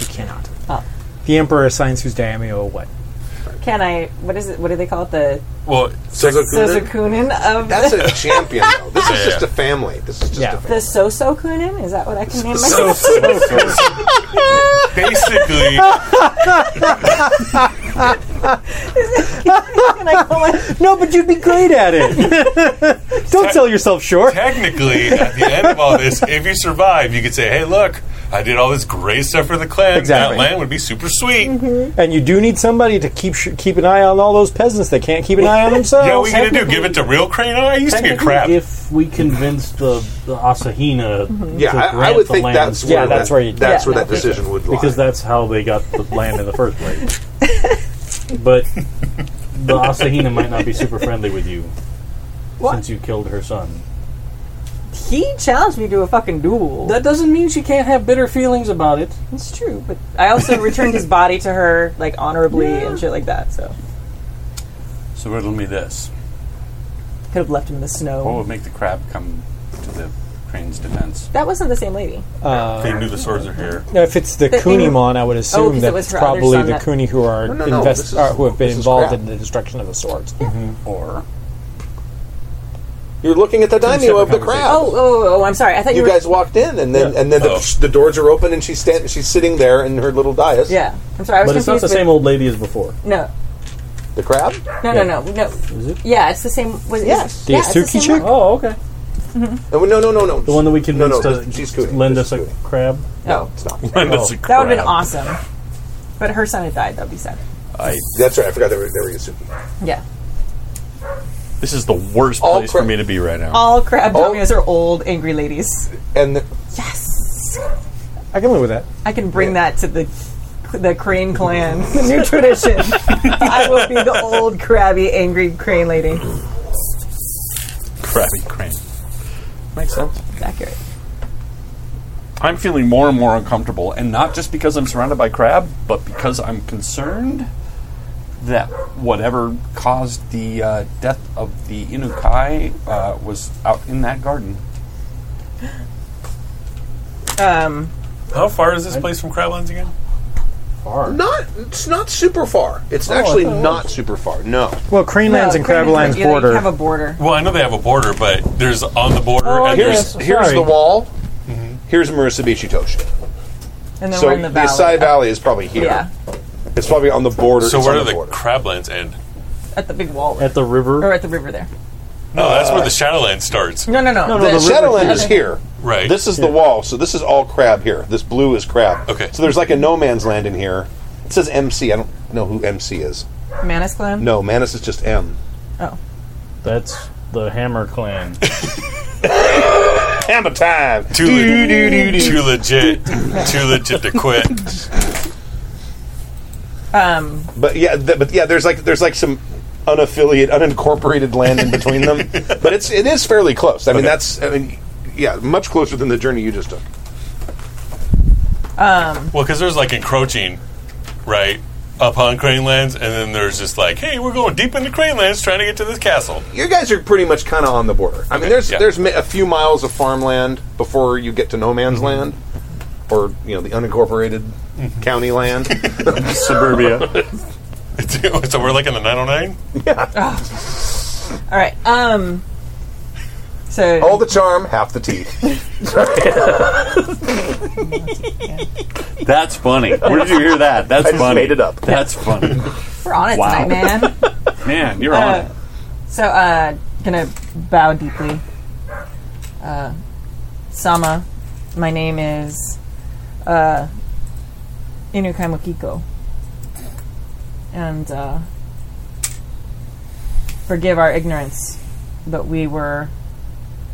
you cannot. Oh. The emperor assigns who's daimyo what? Can I? What is it? What do they call it? The Well, Sozokunin? Sosokunin of That's the, a champion. Though. This is Yeah. just a family. This is just Yeah. a the family. Sosokunin. Is that what I can name myself? so, so, so, so basically, Can I call my- No, but you'd be great at it. Don't sell yourself short. technically, at the end of all this, if you survive, you could say, "Hey, look, I did all this great stuff for the clan. Exactly. That land would be super sweet. And you do need somebody to keep sh- keep an eye on all those peasants that can't keep an eye on themselves. Yeah, what are you gonna do? Give it to real crane? Oh, I used to be a Technically, crab. If we convince the, the Asahina Mm-hmm. Yeah, to I, I grant would the think land, that's Yeah, where that's that, where you- that's Yeah, where that decision would lie. because that's how they got the land in the first place. But the Asahina might not be super friendly with you since you killed her son. he challenged me to a fucking duel. That doesn't mean she can't have bitter feelings about it. That's true, but I also returned his body to her like honorably and shit like that. So So riddle me this: could have left him in the snow. Oh. What would make the crab come to the crane's defense? That wasn't the same lady. Uh, they knew the swords are here. Now, if it's the That they were- Kunimon, I would Oh, assume 'cause it that was it's her other probably son the that- Kuni who are No, no, no, invest- this is- uh, who have been this is involved crap. in the destruction of the swords. Mm-hmm. Or You're looking at the daimyo of the crowd. Oh, oh, oh! I'm sorry. I thought you, you were. guys walked in, and then and then the, Oh. the doors are open, and she's standing. She's sitting there in her little dais. yeah, I'm sorry. I was But it's not confused the same with- old lady as before. No, The crab. no, no, no, no. Is it? Yeah, it's the same. Was it? Yes. The yeah, it's the Yasuki same chick? one. Oh, okay. No, no, no, no, no. The one that we convinced No, no. to she's cooning. lend This us is a cooning. crab. No, it's not. And that's a That would have been crab. awesome. But her son had died. That'd be sad. That's right. I forgot they were, they were Yasuki. Yeah. This is the worst All place crab- for me to be right now. All crab Oh. dominos are old, angry ladies. And the, Yes. I can live with that. I can bring that to the the Crane clan. The new tradition. I will be the old crabby, angry Crane lady. Crabby crane. Makes sense. Accurate. I'm feeling more and more uncomfortable, and not just because I'm surrounded by crab, but because I'm concerned that whatever caused the uh, death of the Inukai uh, was out in that garden. Um, How far is this place from Crablands again? not it's not super far. Oh, It's actually not super far. No. Well, Crane Lands and Crab Lands yeah, You have border. a border. Well, I know they have a border, but there's on the border Oh, and I there's guess. Here's Sorry. the wall. Mm-hmm. Here's Marissa Beachy Tosh. And then So we're in the valley. Asai Valley is probably here. Yeah, It's probably on the border. So it's where on do the border. crablands end? at the big wall. At the river. or at the river there. No, that's where the Shadowland starts. No, no, no. the Shadowland is here. Right. This is the wall, so this is all crab here. This blue is crab. Okay. So there's like a no man's land in here. It says MC. I don't know who MC is. Manus Clan? No, Manus is just M. Oh. That's the Hammer Clan. Hammer time. too, le- too legit. too legit to quit. Um, But yeah, th- but yeah, there's like there's like some unaffiliate, unincorporated land in between them. But it's it is fairly close. I mean, that's I mean, yeah, much closer than the journey you just took. um, Well, because there's like encroaching, right, upon Crane Lands, and then there's just like, hey, we're going deep into Crane Lands trying to get to this castle. You guys are pretty much kind of on the border. I mean, there's yeah. there's mi- a few miles of farmland before you get to no man's Mm-hmm. land, or you know the unincorporated county land, suburbia. so we're like in the 909? all right. Um, so All the charm, half the teeth. That's funny. Where did you hear that? I That's just funny. made it up. That's funny. we're on it Wow. tonight, man. Man, you're on Uh, it. so, uh, gonna bow deeply. Uh, Sama, my name is uh, Inukai Mokiko. And uh, forgive our ignorance, but we were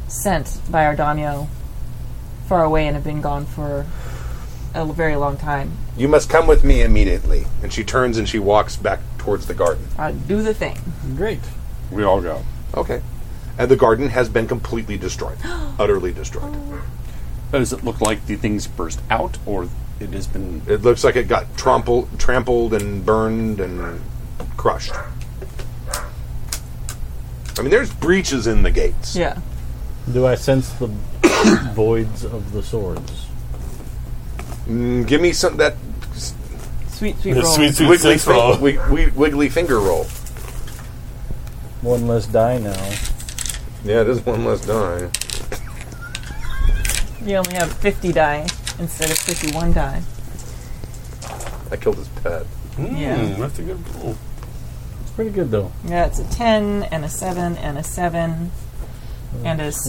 sent by our daimyo far away and have been gone for a l- very long time. you must come with me immediately. And she turns and she walks back towards the garden. Uh, do the thing. Great. We all go. Okay. And the garden has been completely destroyed, utterly destroyed. Does it look like the things burst out, or it has been? It looks like it got trampled, trampled and burned and crushed. I mean, there's breaches in the gates. Yeah. Do I sense the voids of the swords? Mm, give me some that Sweet, sweet The roll. sweet, sweet wiggly, sense roll. fin- wi- wi- wiggly finger roll. One less die now. Yeah, there's one less die. You only have 50 die instead of 51 die. I killed his pet. Yeah. Mm, that's a good roll. It's pretty good though. Yeah, it's a 10 and a 7 and a 7 and a 6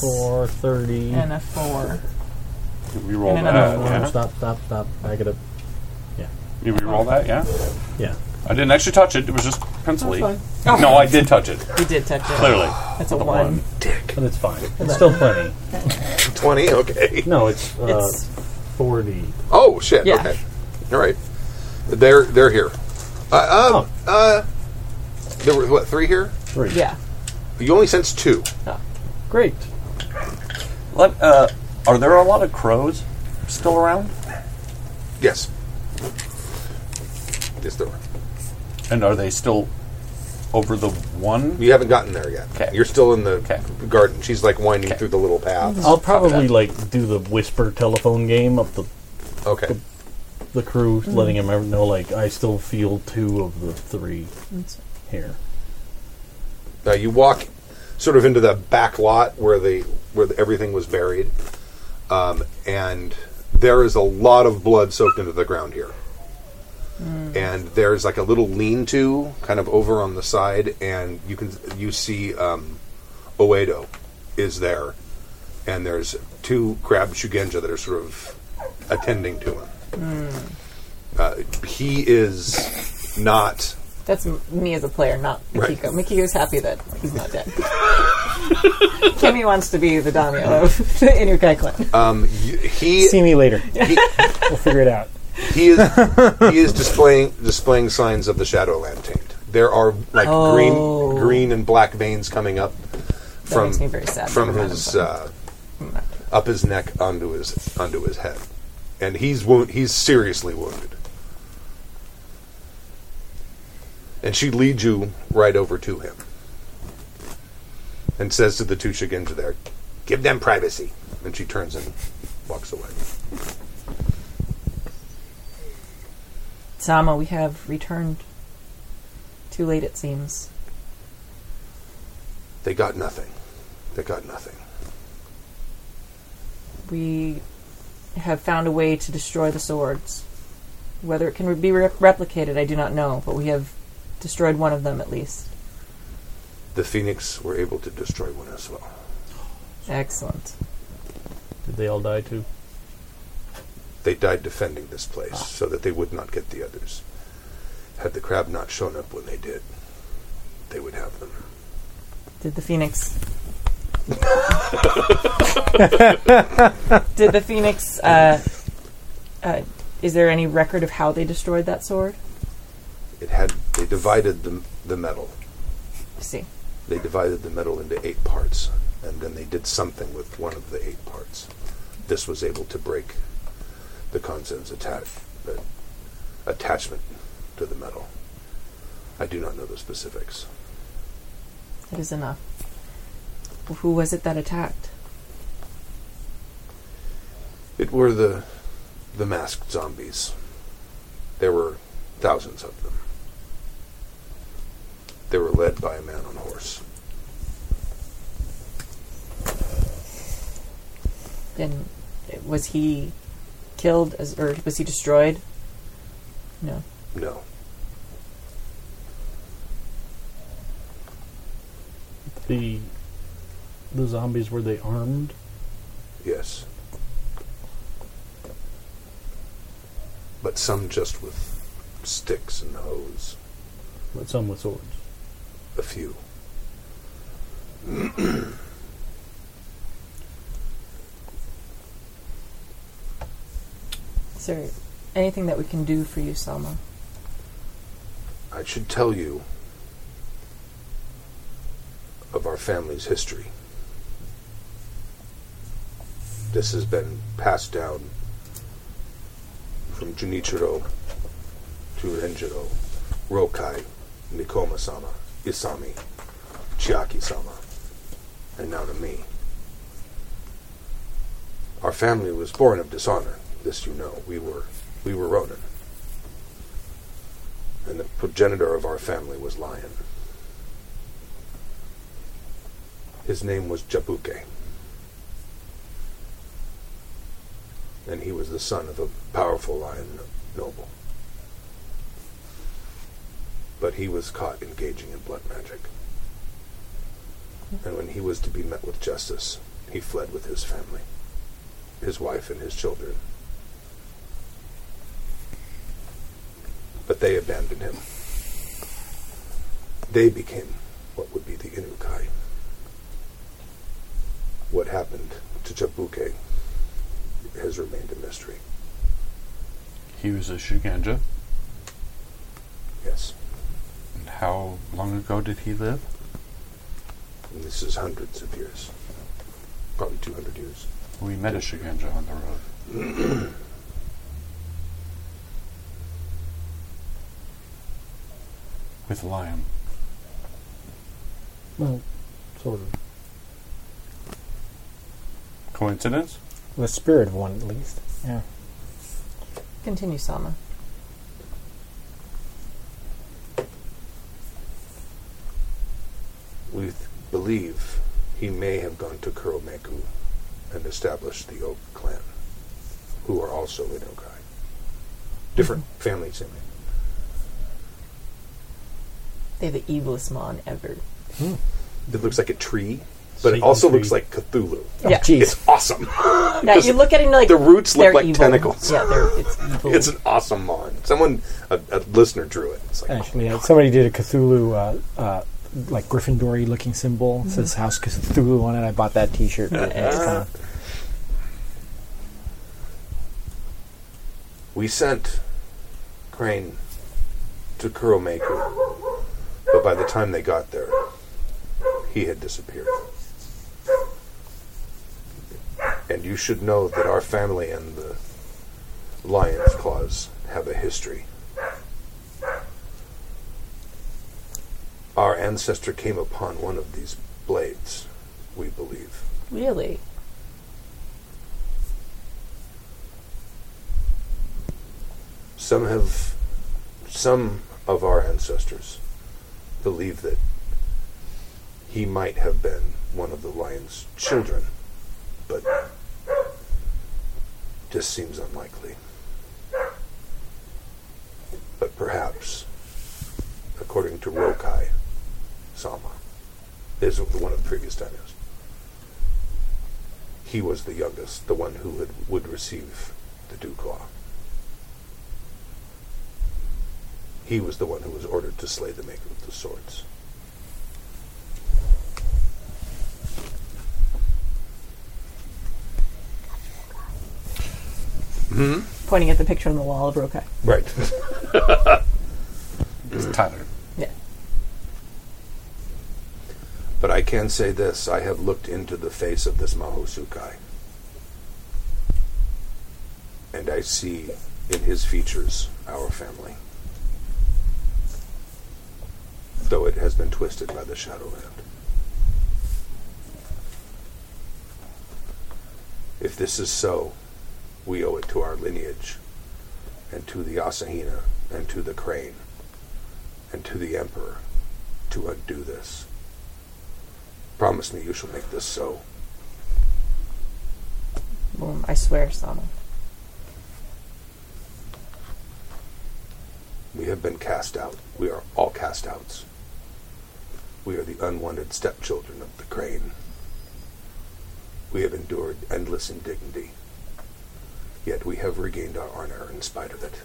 24, 30. and a 4. Did we roll And Uh, that? another Oh, Yeah. Stop, stop, stop. Back it up. Did we roll that? Yeah. Yeah. I didn't actually touch it. It was just pencil-y. That's Oh. No, I did touch it. You did touch it. Clearly. That's a 1. But it's fine. It's still plenty. Twenty. Okay. No, it's, uh, It's 40. Oh shit. Yeah. Okay. All right. They're they're here. Uh, um, uh, there were what three here? Three. Yeah. You only sense two. Great. Let, uh, are there a lot of crows still around? Yes. Yes, there were. And are they still over the one? You haven't gotten there yet. 'Kay. You're still in the 'Kay. garden. She's like winding 'Kay. through the little paths. I'll probably like do the whisper telephone game of the Okay. the crew, Mm-hmm. letting him know like I still feel two of the three here. Now you walk sort of into the back lot where the where the, everything was buried, um, and there is a lot of blood soaked into the ground here. And there's like a little lean-to kind of over on the side, and you can you see um, Oedo is there, and there's two crab shugenja that are sort of attending to him. Uh, he is not That's m- me as a player, not Mikiko. Mikiko's happy that he's not dead. Kimmy wants to be the daimyo of the Inukai clan. um, y- he See me later. he- We'll figure it out. he is he is displaying displaying signs of the Shadowland taint. There are like Oh. green green and black veins coming up That from makes me very sad. from Never mind, his I'm sorry. uh, up his neck onto his onto his head, and he's wound, he's seriously wounded. And she leads you right over to him, and says to the two Shigenja there, "Give them privacy." And she turns and walks away. Sama, we have returned. Too late, it seems. They got nothing. They got nothing. we have found a way to destroy the swords. Whether it can be re- replicated, I do not know, but we have destroyed one of them at least. The Phoenix were able to destroy one as well. Excellent. Did they all die too? They died defending this place so that they would not get the others. Had the crab not shown up when they did, they would have them. Did the phoenix? Did the phoenix? Uh, uh, is there any record of how they destroyed that sword? It had they divided the the metal. I see. They divided the metal into eight parts, and then they did something with one of the eight parts. This was able to break the consonant's attach, uh, attachment to the metal. I do not know the specifics. That is enough. Who was it that attacked? It were the the masked zombies. There were thousands of them. They were led by a man on a horse. And was he killed as, or was he destroyed? No. No. The the zombies were they armed? Yes. But some just with sticks and hoes. But some with swords. A few. Is there anything that we can do for you, Selma? I should tell you of our family's history. This has been passed down from Junichiro to Renjiro, Rokai, Mikoma sama, Isami, Chiaki sama, and now to me. Our family was born of dishonor. This you know. We were we were Ronin. And the progenitor of our family was Lion. His name was Jabuke. And he was the son of a powerful lion noble. But he was caught engaging in blood magic. And when he was to be met with justice, he fled with his family, his wife, and his children. But they abandoned him. They became what would be the Inukai what happened to Chabuke has remained a mystery. He was a Shuganja? Yes. And how long ago did he live? And this is hundreds of years. Probably 200 years. We met a Shuganja on the road. With a lion. Well, sort of. Coincidence? The spirit of one, at least. Yeah. Continue, Sama. We th- believe he may have gone to Kuromeku and established the Oak clan, who are also Inokai. Different mm-hmm. families in it. They're the evilest mon ever. Hmm. It looks like a tree but Satan it also tree. looks like Cthulhu. Yeah, oh, it's awesome. yeah, you look at it and like Uh, the roots look like evil. tentacles. Yeah, they're, it's evil. it's an awesome mon. Someone, a, a listener, drew it. Like, Actually, oh yeah, somebody did a Cthulhu. Uh, uh, like Gryffindor looking symbol mm-hmm. says House Cthulhu on it. I bought that T-shirt. kinda... We sent Crane to Kuromeku, but by the time they got there, he had disappeared. And you should know that our family and the Lion's Claws have a history. Our ancestor came upon one of these blades, we believe. Really? Some have. Some of our ancestors believe that he might have been one of the lion's children, but this seems unlikely. But perhaps, according to Rokai Sama, is one of the previous dynasties. He was the youngest, the one who would, would receive the dew claw. He was the one who was ordered to slay the maker of the swords. Mm-hmm. pointing at the picture on the wall of Rokai. Right. Tyler. But I can say this I have looked into the face of this Mahosukai. And I see in his features our family. Though it has been twisted by the Shadowland. If this is so, we owe it to our lineage, and to the Asahina, and to the Crane, and to the Emperor to undo this. Promise me you shall make this so. Boom, I swear, Sama. We have been cast out. We are all cast outs. We are the unwanted stepchildren of the crane. We have endured endless indignity. Yet we have regained our honor in spite of it.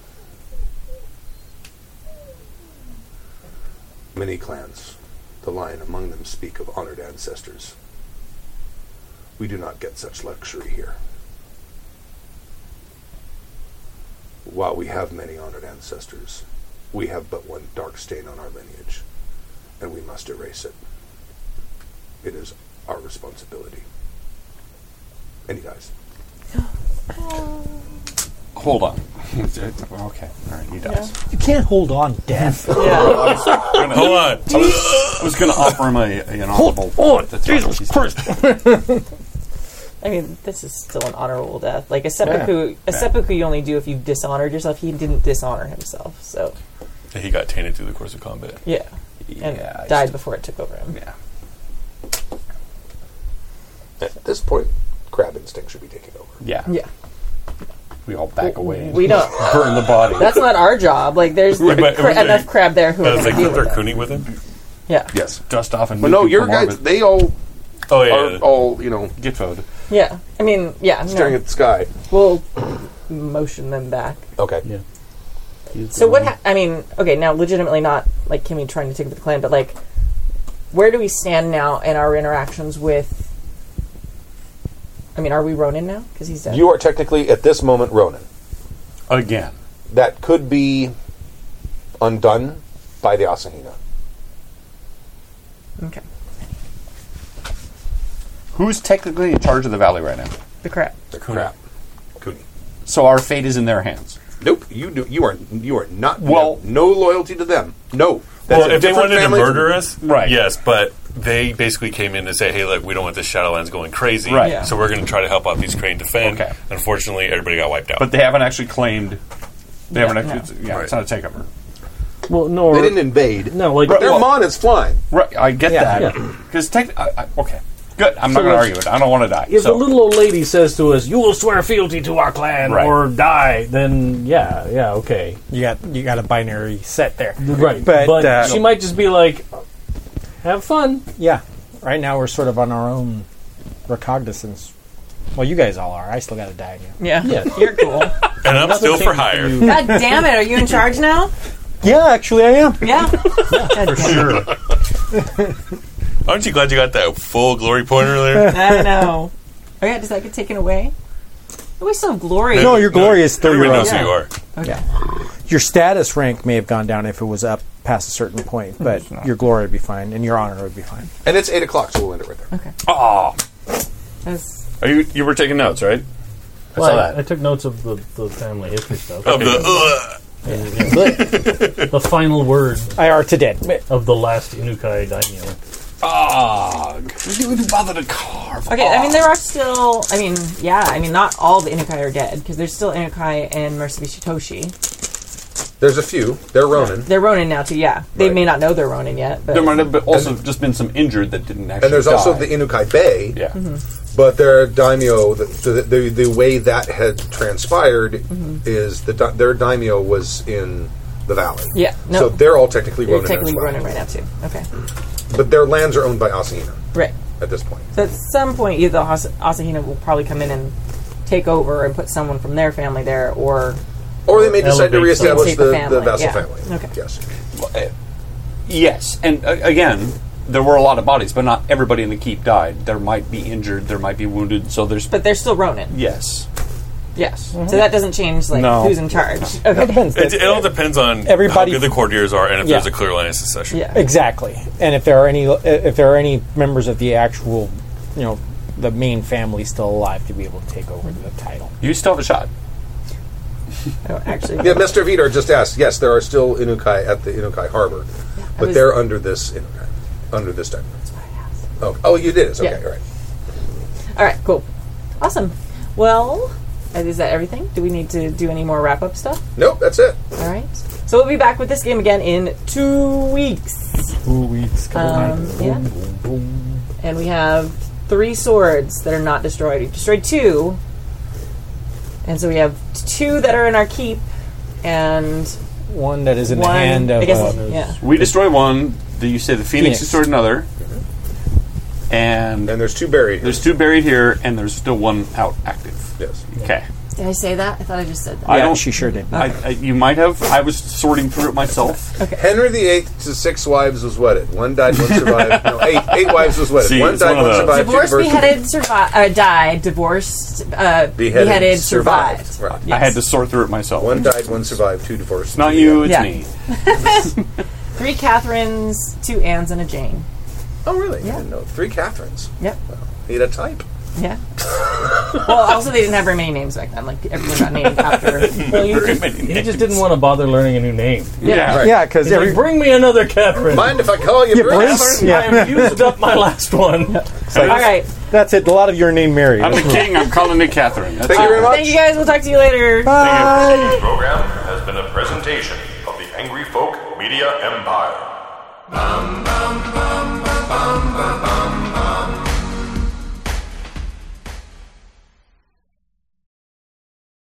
Many clans, the line among them, speak of honored ancestors. We do not get such luxury here. While we have many honored ancestors, we have but one dark stain on our lineage, and we must erase it. It is our responsibility. And you guys, Hold on. okay, all right, he dies. You can't hold on, death. Gonna- Hold on. I was, I was going to offer him a, a- an honorable. on, That's right, Jesus he's- Christ. I mean, this is still an honorable death. Like a seppuku, a seppuku you only do if you've dishonored yourself. He didn't dishonor himself, so He got tainted through the course of combat. yeah, and Yeah, I died see. before it took over him. Yeah. at this point, crab instinct should be taking over. Yeah. Yeah, We all back away. and we don't- burn the body. that's not our job. Like there's Right, but- cra- enough crab there who But are it's going like to deal with with their it. cooning with him. Yeah, Yes. Dust off and But move no, people your from guys, orbit. they all oh yeah, are yeah, all, you know, get voted. yeah. I mean, yeah. staring No. at the sky. We'll motion them back. Okay. So what? Ha- I mean, okay, now legitimately not like Kimmy trying to take over the clan, but like, where do we stand now in our interactions with? I mean, are we Ronin now? Because he's dead. You are technically, at this moment, Ronan. Again, That could be undone by the Asahina. okay, Who's technically in charge of the valley right now? the crap. The crap. Cooney. So our fate is in their hands. Nope, you do. You are you are not. you Well- have no loyalty to them. No. well, a if they different wanted to family. murder us, Right. Yes, but they basically came in to say, "Hey, look, we don't want this Shadowlands going crazy, Right. Yeah. So we're going to try to help out these Crane defend." Okay. Unfortunately, everybody got wiped out. But they haven't actually claimed. They haven't no. actually. Yeah, it's not a takeover. Well, no, they didn't invade. no, like their mon is flying. Right, I get Yeah. that. Yeah. Because tech. I, I, okay, good. I'm not So going to if- argue it. I don't want to die. if so the little old lady says to us, "You will swear fealty to our clan Right. or die," then yeah, yeah, okay, You got you got a binary set there, right. But, uh, she might just be like, "Have fun." yeah, right now we're sort of on our own recognizance. Well, you guys all are. I still got to die again. Yeah. Yeah. You're cool. and I'm still for hire. God damn it! Are you in charge now? Yeah, actually, I am. Yeah. for sure. Aren't you glad you got that full glory pointer there? I know. Oh yeah, does that get taken away? Oh, we still have glory. No, you're glorious. Though Everybody you're knows up. who you are. Your status rank may have gone down if it was up past a certain point, but your glory would be fine and your honor would be fine. And it's eight o'clock, so we'll end it right there. Aw. That's- Are you you were taking notes, right? Well, that. I, I took notes of the, the family history stuff. Of the uh. ugh. the final word I are to dead. of the last Inukai daimyo. Ugh. You would bother to carve. Okay, I mean there are still. I mean, yeah. I mean, not all the Inukai are dead because there's still Inukai and Murasaki Toshi. There's a few. They're Ronin, They're Ronin now too. Yeah, they Right. may not know they're Ronin yet, but There might have been also just been some injured that didn't actually. and there's also die. the Inukai Bay. Yeah. But their daimyo, the, the, the, the way that had transpired Mm-hmm. is the da- their daimyo was in the valley. Yeah, no. So they're all technically they're Ronin. technically as well. Ronin right now too. Okay, But their lands are owned by Asahina right. at this point. So at some point, either As- Asahina will probably come in and take over and put someone from their family there, or Or they may decide to Elevate them. reestablish Take the, the the, family, vassal yeah. family. Okay. Yes. Yes, and uh, again, there were a lot of bodies, but not everybody in the keep died. There might be injured, there might be wounded, so there's. but they're still Ronin. yes. Yes. Mm-hmm. So that doesn't change like No. who's in charge. No. Okay. It, it all depends on Everybody- how good the courtiers are and if Yeah. there's a clear line of succession. Exactly. And if there are any, if there are any members of the actual, you know, the main family still alive to be able to take over the title. You still have a shot. Oh, actually. Yeah, Mr. Vidar just asked. Yes, there are still Inukai at the Inukai harbor, but was- they're under this Inukai, under this type. Oh, oh, you did it. Okay, Yeah. all right. All right. Cool. Awesome. Well, and is that everything? Do we need to do any more wrap up stuff? Nope, that's it. All right. So we'll be back with this game again in two weeks. Two weeks. Um, yeah. And we have three swords that are not destroyed. We've destroyed two. And so we have two that are in our keep and One that is in One- the hand of. I guess it's- uh, yeah. We destroy one. The, you say the Phoenix, Phoenix. destroyed another, and and there's two buried. There's two buried here, and there's still one out active. Yes. Okay. Did I say that? I thought I just said that. I don't. she sure did. I, I, you might have. I was sorting through it myself. Henry VIII to six wives was wedded. One died, one survived. no, eight, eight wives was wedded. See, one it's died, one one, of survived. those. two Divorced, divorced, beheaded, survived, uh, died. Divorced, uh, beheaded, beheaded, survived. Right. I had to sort through it myself. One died, one survived, two divorced. Not you, it's Yeah. me. Three Catherines, two Annes, and a Jane. Oh, really? Yeah. I didn't know. Three Catherines. Yep. Eight a type. Yeah. well, also they didn't have very many names back then. Like everyone got named after. Well, you just, he just didn't want to bother learning a new name. Yeah. Right. Yeah, 'cause He's like, every- bring me another Catherine. Mind if I call you Yeah, Bruce? Bruce. I have used up my last one. All right. That's it. A lot of your name, Mary. I'm the king. I'm calling it Catherine. That's Thank you very much. Thank you guys. We'll talk to you later. This program has been a presentation of the Angry Folk Media Empire.